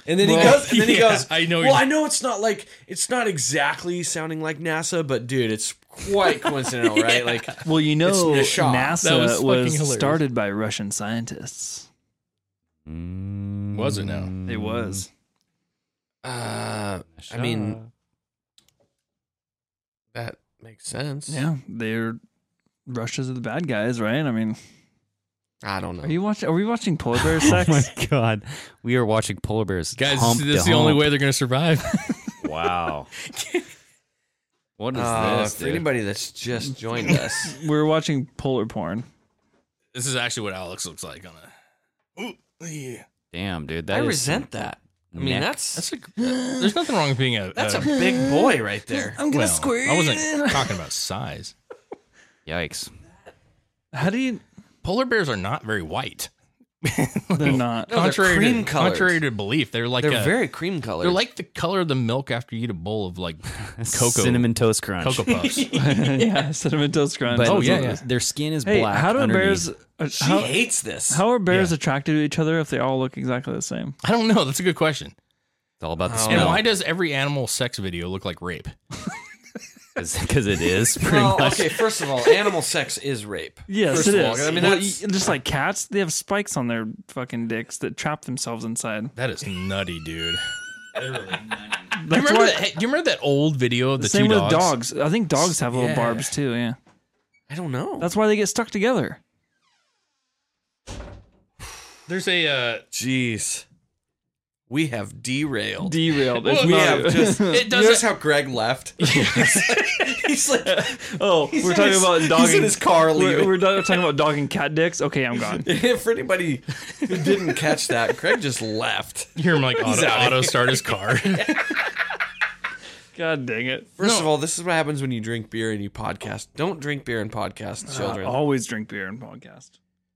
Speaker 5: And then he
Speaker 2: Well,
Speaker 5: goes. And then he
Speaker 2: yeah,
Speaker 5: goes.
Speaker 2: I know
Speaker 5: Well,
Speaker 2: you're-
Speaker 5: I know it's not like it's not exactly sounding like NASA, but dude, it's quite coincidental, right? Like
Speaker 7: Well, you know,
Speaker 5: It's Nishah.
Speaker 2: That was
Speaker 7: NASA
Speaker 2: fucking
Speaker 7: was,
Speaker 2: hilarious.
Speaker 7: started by Russian scientists.
Speaker 4: Mm.
Speaker 2: Was it now?
Speaker 5: Mm.
Speaker 7: It was.
Speaker 5: Uh, I mean, that makes sense.
Speaker 7: Yeah, they're Russians are the bad guys, right? I mean,
Speaker 5: I don't know.
Speaker 7: are you watching? Are we watching polar bear sex?
Speaker 4: Oh my god, we are watching polar bears.
Speaker 2: Guys,
Speaker 4: hump
Speaker 2: this is
Speaker 4: to
Speaker 2: the only
Speaker 4: hump.
Speaker 2: way they're gonna survive.
Speaker 4: Wow. what is
Speaker 5: Uh,
Speaker 4: this?
Speaker 5: for
Speaker 4: dude?
Speaker 5: anybody that's just joined us,
Speaker 7: We're watching polar porn.
Speaker 2: this is actually what Alex looks like on a. Ooh, yeah.
Speaker 4: Damn, dude.
Speaker 5: I
Speaker 4: That is
Speaker 5: resent that. I mean,
Speaker 4: neck.
Speaker 5: that's
Speaker 2: That's
Speaker 5: that's
Speaker 2: a. There's nothing wrong with being a.
Speaker 5: that's
Speaker 2: a,
Speaker 5: a big boy right there.
Speaker 6: I'm gonna
Speaker 2: well,
Speaker 6: squirt.
Speaker 2: I wasn't talking about size.
Speaker 4: Yikes.
Speaker 7: How do you?
Speaker 2: Polar bears are not very white.
Speaker 7: They're not.
Speaker 5: No, they're
Speaker 2: to,
Speaker 5: cream-colored.
Speaker 2: contrary to belief, they're like
Speaker 5: They're
Speaker 2: a,
Speaker 5: very cream colored.
Speaker 2: They're like the color of the milk after you eat a bowl of like cocoa
Speaker 4: Cinnamon toast crunch.
Speaker 2: cocoa puffs.
Speaker 7: yeah, cinnamon toast crunch.
Speaker 4: But
Speaker 2: Oh, yeah,
Speaker 4: th-
Speaker 2: yeah.
Speaker 4: Their skin is
Speaker 7: Hey,
Speaker 4: black.
Speaker 7: how do
Speaker 4: underneath.
Speaker 7: bears? uh,
Speaker 5: she
Speaker 7: How,
Speaker 5: hates this.
Speaker 7: how are bears attracted to each other if they all look exactly the same?
Speaker 2: I don't know. That's a good question.
Speaker 4: It's all about the
Speaker 2: And
Speaker 4: smell.
Speaker 2: why does every animal sex video look like rape?
Speaker 4: Because it is pretty
Speaker 5: well,
Speaker 4: much.
Speaker 7: Oh,
Speaker 5: okay, first of all, animal sex is rape.
Speaker 7: Yes,
Speaker 5: first
Speaker 7: it
Speaker 5: of all,
Speaker 7: is.
Speaker 5: I mean,
Speaker 7: Well,
Speaker 5: that's,
Speaker 7: y- just like cats, they have spikes on their fucking dicks that trap themselves inside.
Speaker 2: That is nutty, dude. do, you
Speaker 7: That's
Speaker 2: remember
Speaker 7: why-
Speaker 2: that, hey, do you remember that old video of the
Speaker 7: Same
Speaker 2: two
Speaker 7: with
Speaker 2: dogs?
Speaker 7: dogs. I think dogs have little
Speaker 2: Yeah.
Speaker 7: barbs too. Yeah,
Speaker 5: I don't know.
Speaker 7: that's why they get stuck together.
Speaker 2: There's a uh,
Speaker 5: Jeez, we have derailed.
Speaker 7: Derailed. It's
Speaker 5: we
Speaker 7: not-
Speaker 5: have just.
Speaker 2: it
Speaker 5: Notice
Speaker 2: doesn't.
Speaker 5: how Greg left. he's like,
Speaker 7: oh,
Speaker 5: He's
Speaker 7: we're
Speaker 5: in
Speaker 7: talking
Speaker 5: his-
Speaker 7: about dog.
Speaker 5: he's in
Speaker 7: and-
Speaker 5: his car
Speaker 7: We're,
Speaker 5: leaving.
Speaker 7: we're do- talking about dog and cat dicks. Okay, I'm gone.
Speaker 5: if anybody who didn't catch that, Craig just left.
Speaker 2: You hear him like auto,
Speaker 5: out of
Speaker 2: auto start his car.
Speaker 7: God dang it!
Speaker 5: First of all, this is what happens when you drink beer and you podcast. Don't drink beer and podcast, children.
Speaker 7: always drink beer and podcast.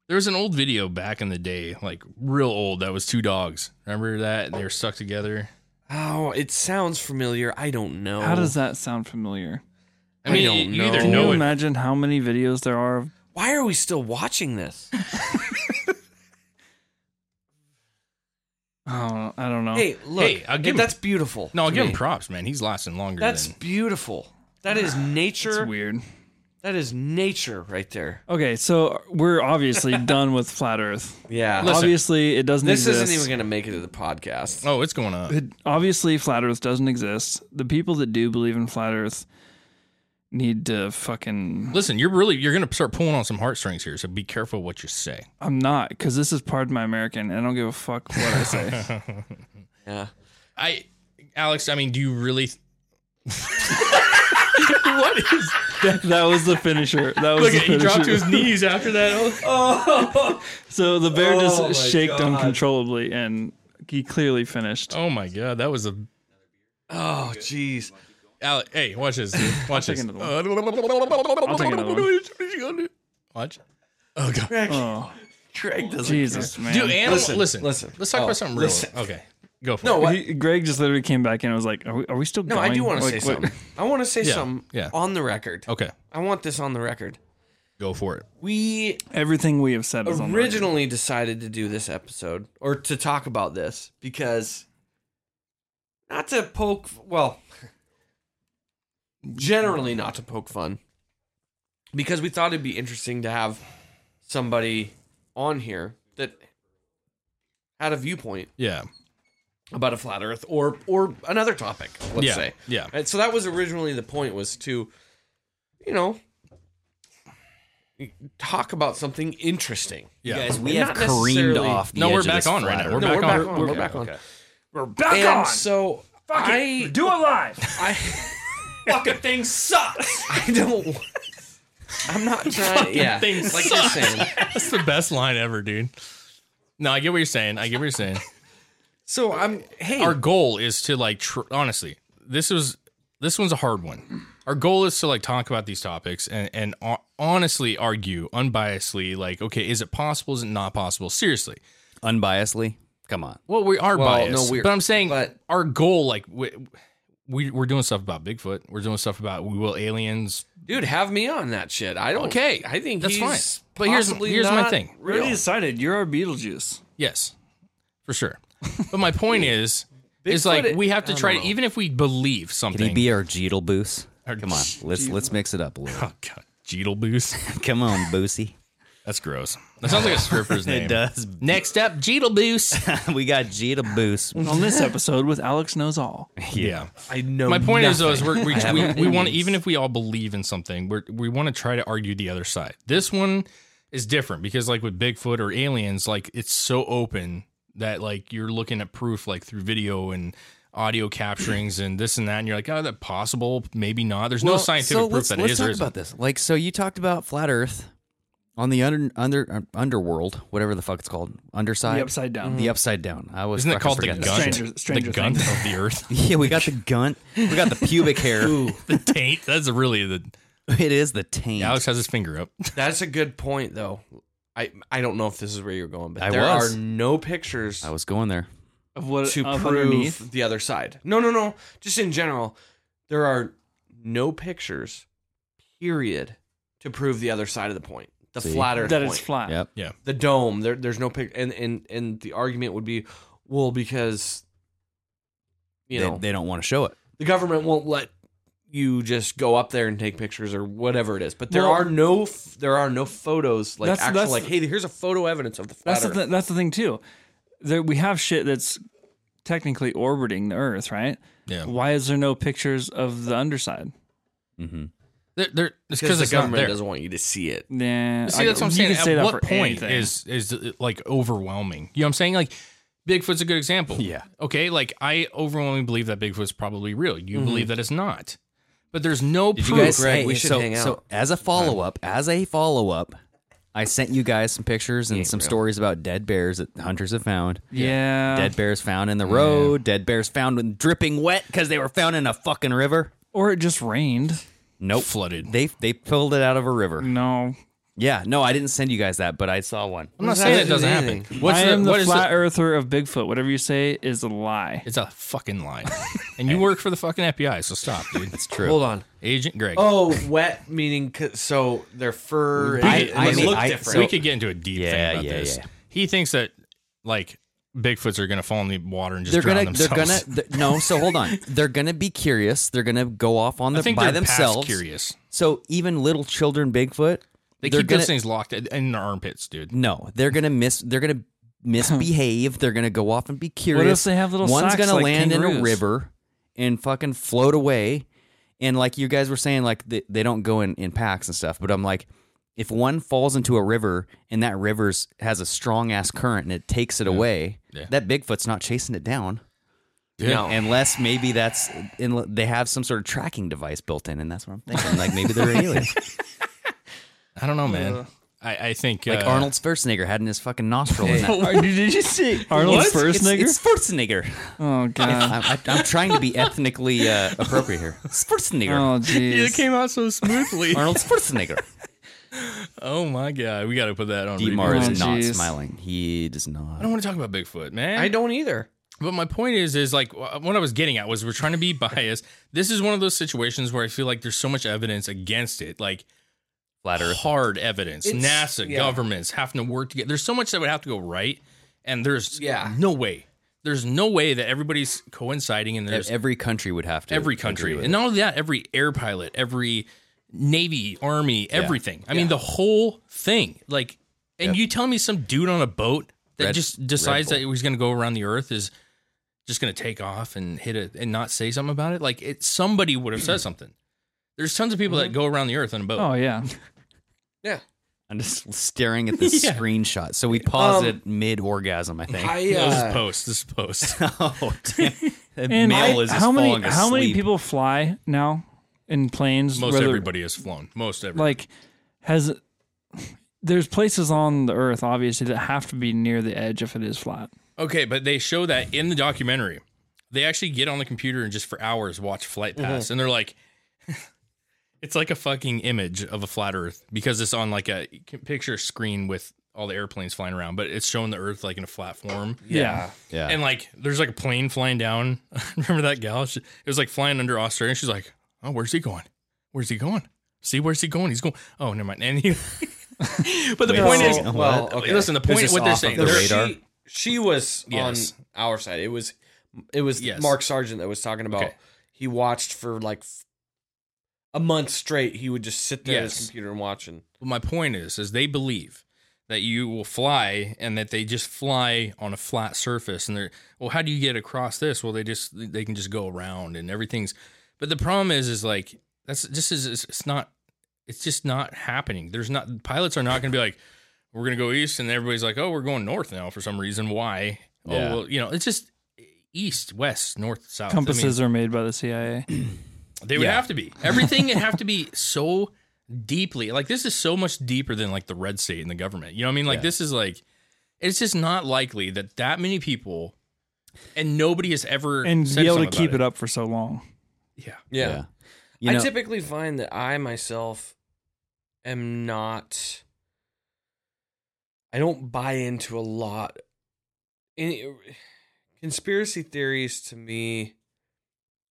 Speaker 2: there was an old video back in the day, like real old, that was two dogs. Remember that? And they were stuck together.
Speaker 5: oh, it sounds familiar. I don't know.
Speaker 7: How does that sound familiar?
Speaker 2: I
Speaker 5: I
Speaker 2: mean,
Speaker 5: don't
Speaker 2: you either
Speaker 5: know.
Speaker 7: Can
Speaker 2: know
Speaker 7: you
Speaker 2: it.
Speaker 7: imagine how many videos there are? of-
Speaker 5: Why are we still watching this?
Speaker 7: Oh, I don't know.
Speaker 5: Hey, look.
Speaker 2: Hey, I'll give him-
Speaker 5: that's beautiful.
Speaker 2: No, I'll
Speaker 5: to
Speaker 2: give
Speaker 5: me.
Speaker 2: him props, man. He's lasting longer
Speaker 5: That's
Speaker 2: than.
Speaker 5: beautiful. That is
Speaker 7: it's
Speaker 5: nature
Speaker 7: weird.
Speaker 5: That is nature right there.
Speaker 7: Okay, so we're obviously done with flat Earth.
Speaker 5: Yeah.
Speaker 7: obviously, it doesn't
Speaker 5: this
Speaker 7: exist.
Speaker 5: isn't even going to make it to the podcast.
Speaker 2: Oh, it's going up.
Speaker 7: It- obviously, flat Earth doesn't exist. The people that do believe in flat Earth need to fucking.
Speaker 2: Listen, you're really you're gonna start pulling on some heartstrings here, so be careful what you say.
Speaker 7: I'm not because this is part of my American, and I don't give a fuck what I say.
Speaker 5: Yeah.
Speaker 2: I, Alex, I mean, do you really? what is?
Speaker 7: that was the finisher. That was
Speaker 2: Look,
Speaker 7: the
Speaker 2: he
Speaker 7: finisher.
Speaker 2: dropped to his knees after that.
Speaker 7: so the bear just shaked uncontrollably, and he clearly finished.
Speaker 2: Oh my god, that was a.
Speaker 5: Oh, jeez.
Speaker 2: Alex, hey, watch this. dude. Watch
Speaker 7: take
Speaker 2: this.
Speaker 7: another
Speaker 2: I'll
Speaker 7: take another
Speaker 2: Watch. Oh god.
Speaker 7: Oh,
Speaker 5: Greg doesn't.
Speaker 7: Jesus, man.
Speaker 2: Dude, animal, listen, listen,
Speaker 5: listen.
Speaker 2: Let's talk
Speaker 5: Oh,
Speaker 2: about something real.
Speaker 5: listen.
Speaker 2: Okay, go for
Speaker 5: No,
Speaker 2: it.
Speaker 5: what?
Speaker 7: He- Greg just literally came back in and was like, "Are we, are we still
Speaker 5: No,
Speaker 7: going?"
Speaker 5: I do want to
Speaker 7: Like,
Speaker 5: say
Speaker 7: what-
Speaker 5: something. I want to say
Speaker 2: Yeah,
Speaker 5: something
Speaker 2: yeah.
Speaker 5: on the record.
Speaker 2: Okay,
Speaker 5: I want this on the record.
Speaker 2: go for it.
Speaker 5: We
Speaker 7: Everything we have said is on the record.
Speaker 5: originally decided to do this episode or to talk about this because not to poke well generally not to poke fun because we thought it'd be interesting to have somebody on here that had a viewpoint
Speaker 2: Yeah,
Speaker 5: about a flat earth or or another topic let's
Speaker 2: Yeah,
Speaker 5: say
Speaker 2: yeah.
Speaker 5: Right, so that was originally the point was to you know talk about something interesting
Speaker 2: yeah.
Speaker 4: Guys, we have
Speaker 5: And not
Speaker 4: careened
Speaker 5: necessarily-
Speaker 4: off. The
Speaker 2: No, we're
Speaker 4: edge of
Speaker 2: back
Speaker 4: this
Speaker 2: on
Speaker 4: flat
Speaker 2: right now.
Speaker 4: earth.
Speaker 2: We're
Speaker 5: no,
Speaker 2: back
Speaker 5: we're back
Speaker 2: on.
Speaker 5: on. We're
Speaker 2: Okay,
Speaker 5: back on.
Speaker 2: okay.
Speaker 7: We're back
Speaker 5: and
Speaker 7: on.
Speaker 5: so I
Speaker 7: Do it live.
Speaker 5: I
Speaker 2: fucking thing sucks.
Speaker 5: I don't. I'm not trying. Yeah,
Speaker 2: thing
Speaker 5: like you're saying.
Speaker 2: That's the best line ever, dude. No, I get what you're saying. I get what you're saying.
Speaker 5: So I'm. Hey,
Speaker 2: Our goal is to like tr- honestly, this was this one's a hard one. Our goal is to like talk about these topics and and ho- honestly argue unbiasedly like okay, is it possible? Is it not possible? Seriously.
Speaker 4: Unbiasedly, come on.
Speaker 2: Well, we are
Speaker 5: Well,
Speaker 2: biased,
Speaker 5: no, we're-
Speaker 2: but I'm saying
Speaker 5: but-
Speaker 2: our goal like we, we we're doing stuff about Bigfoot. We're doing stuff about we will aliens.
Speaker 5: dude, have me on that shit. I don't.
Speaker 2: Okay,
Speaker 5: I
Speaker 2: Oh.
Speaker 5: think
Speaker 2: that's
Speaker 5: he's
Speaker 2: fine. But here's-
Speaker 5: possibly
Speaker 2: here's my
Speaker 5: not
Speaker 2: thing.
Speaker 7: Really
Speaker 5: Real.
Speaker 7: excited. You're our Beetlejuice.
Speaker 2: Yes, for sure. But my point is, is
Speaker 5: Bigfoot
Speaker 2: like
Speaker 5: it-
Speaker 2: we have to
Speaker 5: I don't
Speaker 2: try.
Speaker 5: know.
Speaker 2: Even if we believe something,
Speaker 4: Can he be our Jeetle Boos?
Speaker 2: Our
Speaker 4: Come on, let's let's mix it up a little.
Speaker 2: oh god, Jeetle Boos.
Speaker 4: Come on, Boosie.
Speaker 2: That's gross. That sounds like a stripper's name.
Speaker 4: does.
Speaker 2: Next up, Jeetle Boos.
Speaker 4: we got Jeetle Boos.
Speaker 7: On this episode with Alex Knows All.
Speaker 2: yeah.
Speaker 5: I know.
Speaker 2: My point is though is
Speaker 5: nothing.
Speaker 2: we're, we
Speaker 5: I have
Speaker 2: we, we want
Speaker 5: opinions.
Speaker 2: to even if we all believe in something, we we want to try to argue the other side. This one is different because like with Bigfoot or aliens, like it's so open that like you're looking at proof like through video and audio capturings and this and that, and you're like, oh, that possible, maybe not. There's no
Speaker 4: Well,
Speaker 2: scientific
Speaker 4: so
Speaker 2: proof
Speaker 4: let's,
Speaker 2: that
Speaker 4: let's
Speaker 2: it is
Speaker 4: talk
Speaker 2: or isn't.
Speaker 4: about this. Like, so you talked about flat Earth on the under under uh, underworld, whatever the fuck it's called, underside,
Speaker 7: The upside down.
Speaker 4: the upside down. I was
Speaker 2: Isn't it
Speaker 4: fucking
Speaker 2: called the
Speaker 4: forgetting
Speaker 2: gun?
Speaker 4: that shit.
Speaker 7: Stranger- Stranger
Speaker 2: the gun
Speaker 7: Things.
Speaker 2: of the earth,
Speaker 4: Yeah, we got the gunt. We got the pubic hair.
Speaker 2: the taint. That's really the
Speaker 4: It is the taint.
Speaker 2: Alex has his finger up.
Speaker 5: That's a good point though. I I don't know if this is where you're going, but
Speaker 4: I
Speaker 5: there
Speaker 4: was.
Speaker 5: are no pictures
Speaker 4: I was going there.
Speaker 7: Of what
Speaker 5: to
Speaker 7: of
Speaker 5: prove
Speaker 7: underneath.
Speaker 5: the other side. No, no, no. Just in general, there are no pictures. Period. To prove the other side of the point, the
Speaker 4: See?
Speaker 5: flat Earth
Speaker 7: That
Speaker 5: point.
Speaker 7: it's flat.
Speaker 4: Yep.
Speaker 2: Yeah.
Speaker 5: the dome. There, there's no pic, and and and the argument would be, well, because you
Speaker 4: they,
Speaker 5: know
Speaker 4: they don't want to show it.
Speaker 5: the government won't let you just go up there and take pictures or whatever it is. But there
Speaker 7: Well-
Speaker 5: are no f- there are no photos like
Speaker 7: That's-
Speaker 5: actual
Speaker 7: that's-
Speaker 5: like, hey, here's a photo evidence of the flat
Speaker 7: That's the,
Speaker 5: Earth.
Speaker 7: th- that's the thing, too. There, we have shit that's technically orbiting the Earth, right?
Speaker 2: Yeah.
Speaker 7: Why is there no pictures of the underside?
Speaker 2: They're, they're, it's because
Speaker 5: because the,
Speaker 2: it's not
Speaker 5: government
Speaker 2: there.
Speaker 5: doesn't want you to see it.
Speaker 7: Nah.
Speaker 2: See,
Speaker 7: I-
Speaker 2: that's what I'm
Speaker 7: you
Speaker 2: saying.
Speaker 7: can say
Speaker 2: At
Speaker 7: that
Speaker 2: what
Speaker 7: for
Speaker 2: point
Speaker 7: anything.
Speaker 2: is is uh, like overwhelming? You know what I'm saying? Like Bigfoot's a good example.
Speaker 4: Yeah.
Speaker 2: Okay. Like I overwhelmingly believe that Bigfoot's probably real. You believe that it's not. But there's no
Speaker 4: Did
Speaker 2: proof.
Speaker 4: you guys?
Speaker 5: Greg,
Speaker 4: hey,
Speaker 5: we should
Speaker 4: so,
Speaker 5: hang
Speaker 4: so
Speaker 5: out.
Speaker 4: as a follow up, as a follow up, I sent you guys some pictures and some stories about dead bears that hunters have found.
Speaker 7: Yeah.
Speaker 4: Dead bears found in the road. Dead bears found when dripping wet because they were found in a fucking river.
Speaker 7: Or it just rained.
Speaker 4: Nope,
Speaker 2: Flooded.
Speaker 4: They they pulled it out of a river.
Speaker 7: No.
Speaker 4: Yeah, no, I didn't send you guys that, but I saw one.
Speaker 2: I'm not
Speaker 5: Does that
Speaker 2: saying it
Speaker 5: do
Speaker 2: doesn't
Speaker 5: anything?
Speaker 2: happen. What's
Speaker 7: I am
Speaker 2: what
Speaker 7: the
Speaker 2: is
Speaker 7: flat earther of Bigfoot. Whatever you say is a lie.
Speaker 2: It's a fucking lie. and you work for the fucking FBI, so stop, dude. It's true.
Speaker 5: Hold on.
Speaker 2: Agent Greg.
Speaker 5: Oh, wet meaning c- so their fur.
Speaker 2: We
Speaker 5: I,
Speaker 2: could-
Speaker 5: I
Speaker 2: let me-
Speaker 5: look
Speaker 4: I-
Speaker 5: different.
Speaker 2: we could get into a deep
Speaker 4: Yeah,
Speaker 2: thing about
Speaker 4: yeah,
Speaker 2: this.
Speaker 4: yeah.
Speaker 2: He thinks that like Bigfoots are gonna fall in the water and just
Speaker 4: they're
Speaker 2: drown
Speaker 4: gonna they're
Speaker 2: themselves.
Speaker 4: gonna th- no so hold on they're gonna be curious they're gonna go off on
Speaker 2: I
Speaker 4: the
Speaker 2: think
Speaker 4: by
Speaker 2: they're past
Speaker 4: themselves
Speaker 2: curious.
Speaker 4: so even little children bigfoot
Speaker 2: They
Speaker 4: are
Speaker 2: keep
Speaker 4: gonna
Speaker 2: those things locked in- in their armpits, dude.
Speaker 4: no they're gonna miss they're gonna misbehave they're gonna go off and be curious
Speaker 7: they have little
Speaker 4: one's
Speaker 7: socks
Speaker 4: gonna
Speaker 7: like
Speaker 4: land in a
Speaker 7: kangaroos?
Speaker 4: river and fucking float away and like you guys were saying like they, they don't go in in packs and stuff but i'm like if one falls into a river and that river's has a strong ass current and it takes it away
Speaker 2: Yeah.
Speaker 4: that bigfoot's not chasing it down
Speaker 5: No.
Speaker 4: unless maybe that's in, they have some sort of tracking device built in, and that's what I'm thinking. Like maybe they're aliens.
Speaker 2: I don't know, man. Uh, I, I think
Speaker 4: like
Speaker 2: uh,
Speaker 4: Arnold Schwarzenegger had in his fucking nostril. In that.
Speaker 7: Did you see Arnold
Speaker 4: It's,
Speaker 7: Schwarzenegger?
Speaker 4: it's Schwarzenegger.
Speaker 7: oh god.
Speaker 4: I, I, I'm trying to be ethnically uh, appropriate here. Schwarzenegger.
Speaker 7: Oh jeez.
Speaker 2: It came out so smoothly.
Speaker 4: Arnold Schwarzenegger.
Speaker 2: oh my god, we got to put that on.
Speaker 4: Dietmar
Speaker 2: repeat.
Speaker 4: is not
Speaker 7: jeez.
Speaker 4: smiling. He does
Speaker 2: I
Speaker 4: not.
Speaker 2: don't want to talk about Bigfoot, man.
Speaker 5: I don't either.
Speaker 2: But my point is, is like wh- what I was getting at was we're trying to be biased. This is one of those situations where I feel like there's so much evidence against it, like
Speaker 4: Flat Earth.
Speaker 2: hard evidence.
Speaker 5: It's-
Speaker 2: NASA,
Speaker 5: yeah.
Speaker 2: governments having to work together. There's so much that would have to go right, and there's
Speaker 5: Yeah.
Speaker 2: no way. There's no way that everybody's coinciding, and there's
Speaker 4: Every country would have to.
Speaker 2: every
Speaker 4: agree
Speaker 2: country,
Speaker 4: with
Speaker 2: and not only that, every air pilot, every navy, army, everything. I mean, the
Speaker 5: Yeah.
Speaker 2: whole thing. Like, and
Speaker 4: Yep.
Speaker 2: you tell me some dude on a boat that
Speaker 4: Red-
Speaker 2: just decides
Speaker 4: Red
Speaker 2: that he's going to go around the earth is just going to take off and hit it and not say something about it. Like, it somebody would have said something. There's tons of people
Speaker 4: Mm-hmm.
Speaker 2: that go around the earth on a boat.
Speaker 7: Oh yeah.
Speaker 5: Yeah.
Speaker 4: I'm just staring at this
Speaker 2: Yeah.
Speaker 4: screenshot. So we paused
Speaker 5: Um,
Speaker 4: it mid orgasm, I think.
Speaker 5: I
Speaker 2: No, this
Speaker 5: uh,
Speaker 2: is post. This is post.
Speaker 4: oh, damn. That
Speaker 7: And
Speaker 4: male
Speaker 7: I-
Speaker 4: is just
Speaker 7: how many
Speaker 4: falling
Speaker 7: how many
Speaker 4: asleep.
Speaker 7: people fly now in planes?
Speaker 2: Most
Speaker 7: whether-
Speaker 2: everybody has flown. Most everybody.
Speaker 7: like has there's places on the earth obviously that have to be near the edge if it is flat.
Speaker 2: Okay, but they show that in the documentary. They actually get on the computer and just for hours watch flight
Speaker 4: Mm-hmm.
Speaker 2: pass, and they're like, it's like a fucking image of a flat Earth because it's on like a picture screen with all the airplanes flying around, but it's showing the Earth like in a flat form.
Speaker 7: Yeah.
Speaker 4: Yeah.
Speaker 2: And like, there's like a plane flying down. Remember that gal? She, it was like flying under Australia. and She's like, "Oh, where's he going? Where's he going? See, where's he going? He's going. Oh, never mind." And he, but the
Speaker 4: Wait,
Speaker 2: point is,
Speaker 4: so-
Speaker 5: well,
Speaker 4: What?
Speaker 5: okay.
Speaker 2: listen. The
Speaker 4: Is
Speaker 2: point
Speaker 4: this
Speaker 2: is what they're
Speaker 4: off of
Speaker 2: saying.
Speaker 4: the
Speaker 2: they're-
Speaker 4: radar?
Speaker 5: She, she was
Speaker 2: Yes.
Speaker 5: on our side. It was it was
Speaker 2: Yes.
Speaker 5: Mark Sargent that was talking about.
Speaker 2: Okay.
Speaker 5: He watched for like f- a month straight. He would just sit there at his
Speaker 2: Yes.
Speaker 5: computer and watch. And
Speaker 2: But my point is, is they believe that you will fly and that they just fly on a flat surface. And they're, well, how do you get across this? Well, they just, they can just go around and everything's, but the problem is, is like, that's just is, it's it's not, it's just not happening. There's not, pilots are not going to be like, we're going to go east. And everybody's like, oh, we're going north now for some reason. Why?
Speaker 4: Yeah.
Speaker 2: Oh, well, you know, it's just east, west, north, south. Oh, I mean,
Speaker 7: Compasses are made by the CIA.
Speaker 2: they would have to be. Everything would have to be so deeply like this is so much deeper than like the red state and the government. You know what I mean? Like this is like it's just not likely that that many people and nobody has ever
Speaker 7: And
Speaker 2: said
Speaker 7: be able to
Speaker 2: something
Speaker 7: keep
Speaker 2: about
Speaker 7: it up for so long.
Speaker 2: Yeah.
Speaker 5: yeah,
Speaker 4: You
Speaker 5: I
Speaker 4: know,
Speaker 5: typically find that I myself am not. I don't buy into a lot. Any conspiracy theories to me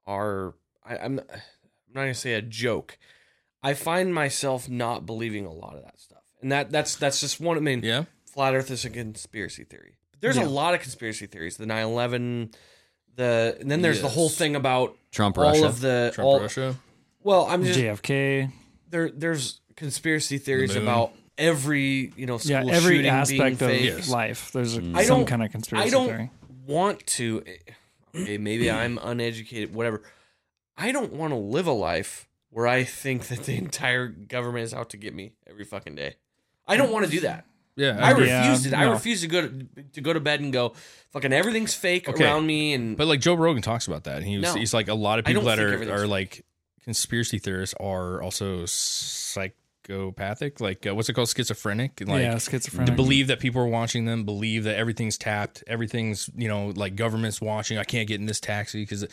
Speaker 5: are I, I'm I'm not gonna say a joke. I find myself not believing a lot of that stuff, and that that's that's just one. I mean,
Speaker 2: Yeah.
Speaker 5: flat Earth is a conspiracy theory. But there's a lot of conspiracy theories. The 9/11, the and then there's the whole
Speaker 2: Yes.
Speaker 5: thing about
Speaker 4: Trump,
Speaker 5: all
Speaker 4: Russia.
Speaker 5: of the
Speaker 2: Trump
Speaker 5: all,
Speaker 2: Russia.
Speaker 5: well, I'm just
Speaker 7: JFK.
Speaker 5: there. There's conspiracy theories
Speaker 2: moon.
Speaker 5: about every you know school
Speaker 7: Yeah, every
Speaker 5: shooting
Speaker 7: aspect of
Speaker 5: being fake.
Speaker 2: Yes. Mm.
Speaker 7: life. There's a,
Speaker 5: I
Speaker 7: some
Speaker 5: don't-
Speaker 7: kind of conspiracy
Speaker 5: I don't
Speaker 7: theory.
Speaker 5: want to. Okay, maybe I'm uneducated. Whatever. I don't want to live a life where I think that the entire government is out to get me every fucking day. I don't want to do that.
Speaker 2: Uh, Yeah.
Speaker 5: I
Speaker 2: I agree.
Speaker 7: Yeah,
Speaker 5: refuse it. I
Speaker 7: no.
Speaker 5: refuse to go to, to go to bed and go fucking everything's fake
Speaker 2: Okay.
Speaker 5: around me and
Speaker 2: But like Joe Rogan talks about that. And he was,
Speaker 5: No.
Speaker 2: he's like a lot of
Speaker 5: I
Speaker 2: people
Speaker 5: don't
Speaker 2: that
Speaker 5: think
Speaker 2: are
Speaker 5: everything's-
Speaker 2: are like conspiracy theorists are also psychopathic. Like uh, what's it called? Schizophrenic. Like
Speaker 7: yeah, schizophrenic.
Speaker 2: believe that people are watching them, believe that everything's tapped, everything's, you know, like government's watching. I can't get in this taxi because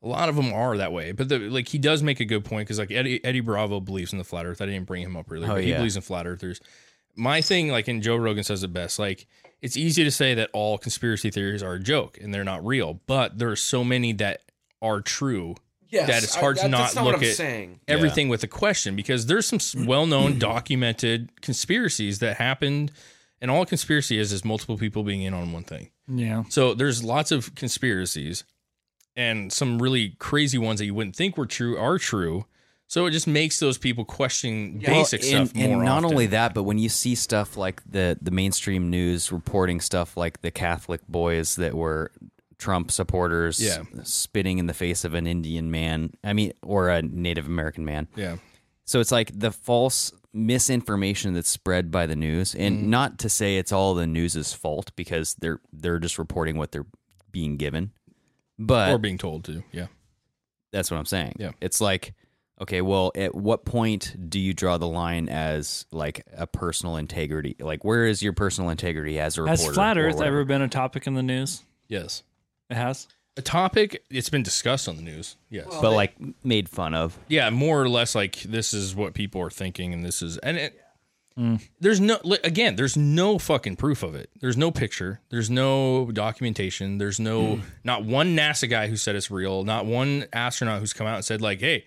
Speaker 2: a lot of them are that way. But the, like he does make a good point because like Eddie, Eddie Bravo believes in the flat earth. I didn't bring him up earlier,
Speaker 4: Oh,
Speaker 2: but he
Speaker 4: yeah.
Speaker 2: believes in flat earthers. My thing, like, and Joe Rogan says it best, like, it's easy to say that all conspiracy theories are a joke and they're not real, but there are so many that are true
Speaker 5: yes,
Speaker 2: that it's hard
Speaker 5: I,
Speaker 2: to not
Speaker 5: that's not
Speaker 2: look
Speaker 5: what I'm
Speaker 2: at-
Speaker 5: saying.
Speaker 2: everything with a question because there's some s- well-known documented conspiracies that happened and all a conspiracy is is multiple people being in on one thing
Speaker 7: Yeah.
Speaker 2: So there's lots of conspiracies and some really crazy ones that you wouldn't think were true are true. So it just makes those people question basic
Speaker 4: Well, and,
Speaker 2: stuff more
Speaker 4: and not
Speaker 2: often.
Speaker 4: only that, but when you see stuff like the the mainstream news reporting stuff like the Catholic boys that were Trump supporters,
Speaker 2: Yeah.
Speaker 4: spitting in the face of an Indian man, I mean, or a Native American man.
Speaker 2: yeah.
Speaker 4: So it's like the false misinformation that's spread by the news, and
Speaker 2: Mm-hmm.
Speaker 4: not to say it's all the news's fault because they're they're just reporting what they're being given, but
Speaker 2: or being told to. Yeah.
Speaker 4: that's what I'm saying.
Speaker 2: Yeah.
Speaker 4: It's like, okay, well, at what point do you draw the line as like a personal integrity? Like, where is your personal integrity as a reporter?
Speaker 7: Has flat
Speaker 4: or
Speaker 7: Earth
Speaker 4: whatever?
Speaker 7: ever been a topic in the news?
Speaker 2: Yes.
Speaker 7: It has.
Speaker 2: A topic it's been discussed on the news. Yes.
Speaker 4: But like made fun of.
Speaker 2: yeah, more or less like this is what people are thinking, and this is and it,
Speaker 7: Mm.
Speaker 2: there's no li- again, there's no fucking proof of it. There's no picture. There's no documentation. There's no
Speaker 7: Mm.
Speaker 2: not one NASA guy who said it's real. Not one astronaut who's come out and said like, hey.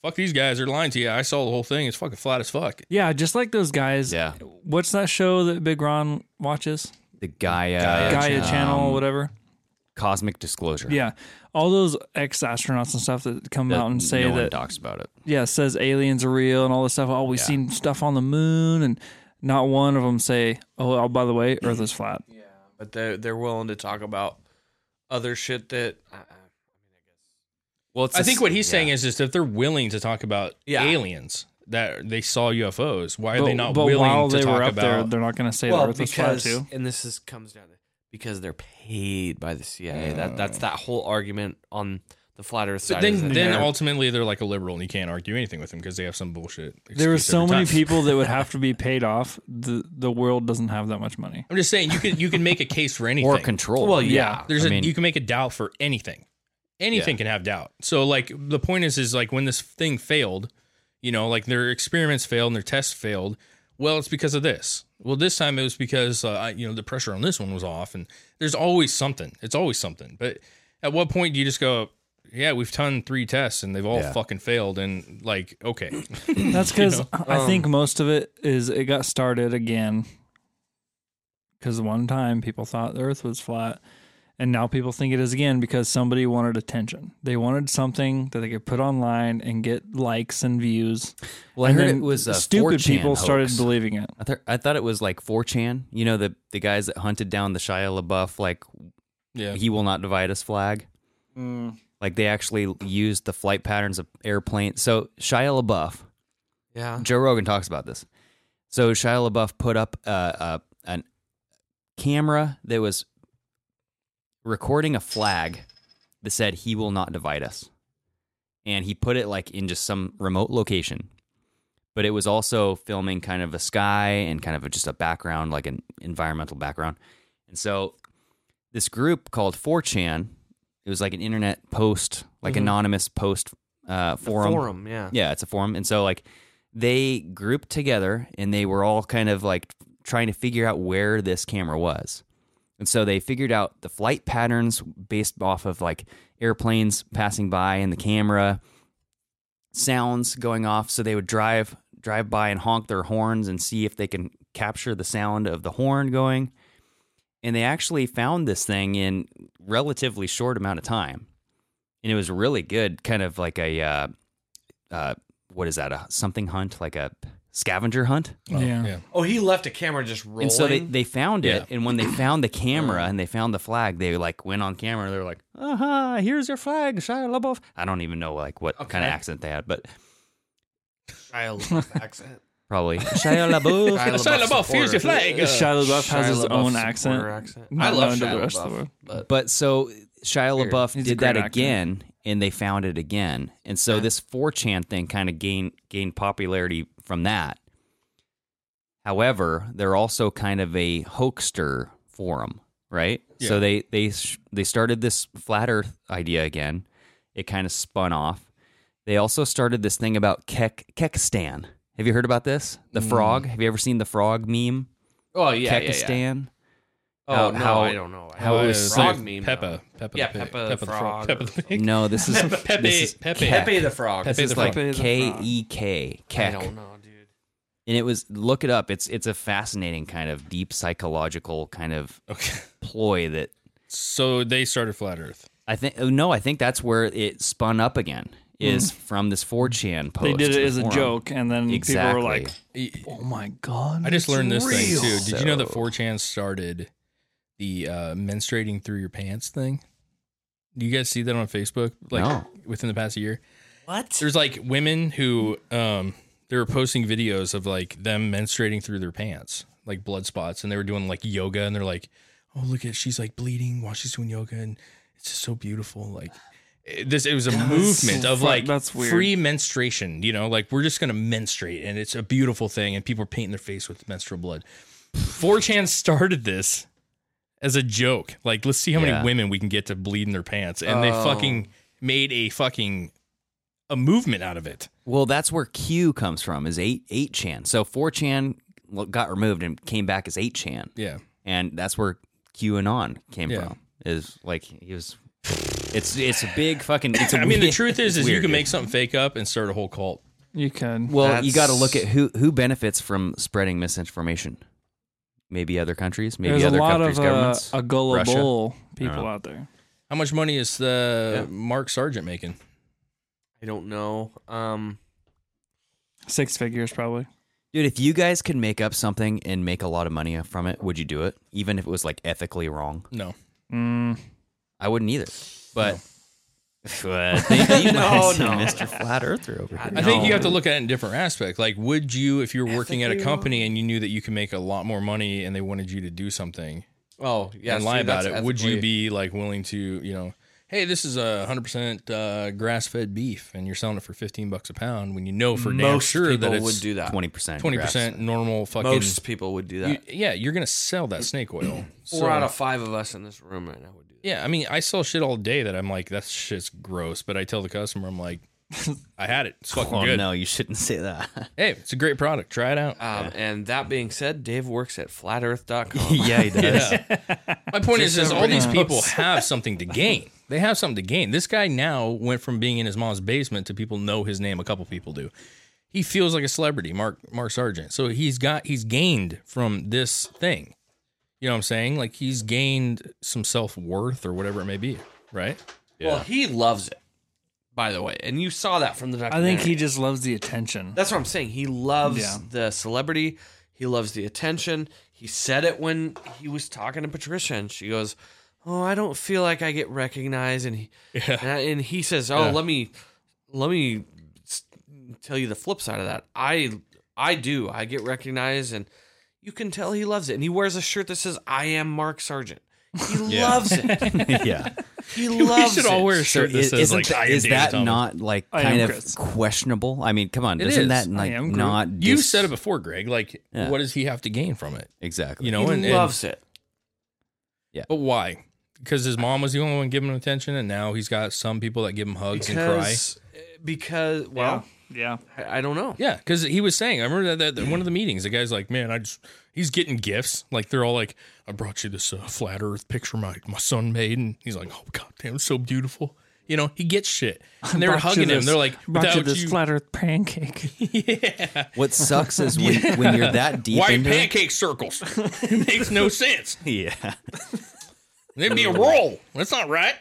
Speaker 2: Fuck these guys, they're lying to you. I saw the whole thing. It's fucking flat as fuck.
Speaker 7: Yeah, just like those guys.
Speaker 4: Yeah.
Speaker 7: What's that show that Big Ron watches?
Speaker 4: The Gaia, Gaia,
Speaker 7: Gaia
Speaker 2: Um,
Speaker 7: Channel, whatever.
Speaker 4: cosmic disclosure.
Speaker 7: Yeah, all those ex astronauts and stuff that come
Speaker 4: That
Speaker 7: out and say
Speaker 4: no one
Speaker 7: that
Speaker 4: talks about it.
Speaker 7: yeah says aliens are real and all this stuff. Oh, we've seen stuff on the moon, and not one of them say, oh, oh, by the way, Earth is flat.
Speaker 5: but they're they're willing to talk about other shit that. I- I-
Speaker 4: Well, it's
Speaker 2: I think what he's saying is just if they're willing to talk about
Speaker 5: Yeah.
Speaker 2: aliens that they saw UFOs, why are they not
Speaker 7: but
Speaker 2: willing
Speaker 7: while
Speaker 2: to
Speaker 7: they
Speaker 2: talk
Speaker 7: were up
Speaker 2: about
Speaker 7: there, they're not going to say
Speaker 5: well,
Speaker 7: the Earth is flat
Speaker 5: because
Speaker 7: too.
Speaker 5: and this is comes down to because they're paid by the CIA. That that's that whole argument on the flat Earth
Speaker 2: But
Speaker 5: side.
Speaker 2: then,
Speaker 5: is
Speaker 2: then
Speaker 5: that
Speaker 2: ultimately they're like a liberal, and you can't argue anything with them because they have some bullshit.
Speaker 7: There were
Speaker 2: excuse
Speaker 7: so
Speaker 2: every
Speaker 7: many
Speaker 2: time.
Speaker 7: people that would have to be paid off. The the world doesn't have that much money.
Speaker 2: I'm just saying you can you can make a case for anything.
Speaker 4: or control.
Speaker 5: Well,
Speaker 7: yeah.
Speaker 2: There's
Speaker 4: I
Speaker 2: a
Speaker 4: mean-
Speaker 2: you can make a doubt for anything. Anything can have doubt. So like the point is is like when this thing failed, you know, like their experiments failed and their tests failed. Well, it's because of this. Well, this time it was because uh, I- you know the pressure on this one was off, and there's always something. It's always something. But at what point do you just go? Yeah, we've done three tests and they've all fucking failed. And like, okay,
Speaker 7: That's because I think
Speaker 4: Um,
Speaker 7: most of it is it got started again. Because one time people thought the Earth was flat, and now people think it is again because somebody wanted attention. They wanted something that they could put online and get likes and views.
Speaker 4: Well, I
Speaker 7: and
Speaker 4: heard
Speaker 7: then
Speaker 4: it was a
Speaker 7: stupid
Speaker 4: 4chan
Speaker 7: people started
Speaker 4: hoax.
Speaker 7: believing it.
Speaker 4: I, th- I thought it was like 4chan. You know the the guys that hunted down the Shia LaBeouf like
Speaker 2: yeah,
Speaker 4: he will not divide us flag. Like they actually used the flight patterns of airplanes. So Shia LaBeouf,
Speaker 5: yeah.
Speaker 4: Joe Rogan talks about this. So Shia LaBeouf put up uh, uh, an camera that was recording a flag that said "He will not divide us," and he put it like in just some remote location. But it was also filming kind of a sky and kind of a, just a background, like an environmental background. And so this group called 4chan, it was like an internet post, like anonymous post uh,
Speaker 5: Mm-hmm. The forum, yeah.
Speaker 4: yeah, it's a forum. And so like they grouped together and they were all kind of like trying to figure out where this camera was. And so they figured out the flight patterns based off of like airplanes passing by and the camera sounds going off so they would drive drive by and honk their horns and see if they can capture the sound of the horn going. And they actually found this thing in relatively short amount of time. And it was really good, kind of like a uh, uh, what is that? A something hunt, like a scavenger hunt.
Speaker 7: yeah.
Speaker 5: Oh, he left a camera just rolling.
Speaker 4: And so they, they found it.
Speaker 2: Yeah.
Speaker 4: And when they found the camera and they found the flag, they like went on camera. and They were like, "Aha! Here's your flag, Shia LaBeouf." I don't even know like what kind of accent they had, but
Speaker 5: Shia LaBeouf accent.
Speaker 4: probably Shia LaBeouf.
Speaker 5: Shia
Speaker 2: Shia LaBeouf, here's your
Speaker 5: supporter.
Speaker 2: flag.
Speaker 7: Shia LaBeouf has
Speaker 5: Shia
Speaker 7: his
Speaker 5: LaBeouf's
Speaker 7: own
Speaker 5: supporter
Speaker 7: accent.
Speaker 5: accent.
Speaker 7: Not
Speaker 5: I love
Speaker 7: known to the
Speaker 5: Shia
Speaker 7: rest of the
Speaker 5: LaBeouf,
Speaker 7: world.
Speaker 5: but
Speaker 4: But so Shia
Speaker 5: Weird.
Speaker 4: LaBeouf
Speaker 7: He's a
Speaker 4: did that
Speaker 7: great actor.
Speaker 4: again, and they found it again. And so this 4chan thing kind of gained gained popularity from that. However, they're also kind of a hoaxster forum, right? So
Speaker 2: Yeah.
Speaker 4: they they sh- they started this flat Earth idea again. It kind of spun off. They also started this thing about Kek Kekistan. Have you heard about this? The frog. Have you ever seen the frog meme?
Speaker 5: oh yeah, yeah, yeah.
Speaker 4: Kekistan.
Speaker 5: Oh
Speaker 4: How-
Speaker 5: no,
Speaker 4: how-
Speaker 5: I don't know. I
Speaker 4: how it
Speaker 5: don't
Speaker 2: Uh,
Speaker 5: know.
Speaker 4: was
Speaker 5: frog
Speaker 2: like
Speaker 5: meme.
Speaker 2: Peppa,
Speaker 5: though.
Speaker 2: Peppa,
Speaker 5: Yeah,
Speaker 2: the pig,
Speaker 5: Peppa the frog
Speaker 2: Peppa the
Speaker 5: or-
Speaker 2: pig.
Speaker 4: No, this is
Speaker 2: Pepe,
Speaker 4: this is
Speaker 2: Pepe.
Speaker 4: Kek.
Speaker 5: Pepe the frog.
Speaker 2: Pepe
Speaker 4: This
Speaker 2: the
Speaker 4: is like
Speaker 7: Frog.
Speaker 4: K E K.
Speaker 5: I
Speaker 4: Kek.
Speaker 5: don't know, dude.
Speaker 4: and it was look it up. It's it's a fascinating kind of deep psychological kind of
Speaker 2: Okay.
Speaker 4: ploy that
Speaker 2: So they started flat Earth.
Speaker 4: I think oh, no, I think that's where it spun up again is from this 4chan post.
Speaker 7: They did it
Speaker 4: the
Speaker 7: as a
Speaker 4: forum.
Speaker 7: joke, and then people
Speaker 4: Exactly.
Speaker 7: were like, "Oh my god!"
Speaker 2: I just learned
Speaker 7: it's
Speaker 2: this thing
Speaker 7: real."
Speaker 2: too. Did you know that
Speaker 4: So-
Speaker 2: 4chan started the uh, menstruating through your pants thing? Do you guys see that on Facebook? Like
Speaker 4: No.
Speaker 2: within the past year?
Speaker 6: What?
Speaker 2: There's like women who um they were posting videos of like them menstruating through their pants, like blood spots, and they were doing like yoga and they're like, Oh, look at she's like bleeding while she's doing yoga and it's just so beautiful. Like it- this it was a movement of
Speaker 7: fu-
Speaker 2: like
Speaker 7: that's weird.
Speaker 2: free menstruation, you know, like we're just gonna menstruate and it's a beautiful thing, and people are painting their face with menstrual blood. 4chan started this as a joke. Like, let's see how
Speaker 4: Yeah.
Speaker 2: many women we can get to bleed in their pants. And they
Speaker 5: Oh.
Speaker 2: fucking made a fucking a movement out of it.
Speaker 4: Well, that's where Q comes from is 8 8chan. So 4chan lo- got removed and came back as 8chan.
Speaker 2: Yeah.
Speaker 4: And that's where QAnon came
Speaker 2: Yeah.
Speaker 4: from. Is like he was it's it's a big fucking it's a
Speaker 2: I mean, the
Speaker 4: weird-
Speaker 2: truth
Speaker 4: it's
Speaker 2: is, is you
Speaker 4: weird,
Speaker 2: can
Speaker 4: dude.
Speaker 2: make something fake up and start a whole cult.
Speaker 7: "You can."
Speaker 4: Well, you
Speaker 5: That's-
Speaker 4: got to look at who who benefits from spreading misinformation. Maybe other countries, maybe
Speaker 7: There's a
Speaker 4: other
Speaker 7: lot
Speaker 4: countries'
Speaker 7: of uh,
Speaker 4: governments.
Speaker 7: a gullah
Speaker 4: Russia.
Speaker 7: bull people
Speaker 4: know.
Speaker 7: out there.
Speaker 2: How much money is the Mark Sargent making?
Speaker 5: I don't know. Um,
Speaker 7: Six figures probably.
Speaker 4: Dude, if you guys could make up something and make a lot of money from it, would you do it? Even if it was like ethically wrong,
Speaker 2: No.
Speaker 7: Mm.
Speaker 4: I wouldn't either. But But thank you,
Speaker 5: No,
Speaker 4: Mr.
Speaker 5: no.
Speaker 4: Mr. Flat Earther over here.
Speaker 2: I think you have to look at it in different aspects. Like, would you, if you're working at a
Speaker 5: Ethically
Speaker 2: company and you knew that you could make a lot more money and they wanted you to do something
Speaker 5: oh yeah,
Speaker 2: and
Speaker 5: see,
Speaker 2: lie about it,
Speaker 5: that's
Speaker 2: would you
Speaker 5: ethically-
Speaker 2: be like willing to, you know, hey, this is a 100% uh, grass fed beef and you're selling it for 15 bucks a pound when you know for damn
Speaker 5: Most
Speaker 2: sure
Speaker 5: people
Speaker 2: that it's
Speaker 5: would do that.
Speaker 4: Twenty percent,
Speaker 2: 20% normal fucking.
Speaker 5: Most people would do that.
Speaker 2: you- yeah, you're going to sell that snake oil.
Speaker 5: Four
Speaker 2: So-
Speaker 5: out of five of us in this room right now would do that.
Speaker 2: Yeah, I mean, I sell shit all day that I'm like, that shit's gross. But I tell the customer, I'm like, I had it. It's fucking
Speaker 4: Oh
Speaker 2: good.
Speaker 4: no, you shouldn't say that.
Speaker 2: Hey, it's a great product. Try it out.
Speaker 5: Um, And that being said, Dave works at flatearth.com.
Speaker 4: yeah, he does.
Speaker 2: Yeah. My point is, is all
Speaker 5: everybody
Speaker 2: these people have something to gain. They have something to gain. This guy now went from being in his mom's basement to people know his name. A couple people do. He feels like a celebrity, Mark Mark Sargent. So he's got he's gained from this thing. You know what I'm saying? Like he's gained some self worth or whatever it may be, right?
Speaker 5: Well, he loves it, by the way. And you saw that from the
Speaker 7: I
Speaker 5: documentary.
Speaker 7: think he just loves the attention.
Speaker 5: That's what I'm saying. He loves
Speaker 7: Yeah.
Speaker 5: the celebrity. He loves the attention. He said it when he was talking to Patricia, and she goes, "Oh, I don't feel like I get recognized." And he and, I- and he says, "Oh, let me let me s- tell you the flip side of that. I I do. I get recognized, and you can tell he loves it. And he wears a shirt that says, "I am Mark Sargent." He loves it.
Speaker 4: yeah.
Speaker 5: He loves
Speaker 2: we should
Speaker 5: it.
Speaker 2: all wear a shirt that
Speaker 4: Is,
Speaker 2: says like
Speaker 4: that,
Speaker 2: "I am
Speaker 4: is
Speaker 2: David
Speaker 4: that
Speaker 2: Thomas."
Speaker 4: not like
Speaker 7: I am
Speaker 4: kind of
Speaker 7: Chris.
Speaker 4: questionable? I mean, come on,
Speaker 2: It
Speaker 4: isn't
Speaker 2: is.
Speaker 4: that
Speaker 2: I
Speaker 4: like
Speaker 7: am Groot.
Speaker 4: not?
Speaker 2: You
Speaker 4: dis-
Speaker 2: said it before, Greg. Like,
Speaker 4: Yeah.
Speaker 2: what does he have to gain from it?
Speaker 4: exactly.
Speaker 2: You know,
Speaker 5: He
Speaker 2: and, and-
Speaker 5: loves it.
Speaker 2: but why? Because his mom was the only one giving him attention, and now he's got some people that give him hugs and cry.
Speaker 5: Because eh, because well,
Speaker 7: yeah.
Speaker 5: I, I don't know.
Speaker 2: Yeah, because he was saying, I remember that, that one of the meetings, the guy's like, "Man, I just he's getting gifts. Like they're all like, I brought you this uh, flat Earth picture my my son made, and he's like, Oh god damn, it's so beautiful. You know, he gets shit. And they were
Speaker 7: Brought you
Speaker 2: hugging him.
Speaker 7: this-
Speaker 2: They're like,
Speaker 7: brought you
Speaker 2: Without
Speaker 7: this
Speaker 2: you,
Speaker 7: flat Earth pancake.
Speaker 4: What sucks is when, when you're that deep
Speaker 2: white
Speaker 4: into
Speaker 2: pancake circles. it makes no sense.
Speaker 4: it. Yeah.
Speaker 2: It'd be a roll. That's not right.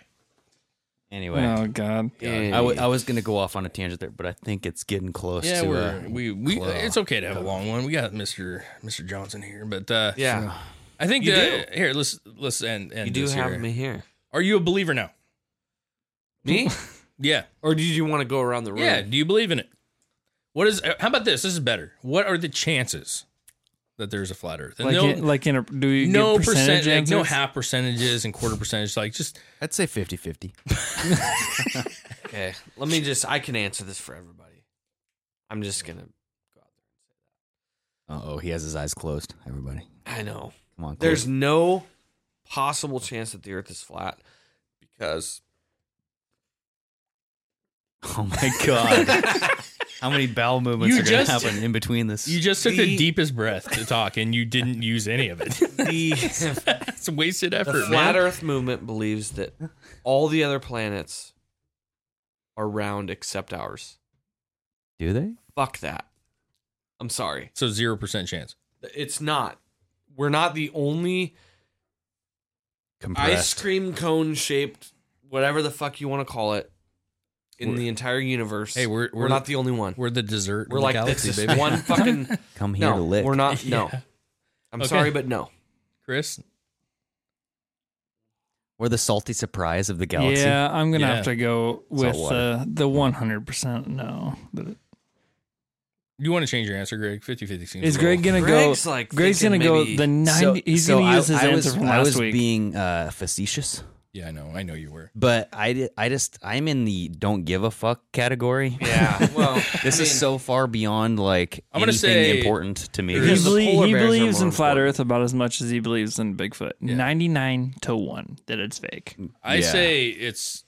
Speaker 4: Anyway,
Speaker 7: oh God.
Speaker 4: I, w- I was going to go off on a tangent there, but I think it's getting close
Speaker 2: Yeah,
Speaker 4: to
Speaker 2: we're,
Speaker 4: uh,
Speaker 2: we we
Speaker 4: Clara.
Speaker 2: it's okay to have a long one. We got Mister Mister Johnson here, but uh,
Speaker 5: Yeah.
Speaker 2: I think
Speaker 5: You
Speaker 2: that, here let's let's end. end
Speaker 5: You do
Speaker 2: this
Speaker 5: have
Speaker 2: here.
Speaker 5: me here.
Speaker 2: Are you a believer now?
Speaker 5: Me?
Speaker 2: Yeah,
Speaker 5: or did you want to go around the room?
Speaker 2: yeah. Do you believe in it? What is? uh, How about this? This is better. What are the chances that there's a flat Earth? And
Speaker 7: Like
Speaker 2: no,
Speaker 7: in, like in a do you
Speaker 2: no
Speaker 7: give
Speaker 2: percent,
Speaker 7: percentage?
Speaker 2: like, no
Speaker 7: answers?
Speaker 2: half percentages and quarter percentage. Like just
Speaker 4: I'd say 50 50.
Speaker 5: Okay. Let me just. I can answer this for everybody. I'm just gonna.
Speaker 4: Uh oh, he has his eyes closed, everybody.
Speaker 5: I know.
Speaker 4: Come on. close
Speaker 5: There's
Speaker 4: it.
Speaker 5: no possible chance that the Earth is flat because
Speaker 4: Oh my God. How many bowel movements
Speaker 2: You
Speaker 4: are going
Speaker 2: just-
Speaker 4: to happen in between this?
Speaker 2: you just took the,
Speaker 5: The-
Speaker 2: deepest breath to talk, and you didn't use any of it.
Speaker 5: the,
Speaker 2: it's wasted
Speaker 5: the
Speaker 2: effort. man.
Speaker 5: flat Earth movement believes that all the other planets are round except ours.
Speaker 4: Do they?
Speaker 5: Fuck that. I'm sorry.
Speaker 2: So zero percent chance.
Speaker 5: It's not. We're not the only ice
Speaker 4: Compressed.
Speaker 5: cream cone shaped, whatever the fuck you want to call it, in the entire universe.
Speaker 2: Hey, we're-
Speaker 5: we're,
Speaker 2: we're-
Speaker 5: not the only one. We're,
Speaker 2: We're the dessert. in the
Speaker 5: like
Speaker 2: galaxy,
Speaker 5: this is
Speaker 2: baby.
Speaker 5: one fucking.
Speaker 4: Come here to
Speaker 5: no,
Speaker 4: lick.
Speaker 5: we're not. No,
Speaker 2: Yeah.
Speaker 5: I'm
Speaker 2: Okay.
Speaker 5: sorry, but no.
Speaker 2: Chris.
Speaker 4: We're the salty surprise of the galaxy.
Speaker 7: Yeah, I'm gonna
Speaker 2: Yeah.
Speaker 7: have to go with
Speaker 4: Salt water.
Speaker 7: the the 100 percent no. The-
Speaker 2: You want to change your answer, Greg? 50 50 seems.
Speaker 7: Is
Speaker 2: a little-
Speaker 7: Greg gonna
Speaker 5: Greg's,
Speaker 7: go?
Speaker 5: like,
Speaker 7: Greg's gonna
Speaker 5: thinking
Speaker 7: go
Speaker 5: maybe-
Speaker 7: the 90. he's gonna use his
Speaker 4: I
Speaker 7: answer
Speaker 4: was,
Speaker 7: from
Speaker 4: I
Speaker 7: last
Speaker 4: was
Speaker 7: week.
Speaker 4: being uh, facetious,
Speaker 2: Yeah, I know. I know you were.
Speaker 4: but I, di- I just I'm in the don't give a fuck category.
Speaker 5: Yeah. Well,
Speaker 4: This is so far beyond like
Speaker 2: I'm gonna
Speaker 4: anything
Speaker 2: say-
Speaker 4: important to me.
Speaker 7: he,
Speaker 5: Because the
Speaker 7: belie-
Speaker 5: polar
Speaker 7: he
Speaker 5: bears are
Speaker 7: believes
Speaker 5: more
Speaker 7: in flat
Speaker 5: important.
Speaker 7: Earth about as much as he believes in Bigfoot. 99 to one that it's fake.
Speaker 2: I
Speaker 4: Yeah.
Speaker 2: say it's.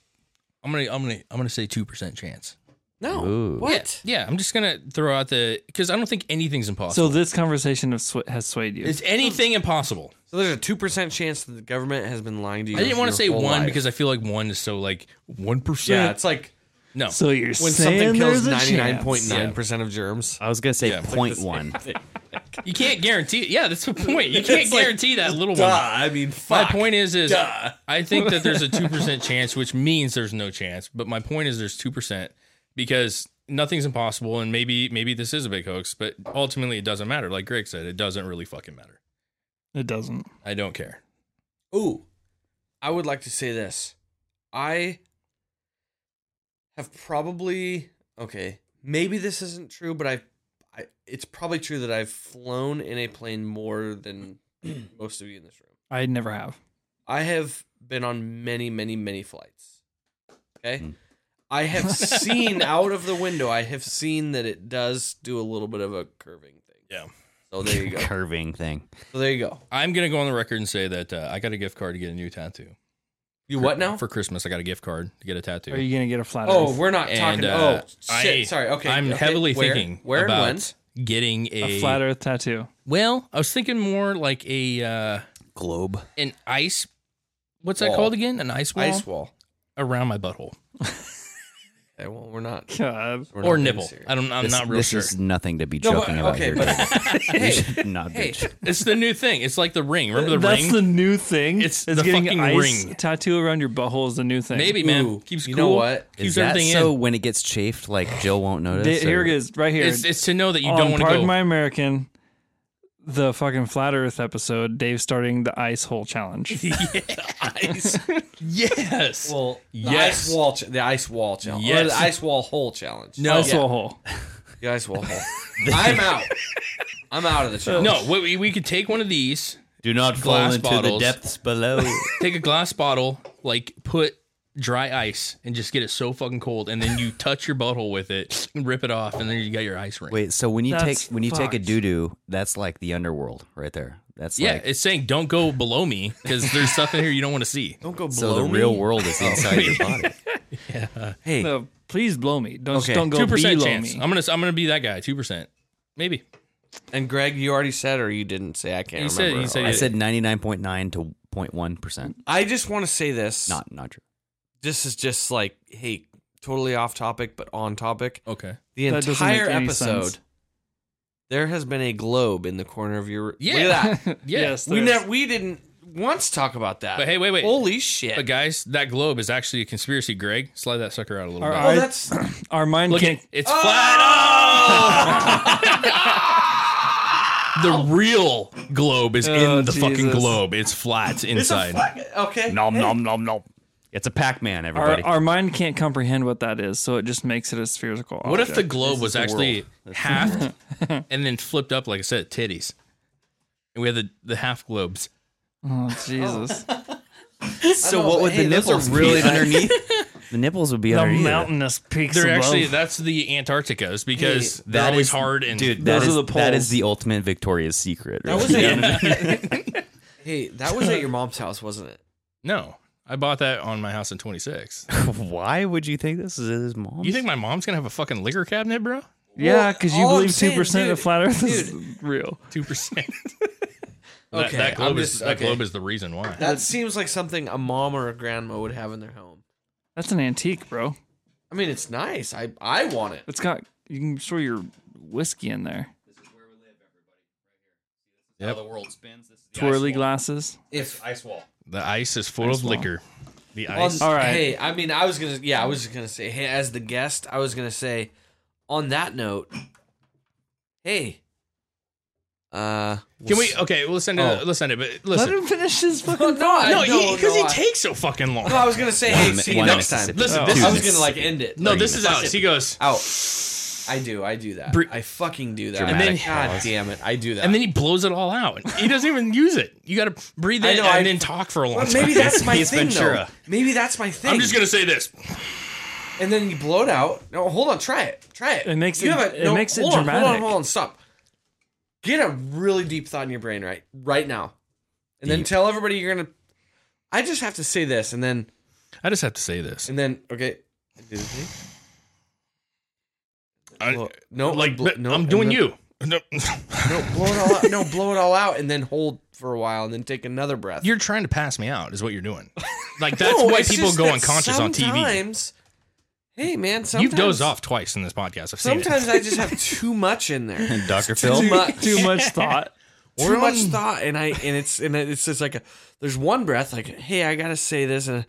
Speaker 2: I'm gonna. I'm gonna. I'm gonna say two percent chance.
Speaker 5: no.
Speaker 4: Ooh.
Speaker 5: What?
Speaker 2: Yeah, I'm just gonna throw out the because I don't think anything's
Speaker 7: So
Speaker 2: impossible.
Speaker 7: this conversation has, sw- has swayed you.
Speaker 2: is anything impossible?
Speaker 5: So there's a two percent chance that the government has been lying to you.
Speaker 2: I didn't want to
Speaker 5: your
Speaker 2: say
Speaker 5: whole
Speaker 2: one
Speaker 5: life.
Speaker 2: because I feel like one is so like one percent.
Speaker 5: yeah, it's like
Speaker 2: no.
Speaker 7: so you're
Speaker 5: when
Speaker 7: saying
Speaker 5: something kills
Speaker 7: there's
Speaker 5: ninety
Speaker 7: a
Speaker 5: nine point
Speaker 7: chance.
Speaker 5: nine percent of germs.
Speaker 4: I was gonna say
Speaker 2: Yeah, it's
Speaker 4: point one.
Speaker 2: you can't guarantee. Yeah, that's the point. You can't
Speaker 5: like,
Speaker 2: guarantee that little
Speaker 5: Duh.
Speaker 2: one.
Speaker 5: Ah, I mean,
Speaker 2: My
Speaker 5: fuck.
Speaker 2: point is, is I think that there's a two percent chance, which means there's no chance. But my point is, there's two percent because nothing's impossible, and maybe maybe this is a big hoax, but ultimately it doesn't matter. Like Greg said, it doesn't really fucking matter.
Speaker 7: It doesn't.
Speaker 2: I don't care.
Speaker 5: Ooh, I would like to say this. I have probably okay. Maybe this isn't true, but I've, I it's probably true that I've flown in a plane more than most of you in this room.
Speaker 7: I never have.
Speaker 5: I have been on many, many, many flights. Okay.
Speaker 2: Hmm.
Speaker 5: I have seen out of the window. I have seen that it does do a little bit of a curving thing.
Speaker 2: Yeah.
Speaker 5: So there you go.
Speaker 4: curving thing.
Speaker 5: So there you go.
Speaker 2: I'm gonna go on the record and say that uh, I got a gift card to get a new tattoo.
Speaker 5: You what now?
Speaker 2: For Christmas, I got a gift card to get a tattoo.
Speaker 7: Are you gonna get a flat
Speaker 5: Oh,
Speaker 7: Earth?
Speaker 5: we're not
Speaker 2: and
Speaker 5: talking.
Speaker 2: uh,
Speaker 5: oh, shit.
Speaker 2: I-
Speaker 5: Sorry. Okay.
Speaker 2: I'm
Speaker 5: okay.
Speaker 2: heavily
Speaker 5: Where?
Speaker 2: thinking
Speaker 5: where
Speaker 2: about
Speaker 5: and
Speaker 2: getting a,
Speaker 7: a flat Earth tattoo.
Speaker 2: Well, I was thinking more like a uh,
Speaker 4: Globe.
Speaker 2: an ice. What's that
Speaker 5: Wall.
Speaker 2: called again? An ice
Speaker 5: when?
Speaker 2: wall
Speaker 5: Ice wall.
Speaker 2: around my butthole
Speaker 5: Okay, well, we're not.
Speaker 7: God.
Speaker 5: We're
Speaker 2: or
Speaker 5: not being
Speaker 2: nibble.
Speaker 5: serious.
Speaker 2: I don't. I'm
Speaker 4: this
Speaker 2: not real
Speaker 4: this
Speaker 2: sure.
Speaker 4: is nothing to be
Speaker 5: No, but-
Speaker 4: joking about
Speaker 5: okay,
Speaker 4: here.
Speaker 5: but-
Speaker 4: David. we should not
Speaker 5: hey,
Speaker 4: be. j-
Speaker 2: it's the new thing. It's like the ring. Remember the
Speaker 7: That's
Speaker 2: ring?
Speaker 7: the new thing.
Speaker 2: It's
Speaker 7: is
Speaker 2: the
Speaker 7: getting
Speaker 2: fucking
Speaker 7: ice
Speaker 2: ring.
Speaker 7: tattoo around your butthole is the new thing.
Speaker 2: Maybe man
Speaker 5: Ooh,
Speaker 2: keeps
Speaker 5: you
Speaker 2: cool.
Speaker 5: know what?
Speaker 2: Keeps
Speaker 4: Is that
Speaker 2: everything
Speaker 4: so
Speaker 2: in.
Speaker 4: when it gets chafed, like Jill won't notice?
Speaker 7: They- here
Speaker 4: or-
Speaker 7: it is, right here.
Speaker 2: It's, it's to know that you
Speaker 7: On
Speaker 2: don't want to
Speaker 7: Pardon
Speaker 2: go.
Speaker 7: My American, the fucking flat Earth episode. Dave starting the ice hole challenge.
Speaker 2: yes.
Speaker 5: Well, the
Speaker 2: Yes.
Speaker 5: ice wall. Ch- the ice wall challenge. Or
Speaker 2: Yes.
Speaker 5: the ice wall hole challenge.
Speaker 2: No.
Speaker 7: ice
Speaker 2: Yeah.
Speaker 7: hole hole.
Speaker 5: The ice wall hole. I'm out. I'm out of the challenge.
Speaker 2: no. We, we- we could take one of these.
Speaker 4: Do not
Speaker 2: Glass bottles.
Speaker 4: below.
Speaker 2: Take a glass bottle. Like put dry ice and just get it so fucking cold, and then you touch your butthole with it and rip it off, and then you got your ice ring.
Speaker 4: Wait, so when you
Speaker 7: That's
Speaker 4: take when you take a
Speaker 7: fucked.
Speaker 4: doo doo, that's like the underworld right there. That's
Speaker 2: yeah,
Speaker 4: like
Speaker 2: it's saying don't go below me because there's stuff in here you don't want to see.
Speaker 5: Don't go below
Speaker 4: so the
Speaker 5: me. Oh,
Speaker 4: real world is inside your body.
Speaker 5: Hey,
Speaker 7: No, please blow me. Don't
Speaker 5: Okay.
Speaker 7: don't go
Speaker 2: Two percent
Speaker 7: below
Speaker 2: chance.
Speaker 7: me.
Speaker 2: I'm gonna I'm gonna be that guy. Two percent, maybe.
Speaker 5: and Greg, you already said or you didn't say. I can't
Speaker 2: You said-
Speaker 5: remember.
Speaker 2: you said-
Speaker 4: I said ninety nine point nine to 01 percent.
Speaker 5: I just want to say this.
Speaker 4: Not not true.
Speaker 5: This is just like, hey, totally off topic, but on topic.
Speaker 2: Okay.
Speaker 5: The
Speaker 7: That doesn't make
Speaker 5: entire
Speaker 7: any
Speaker 5: episode,
Speaker 7: sense.
Speaker 5: there has been a globe in the corner of your.
Speaker 2: Yeah.
Speaker 5: Look at that.
Speaker 2: Yeah.
Speaker 7: Yes,
Speaker 5: we
Speaker 7: there's-
Speaker 5: never. We didn't once talk about that.
Speaker 2: But hey, wait, wait.
Speaker 5: Holy shit!
Speaker 2: But guys, that globe is actually a conspiracy. Greg, slide that sucker out a little
Speaker 7: Our,
Speaker 2: bit.
Speaker 5: oh,
Speaker 7: our-
Speaker 5: that's
Speaker 7: our mind
Speaker 2: Look,
Speaker 7: can't.
Speaker 2: it, it's flat. Oh! the real globe is
Speaker 7: Oh,
Speaker 2: in the fucking
Speaker 7: Jesus.
Speaker 2: globe. It's flat inside.
Speaker 5: okay.
Speaker 4: Nom nom nom nom. It's a Pac Man, everybody.
Speaker 7: Our, our mind can't comprehend what that is, so it just makes it a spherical.
Speaker 2: what if the
Speaker 7: object.
Speaker 2: globe was actually halved and then flipped up, like I said, titties? And we had the, the half globes.
Speaker 7: Oh, Jesus,
Speaker 4: so what would
Speaker 5: hey,
Speaker 4: the
Speaker 5: those
Speaker 4: nipples
Speaker 5: are
Speaker 4: really
Speaker 5: really
Speaker 4: be underneath? the nipples would be
Speaker 7: the
Speaker 4: underneath. it.
Speaker 7: mountainous peaks
Speaker 2: They're
Speaker 7: above.
Speaker 2: actually that's the Antarcticas because they're
Speaker 4: That
Speaker 2: always
Speaker 4: is-
Speaker 2: hard and
Speaker 4: dude,
Speaker 7: Those
Speaker 4: that is
Speaker 7: are the
Speaker 4: that
Speaker 7: poles.
Speaker 4: is the ultimate Victoria's Secret.
Speaker 5: That
Speaker 4: right?
Speaker 5: was at- hey, that was at your mom's house, wasn't it?
Speaker 2: No, I bought that on my house in 26.
Speaker 4: Why would you think this is his mom?
Speaker 2: You think my mom's gonna have a fucking liquor cabinet, bro?
Speaker 7: yeah, because you
Speaker 5: All I'm
Speaker 7: believe two
Speaker 5: saying,
Speaker 7: percent of
Speaker 5: dude,
Speaker 7: flat Earth is real.
Speaker 2: Two percent. that,
Speaker 5: Okay,
Speaker 2: that globe
Speaker 5: I'm
Speaker 2: is
Speaker 5: just-
Speaker 2: that
Speaker 5: okay.
Speaker 2: globe is the reason why.
Speaker 5: That seems like something a mom or a grandma would have in their home.
Speaker 7: That's an antique, bro.
Speaker 5: I mean, it's nice. I I want it.
Speaker 7: It's got you can store your whiskey in there.
Speaker 4: Yep. the world spins. This is the
Speaker 7: Twirly
Speaker 4: ice wall.
Speaker 7: glasses.
Speaker 5: If
Speaker 4: Ice wall.
Speaker 2: The ice is full of liquor. The ice.
Speaker 5: on,
Speaker 7: All right.
Speaker 5: Hey, I mean, I was gonna. Yeah, I was just gonna say. Hey, as the guest, I was gonna say. On that note, hey. Uh,
Speaker 2: Can we? Okay, we'll send it.
Speaker 5: Oh.
Speaker 2: Let's send it. But
Speaker 7: Let
Speaker 2: listen,
Speaker 7: him finish his fucking.
Speaker 5: No, I-
Speaker 2: no,
Speaker 5: no,
Speaker 2: because he, 'cause he
Speaker 5: no, I- Oh,
Speaker 2: takes so fucking long.
Speaker 5: No, I was gonna say. Hey,
Speaker 4: One mi-
Speaker 5: see you
Speaker 4: one
Speaker 5: next time.
Speaker 4: Mississippi.
Speaker 2: Listen,
Speaker 4: Oh.
Speaker 2: this
Speaker 4: Two
Speaker 5: I was
Speaker 4: Mississippi.
Speaker 5: gonna like end it.
Speaker 2: no,
Speaker 5: Like,
Speaker 2: this is
Speaker 5: fuck
Speaker 2: out.
Speaker 5: it.
Speaker 2: He goes,
Speaker 5: out. I do. I do that.
Speaker 2: Bre-
Speaker 5: I fucking do that.
Speaker 4: Dramatic
Speaker 5: And then, God damn it, I do that.
Speaker 2: and then he blows it all out. He doesn't even use it. You got to breathe
Speaker 5: I
Speaker 2: in
Speaker 5: know,
Speaker 2: and
Speaker 5: I-
Speaker 2: then talk for a long
Speaker 5: But
Speaker 2: time.
Speaker 5: maybe that's my
Speaker 4: Ace
Speaker 5: thing, though.
Speaker 4: Ventura.
Speaker 5: Maybe that's my thing.
Speaker 2: I'm just gonna say this.
Speaker 5: and then you blow it out. No, hold on, try it. Try it.
Speaker 7: It makes
Speaker 5: you
Speaker 7: it-
Speaker 5: have a-
Speaker 7: it
Speaker 5: no,
Speaker 7: makes it
Speaker 5: hold on, Hold on,
Speaker 7: dramatic.
Speaker 5: hold on, stop. Get a really deep thought in your brain right right now, and then tell everybody you're gonna. I just have to say this, and then
Speaker 2: I just have to say this.
Speaker 5: and then okay. I did it, see?
Speaker 2: I-
Speaker 5: Blow- no,
Speaker 2: like
Speaker 5: bl-
Speaker 2: but
Speaker 5: no,
Speaker 2: I'm
Speaker 5: and
Speaker 2: doing
Speaker 5: then-
Speaker 2: you. No,
Speaker 5: No, blow it all out. No, blow it all out, and then hold for a while, and then take another breath.
Speaker 2: you're trying to pass me out, is what you're doing. Like that's
Speaker 5: No,
Speaker 2: why
Speaker 5: it's
Speaker 2: people
Speaker 5: just
Speaker 2: go
Speaker 5: that
Speaker 2: unconscious on TV.
Speaker 5: Sometimes, hey man, sometimes
Speaker 2: You've dozed off twice in this podcast. I've seen
Speaker 5: Sometimes I just have too much in there.
Speaker 4: And Dr. Phil.
Speaker 5: Too much.
Speaker 7: Too much thought.
Speaker 5: too much thought, and I and it's and it's just like a. There's one breath, like hey, I gotta say this, and
Speaker 2: it.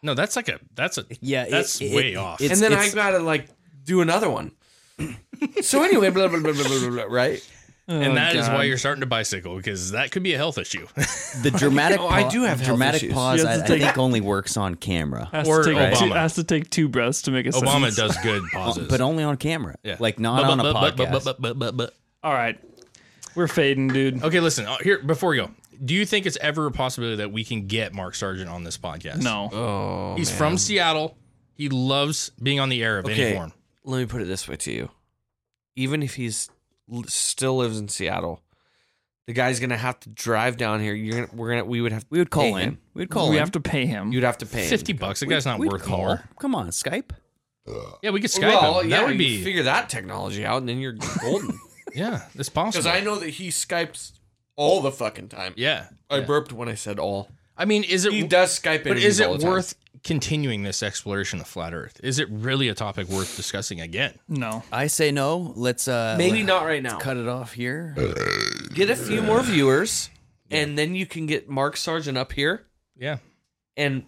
Speaker 2: No, that's like a that's a
Speaker 4: Yeah, it-
Speaker 2: that's
Speaker 4: it-
Speaker 2: way
Speaker 4: it-
Speaker 2: off.
Speaker 4: it's-
Speaker 5: and then I
Speaker 4: it's-
Speaker 5: gotta like do another one. so anyway, blah blah blah blah blah, blah blah. Right?
Speaker 7: Oh,
Speaker 2: and that is
Speaker 7: God.
Speaker 2: why you're starting to bicycle because that could be a health issue.
Speaker 4: The dramatic.
Speaker 5: Oh, I
Speaker 4: pa-
Speaker 5: do have health
Speaker 4: dramatic
Speaker 5: issues.
Speaker 4: pause.
Speaker 7: You
Speaker 4: I,
Speaker 7: have to
Speaker 4: I
Speaker 7: take-
Speaker 4: think only works on camera,
Speaker 7: Has
Speaker 2: Or
Speaker 7: to take two,
Speaker 2: Obama.
Speaker 7: has to take two breaths to make a
Speaker 2: Obama
Speaker 7: sentence.
Speaker 2: does good
Speaker 4: Uh,
Speaker 2: pauses,
Speaker 4: but only on camera.
Speaker 2: Yeah.
Speaker 4: Like not
Speaker 2: But-
Speaker 4: on a
Speaker 2: but- but-
Speaker 4: podcast.
Speaker 2: but- but- but- but- but-
Speaker 7: All right, we're fading, dude.
Speaker 2: Okay, listen uh, here before we go. Do you think it's ever a possibility that we can get Mark Sargent on this podcast?
Speaker 7: No.
Speaker 4: Oh,
Speaker 2: he's from Seattle. He loves being on the air of any
Speaker 5: Okay.
Speaker 2: form.
Speaker 5: Let me put it this way to you: even if he's l- still lives in Seattle, the guy's gonna have to drive down here. You're gonna we're gonna we would have
Speaker 4: we would
Speaker 5: pay
Speaker 4: call in.
Speaker 5: him.
Speaker 4: We'd call
Speaker 7: we
Speaker 4: in.
Speaker 7: have to pay him.
Speaker 5: You'd have to pay him.
Speaker 2: Fifty bucks. The
Speaker 4: We'd-
Speaker 2: guy's not
Speaker 4: we'd
Speaker 2: worth
Speaker 4: call.
Speaker 2: more.
Speaker 4: Come on, Skype.
Speaker 2: Yeah, we could Skype
Speaker 5: Well,
Speaker 2: him.
Speaker 5: yeah,
Speaker 2: that
Speaker 5: we
Speaker 2: would be
Speaker 5: figure that technology out, and then you're golden.
Speaker 2: yeah, it's possible.
Speaker 5: Because I know that he skypes all the fucking time.
Speaker 2: yeah,
Speaker 5: I
Speaker 2: yeah.
Speaker 5: burped when I said all.
Speaker 2: I mean, is it
Speaker 5: He does Skype
Speaker 2: But
Speaker 5: interviews
Speaker 2: is
Speaker 5: all the
Speaker 2: it
Speaker 5: time.
Speaker 2: worth continuing this exploration of flat Earth? Is it really a topic worth discussing again?
Speaker 7: no.
Speaker 4: I say no. Let's uh
Speaker 5: Maybe
Speaker 4: let-
Speaker 5: not right now.
Speaker 4: cut it off here.
Speaker 5: Get a few more viewers, and then you can get Mark Sargent up here
Speaker 2: Yeah,
Speaker 5: and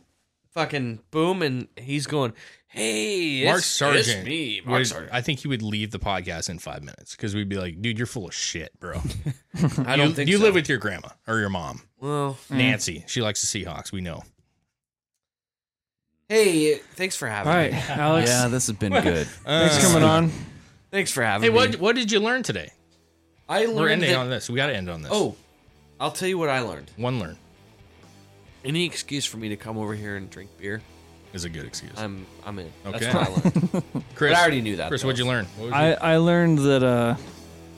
Speaker 5: fucking boom, and he's going, "Hey,
Speaker 2: Mark
Speaker 5: it's,
Speaker 2: Sargent.
Speaker 5: it's me, Mark
Speaker 2: would-
Speaker 5: Sargent."
Speaker 2: I think he would leave the podcast in five minutes because we'd be like, "Dude, you're full of shit, bro. you,
Speaker 5: I don't think
Speaker 2: you
Speaker 5: so. Mm.
Speaker 2: live with your grandma or your mom,
Speaker 5: Well,
Speaker 2: Nancy. She likes the Seahawks. We know.
Speaker 5: hey, thanks for having
Speaker 7: All right,
Speaker 5: me.
Speaker 7: Alex.
Speaker 4: Yeah, this has been good.
Speaker 5: Uh,
Speaker 7: Thanks for coming on.
Speaker 5: Thanks for having
Speaker 2: Hey,
Speaker 5: me.
Speaker 2: what what did you learn today?
Speaker 5: I
Speaker 2: We're
Speaker 5: learned
Speaker 2: ending
Speaker 5: that-
Speaker 2: on this. We got to end on this.
Speaker 5: Oh, I'll tell you what I learned.
Speaker 2: one learn
Speaker 5: Any excuse for me to come over here and drink beer,
Speaker 2: is a good excuse.
Speaker 5: I'm I'm in.
Speaker 2: Okay.
Speaker 5: That's what I learned.
Speaker 2: Chris,
Speaker 5: Uh, but I already knew that,
Speaker 2: Chris,
Speaker 5: though.
Speaker 2: what'd you learn? What was
Speaker 7: I, I learned that uh,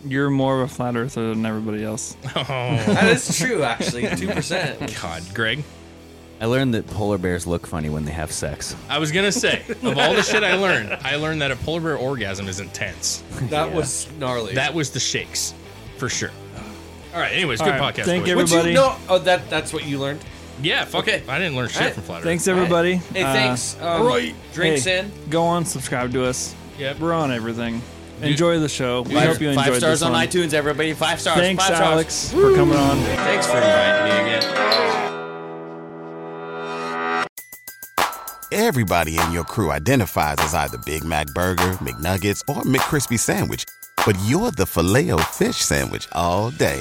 Speaker 7: you're more of a flat earther than everybody else.
Speaker 2: your-
Speaker 5: that is true, actually. Two percent.
Speaker 2: oh God, Greg.
Speaker 4: I learned that polar bears look funny when they have sex.
Speaker 2: I was gonna say of all the shit I learned, I learned that a polar bear orgasm is intense.
Speaker 5: That was gnarly.
Speaker 2: That was the shakes, for sure. All right. Anyways,
Speaker 7: All
Speaker 2: good
Speaker 7: right,
Speaker 2: podcast.
Speaker 7: thank
Speaker 2: boys.
Speaker 7: every-
Speaker 5: Would you
Speaker 7: Everybody-
Speaker 5: know? Oh, that that's what you learned.
Speaker 2: Yeah. Fuck
Speaker 5: Okay.
Speaker 2: it. I didn't learn shit
Speaker 5: All right.
Speaker 2: from Flat Earth.
Speaker 7: Thanks everybody.
Speaker 5: Hey,
Speaker 7: Uh,
Speaker 5: thanks. Um,
Speaker 2: right.
Speaker 5: Drinks
Speaker 7: hey,
Speaker 5: in.
Speaker 7: Go on, subscribe to us.
Speaker 2: Yep.
Speaker 7: We're on everything. Enjoy the show. We hope you enjoyed
Speaker 4: Five stars
Speaker 7: this
Speaker 4: on
Speaker 7: one.
Speaker 4: iTunes, everybody. Five stars.
Speaker 7: Thanks,
Speaker 4: five stars.
Speaker 7: Alex, for coming on.
Speaker 5: Thanks for inviting me again.
Speaker 8: Everybody in your crew identifies as either Big Mac Burger, McNuggets, or McCrispy Sandwich. But you're the filet fish Sandwich all day.